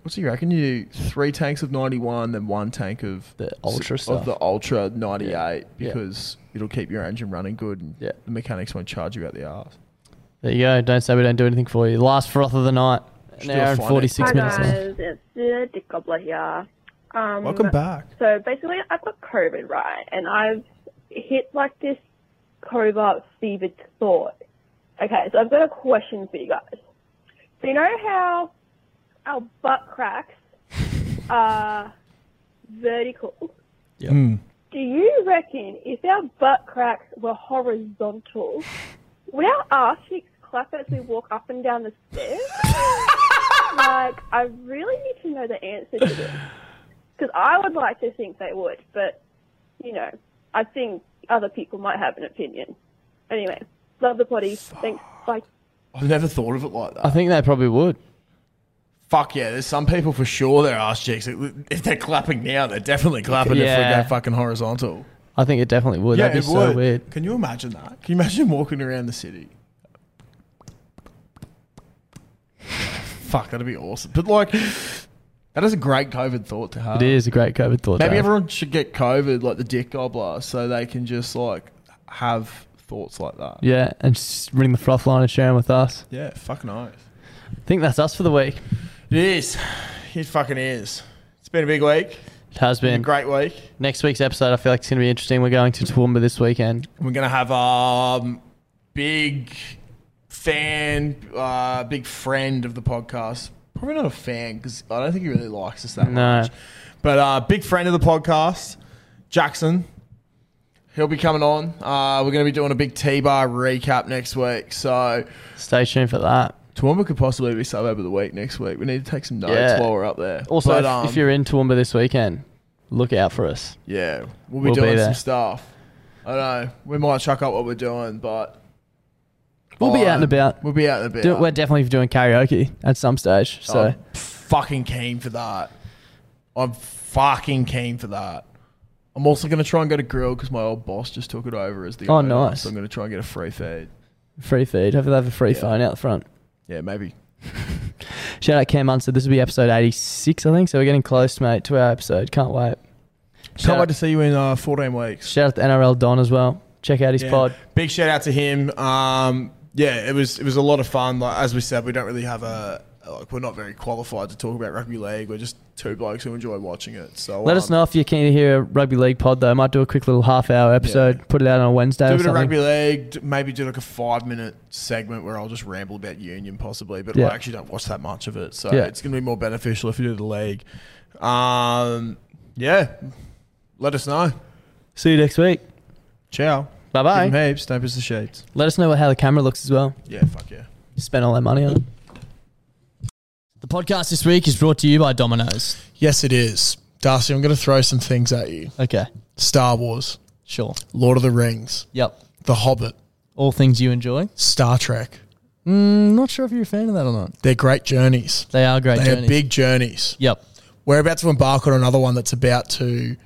What's he reckon? You three tanks of 91, then one tank of the
Ultra
of
stuff.
the Ultra 98
Yeah.
because it'll keep your engine running good and the mechanics won't charge you out the arse.
There you go. Don't say we don't do anything for you. Last froth of the night. An
Still
hour and
fine.
forty six
Hi
minutes. left.
guys, it's the Dick Gobbler here. Um,
Welcome back.
So basically, I've got COVID, right? And I've hit like this covert fevered thought. Okay, so I've got a question for you guys. So you know how our butt cracks are vertical,
Yep. Mm.
do you reckon if our butt cracks were horizontal, would our ass cheeks clap as we walk up and down the stairs? like, I really need to know the answer to this. Because I would like to think they would, but, you know, I think other people might have an opinion. Anyway, love the potty. Thanks. Bye.
I've never thought of it like that.
I think they probably would.
Fuck yeah, there's some people for sure their ass cheeks. If they're clapping now, they're definitely clapping if we
Yeah.
go fucking horizontal.
I think it definitely would.
yeah,
That'd be
it
so
would.
weird.
Can you imagine that? Can you imagine walking around the city? Fuck, that'd be awesome. But like, that is a great COVID thought to have.
It is a great COVID thought.
Maybe
Dave.
everyone should get COVID like the dick gobbler, so they can just like have thoughts like that.
Yeah, and just ring the froth line and share them with us.
Yeah, fucking nice.
I think that's us for the week.
It is. It fucking is. It's been a big week.
It has been.
a great week.
Next week's episode, I feel like it's going to be interesting. We're going to Toowoomba this weekend.
We're gonna have um big fan, uh, big friend of the podcast. Probably not a fan because I don't think he really likes us that
No.
much. But uh, big friend of the podcast, Jackson. He'll be coming on. Uh, we're gonna be doing a big T bar recap next week. So
stay tuned for that.
Toowoomba could possibly be suburb of the week next week. We need to take some notes
Yeah.
while we're up there.
Also,
But,
if,
um,
if you're in Toowoomba this weekend, look out for us.
Yeah, we'll be
We'll be
doing
there.
some stuff. I don't know. We might chuck up what we're doing, but
We'll be out and about.
We'll be out and about.
Do- we're definitely doing karaoke at some stage. So
I'm fucking keen for that. I'm fucking keen for that. I'm also going to try and go to Grill because my old boss just took it over as the
Oh,
owner,
nice.
So I'm going to try and get a free feed.
free feed. Hopefully, they have a free
Oh. Yeah.
phone out the front.
Yeah, maybe.
Shout out Cam Munster. This will be episode 86, I think. So we're getting close, mate, to our episode. Can't wait.
Can't wait to see you in uh, 14 weeks.
Shout out to NRL Don as well. Check out his
Yeah.
pod.
Big shout out to him. Um, yeah, it was it was a lot of fun. Like as we said, we don't really have a like we're not very qualified to talk about rugby league. We're just two blokes who enjoy watching it. So um,
Let us know if you're keen to hear a rugby league pod, though. might do a quick little half hour episode, put it out on a Wednesday
do a
or
bit of
something.
rugby league. d- Maybe do like a five minute segment where I'll just ramble about Union possibly, but
Yeah.
I actually don't watch that much of it, so
Yeah.
it's going to be more beneficial if you do the league. Um, yeah, let us know.
See you next week.
Ciao.
Bye bye.
Give 'em heaps. Don't piss the shades.
Let us know how the camera looks as well.
Yeah, fuck yeah.
Spend all that money on it. The podcast this week is brought to you by Domino's.
Yes, it is. Darcy, I'm going to throw some things at you.
Okay.
Star Wars.
Sure.
Lord of the Rings.
Yep.
The Hobbit.
All things you enjoy.
Star Trek.
Mm, not sure if you're a fan of that or not.
They're great journeys.
They are great
They
journeys.
are big journeys.
Yep.
We're about to embark on another one that's about to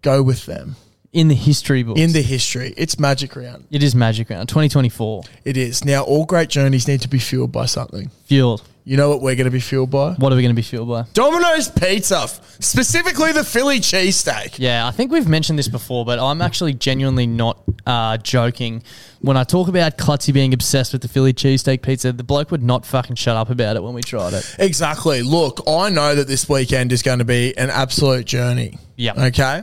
go with them.
In the history books.
In the history. It's Magic Round.
It is Magic Round 2024.
It is. Now, all great journeys need to be fueled by something.
Fueled.
You know what we're going to be fueled by?
What are we going to be fueled by?
Domino's Pizza, f- specifically the Philly cheesesteak.
Yeah, I think we've mentioned this before, but I'm actually genuinely not uh, joking. When I talk about Clutzy being obsessed with the Philly cheesesteak pizza, the bloke would not fucking shut up about it when we tried it.
Exactly. Look, I know that this weekend is going to be an absolute journey.
Yeah.
Okay.